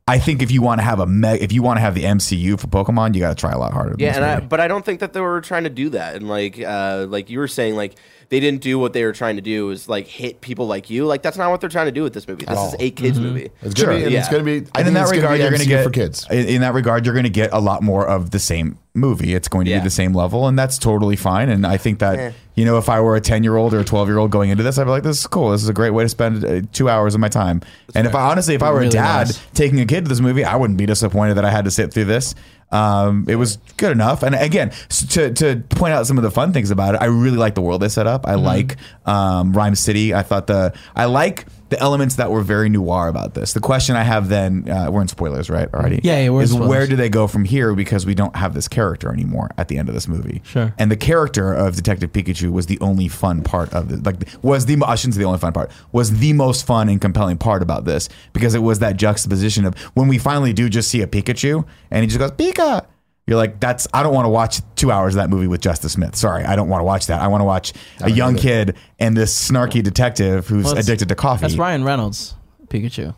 Speaker 2: I think if you want to have a me- if you want to have the MCU for Pokemon, you got to try a lot harder. than
Speaker 4: Yeah,
Speaker 2: this
Speaker 4: and I,
Speaker 2: movie.
Speaker 4: but I don't think that they were trying to do that. And like, uh, like you were saying, like they didn't do what they were trying to do is like hit people like you. Like that's not what they're trying to do with this movie. This is a
Speaker 3: Mm-hmm.
Speaker 4: kids movie.
Speaker 3: It's gonna
Speaker 2: Sure,
Speaker 3: be. and It's
Speaker 4: yeah.
Speaker 3: gonna be. I
Speaker 2: and in
Speaker 3: think
Speaker 2: that
Speaker 3: it's gonna
Speaker 2: regard,
Speaker 3: be
Speaker 2: you're going to
Speaker 3: MCU
Speaker 2: get
Speaker 3: for kids.
Speaker 2: In, in that regard, you're going to get a lot more of the same movie. It's going to
Speaker 4: Yeah.
Speaker 2: be the same level, and that's totally fine. And I think that you know, if I were a ten year old or a twelve year old going into this, I'd be like, "This is cool. This is a great way to spend uh, two hours of my time." and if I honestly, if I were a
Speaker 1: Really
Speaker 2: dad
Speaker 1: nice.
Speaker 2: taking a kid to this movie, I wouldn't be disappointed that I had to sit through this. Um, it was good enough. And again, s- to, to point out some of the fun things about it, I really like the world they set up. I
Speaker 1: Mm-hmm.
Speaker 2: like um, Rhyme City. I thought the I like the elements that were very noir about this. The question I have then, uh, we're in spoilers, right? Already,
Speaker 1: Yeah, yeah, we're in
Speaker 2: is
Speaker 1: spoilers.
Speaker 2: where do they go from here? Because we don't have this character anymore at the end of this movie.
Speaker 1: Sure.
Speaker 2: And the character of Detective Pikachu was the only fun part of it. Like, was the I shouldn't say the only fun part was the most fun and compelling part about this because it was that juxtaposition of when we finally do just see a Pikachu and he just goes Pika. You're like, that's I don't want to watch two hours of that movie with Justice Smith. Sorry, I don't want to watch that. I want to watch a young kid and this snarky detective who's
Speaker 1: Well, that's-
Speaker 2: addicted to coffee.
Speaker 1: that's Ryan Reynolds Pikachu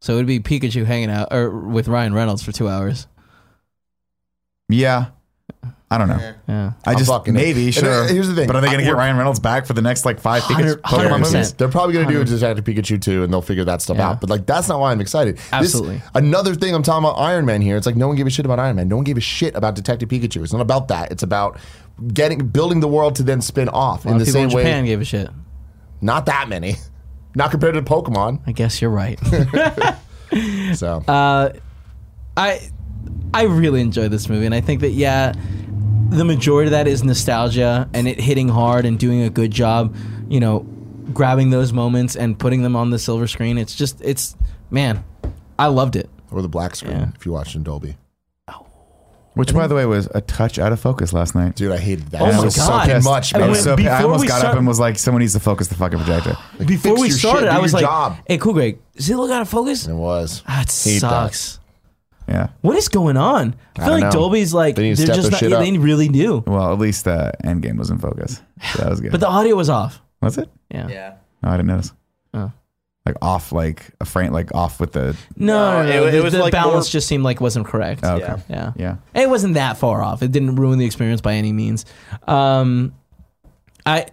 Speaker 1: so it would be Pikachu hanging out or with Ryan Reynolds for two hours
Speaker 2: Yeah, I don't know.
Speaker 1: yeah
Speaker 2: I
Speaker 3: I'm
Speaker 2: just
Speaker 3: fucking-
Speaker 2: maybe
Speaker 3: and,
Speaker 2: sure.
Speaker 3: uh, here's the thing.
Speaker 2: but are they going to
Speaker 3: I-
Speaker 2: get Ryan Reynolds back for the next like five Pikachu
Speaker 1: Hundred- hundred
Speaker 2: Pokemon movies?
Speaker 1: percent.
Speaker 3: They're probably going to do a Detective Pikachu 2 and they'll figure that stuff
Speaker 1: Yeah.
Speaker 3: out. But like, that's not why I'm excited. This-
Speaker 1: Absolutely.
Speaker 3: another thing I'm talking about Iron Man here. It's like no one gave a shit about Iron Man. No one gave a shit about Detective Pikachu. It's not about that. It's about getting building the world to then spin off
Speaker 1: A
Speaker 3: in
Speaker 1: lot
Speaker 3: the
Speaker 1: of people
Speaker 3: same
Speaker 1: in
Speaker 3: way.
Speaker 1: Japan gave a shit
Speaker 3: Not that many. Not compared to Pokemon.
Speaker 1: I guess you're right.
Speaker 3: So
Speaker 1: Uh, I I really enjoyed this movie, and I think that yeah, the majority of that is nostalgia and it hitting hard and doing a good job, you know, grabbing those moments and putting them on the silver screen. It's just it's man, I loved it.
Speaker 3: or the black screen if you watched in Dolby.
Speaker 2: Which, by the way, was a touch out of focus last night.
Speaker 3: Dude, I hated that.
Speaker 1: Oh
Speaker 2: I
Speaker 1: my
Speaker 2: was so
Speaker 1: God.
Speaker 2: pissed.
Speaker 3: Much,
Speaker 2: I,
Speaker 3: man.
Speaker 2: was so,
Speaker 1: Before
Speaker 2: I almost
Speaker 1: we
Speaker 2: got
Speaker 1: start-
Speaker 2: up and was like, "Someone needs to focus the fucking projector."
Speaker 1: Before
Speaker 3: fix
Speaker 1: we
Speaker 3: your shit,
Speaker 1: started,
Speaker 3: do
Speaker 1: I
Speaker 3: your
Speaker 1: was like,
Speaker 3: job.
Speaker 1: "Hey, cool, Greg, is it look out of focus?"
Speaker 3: It was.
Speaker 1: Ah, it
Speaker 3: Hate that.
Speaker 1: sucks.
Speaker 2: Yeah.
Speaker 1: What is going on? I feel
Speaker 3: don't
Speaker 1: like
Speaker 3: know.
Speaker 1: Dolby's like
Speaker 3: They
Speaker 1: they
Speaker 3: need
Speaker 1: are
Speaker 3: to step
Speaker 1: just
Speaker 3: their
Speaker 1: not.
Speaker 3: shit
Speaker 1: Yeah,
Speaker 3: up.
Speaker 1: they really do.
Speaker 2: Well, at least uh, Endgame was in focus. So that was good.
Speaker 1: But the audio was off.
Speaker 2: was it?
Speaker 1: Yeah.
Speaker 4: Yeah.
Speaker 2: No, I didn't notice.
Speaker 1: Oh.
Speaker 2: Like off, like a frame, like off with the.
Speaker 1: No, no,
Speaker 4: No,
Speaker 1: no,
Speaker 4: it-
Speaker 1: the,
Speaker 4: it was
Speaker 1: the
Speaker 4: like
Speaker 1: balance
Speaker 4: more-
Speaker 1: just seemed like wasn't correct.
Speaker 2: Oh, okay.
Speaker 4: Yeah.
Speaker 1: Yeah.
Speaker 2: Yeah.
Speaker 1: It wasn't that far off. It didn't ruin the experience by any means. Um, I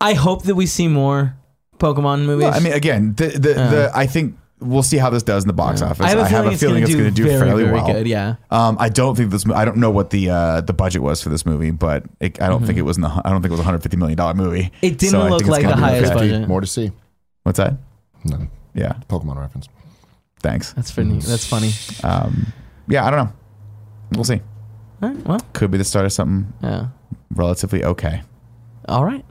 Speaker 1: I hope that we see more Pokemon movies.
Speaker 2: Well, I mean, again, the the, the I think we'll see how this does in the box office.
Speaker 1: I have a feeling it's gonna
Speaker 2: it's
Speaker 1: do
Speaker 2: going to do
Speaker 1: very,
Speaker 2: fairly
Speaker 1: very
Speaker 2: well.
Speaker 1: good, yeah.
Speaker 2: Um, I don't think this. mo- I don't know what the uh, the budget was for this movie, but it, I don't think it was. In the, hu- I don't think it was a hundred fifty million dollar movie.
Speaker 1: It didn't
Speaker 2: So I
Speaker 1: look
Speaker 2: think it's
Speaker 1: like
Speaker 2: gonna
Speaker 1: the
Speaker 2: be
Speaker 1: highest
Speaker 2: okay.
Speaker 1: budget.
Speaker 3: More to see.
Speaker 2: What's that?
Speaker 3: No,
Speaker 2: Yeah.
Speaker 3: Pokemon reference.
Speaker 2: Thanks. Um,
Speaker 1: That's funny. That's funny.
Speaker 2: Yeah, I don't know. We'll see.
Speaker 1: All right. Well,
Speaker 2: Could be the start of something
Speaker 1: yeah.
Speaker 2: relatively okay.
Speaker 1: All right.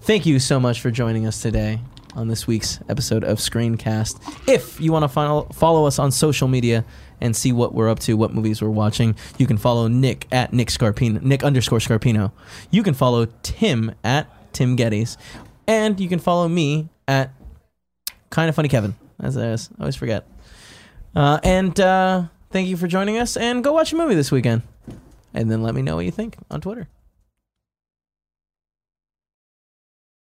Speaker 1: Thank you so much for joining us today on this week's episode of Screencast. If you want to follow, follow us on social media and see what we're up to, what movies we're watching, you can follow Nick at Nick Scarpino, Nick underscore Scarpino. You can follow Tim at Tim Geddes, and you can follow me at Kind of Funny Kevin. As I always- always forget. Uh, and uh, thank you for joining us. And go watch a movie this weekend, and then let me know what you think on Twitter.